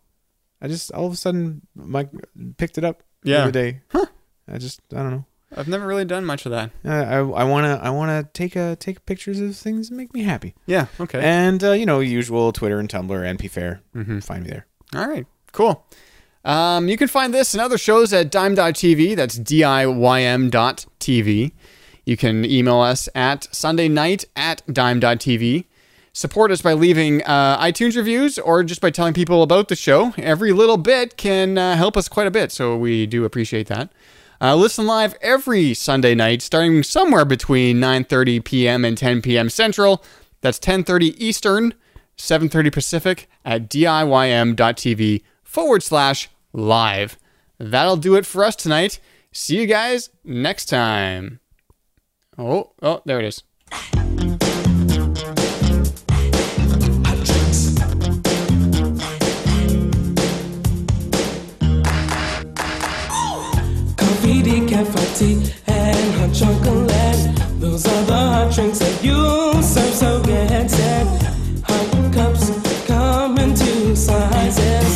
Speaker 3: I just all of a sudden my picked it up.
Speaker 1: Yeah.
Speaker 3: The other day. Huh. I just I don't know.
Speaker 1: I've never really done much of that.
Speaker 3: Uh, I I wanna I wanna take a take pictures of things that make me happy.
Speaker 1: Yeah. Okay. Mm-hmm.
Speaker 3: And uh, you know usual Twitter and Tumblr NP Fair. Find me there.
Speaker 1: All right. Cool. Um, you can find this and other shows at dime.tv. That's D-I-Y-M dot TV. You can email us at Sunday night at dime.tv. Support us by leaving uh, iTunes reviews or just by telling people about the show. Every little bit can uh, help us quite a bit, so we do appreciate that. Uh, listen live every Sunday night, starting somewhere between 9:30 p.m. and 10 p.m. Central. That's 10:30 Eastern, 7:30 Pacific at diym.tv forward slash live. That'll do it for us tonight. See you guys next time. Oh, oh, there it is.
Speaker 13: Coffee, decaf, hot tea, and hot chocolate. Those are the hot drinks that you serve, so get set. Hot cups come in two sizes,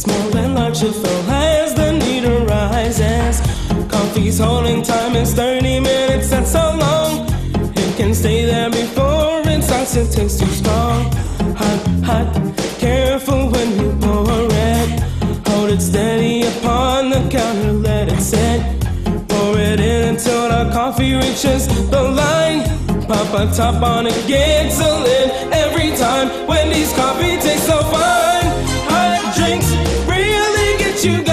Speaker 13: small and large to fill as the need arises. Coffee's holding time is 30 minutes, that's so long. It can stay there before it starts to taste too strong. Hot, hot, careful when you pour it. Hold it steady upon the counter, let it sit. Pour it in until the coffee reaches the line. Pop a top on it, gets a lid every time. Wendy's coffee tastes so fine. Hot drinks really get you going.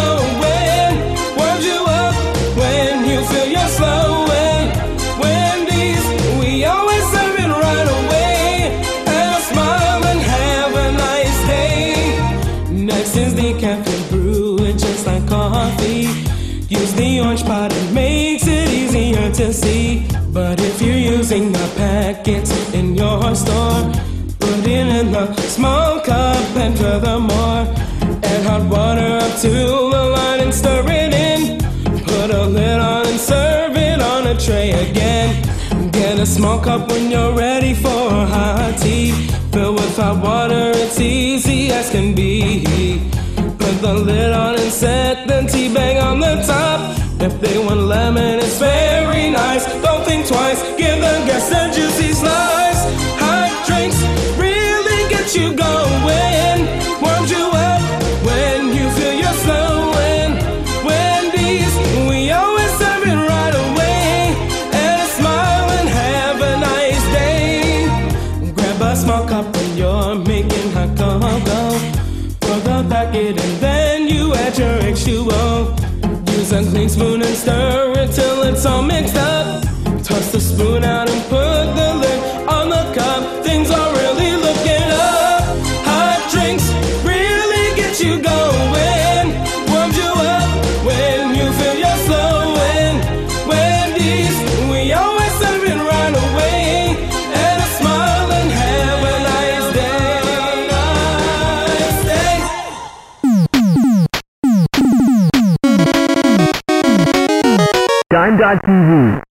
Speaker 13: Warms you up when you feel you're slowing. Wendy's, we always serve it right away. Have a smile and have a nice day. Next is the caffeine brew, it's just like coffee. Use the orange pod, it makes it easier to to see. But if you're using the packets in your store, put it in a small cup and furthermore, add hot water up to the line and stir it in. Put a lid on and serve it on a tray again. Get a small cup when you're ready for hot tea. Fill with hot water, it's easy as can be. Put the lid on and set the tea bag on the top. If they want lemon, it's very nice. Don't think twice, give the guests a juicy slice. Hot drinks really get you going. Warms you up when you feel you're slowing. Wendy's, we always serve it right away. And a smile and have a nice day. Grab a small cup when you're making hot cocoa. Pour the packet and then you add your H2O. Use a clean spoon and stir it till it's all mixed up. Toss the spoon out and put the lid on the cup. Things are really looking up. Hot drinks really get you going. Warms you up when you feel you're slowing. Wendy's, we always serve it right away. And a smile and have a nice day. Nice day.
Speaker 14: Dime.tv.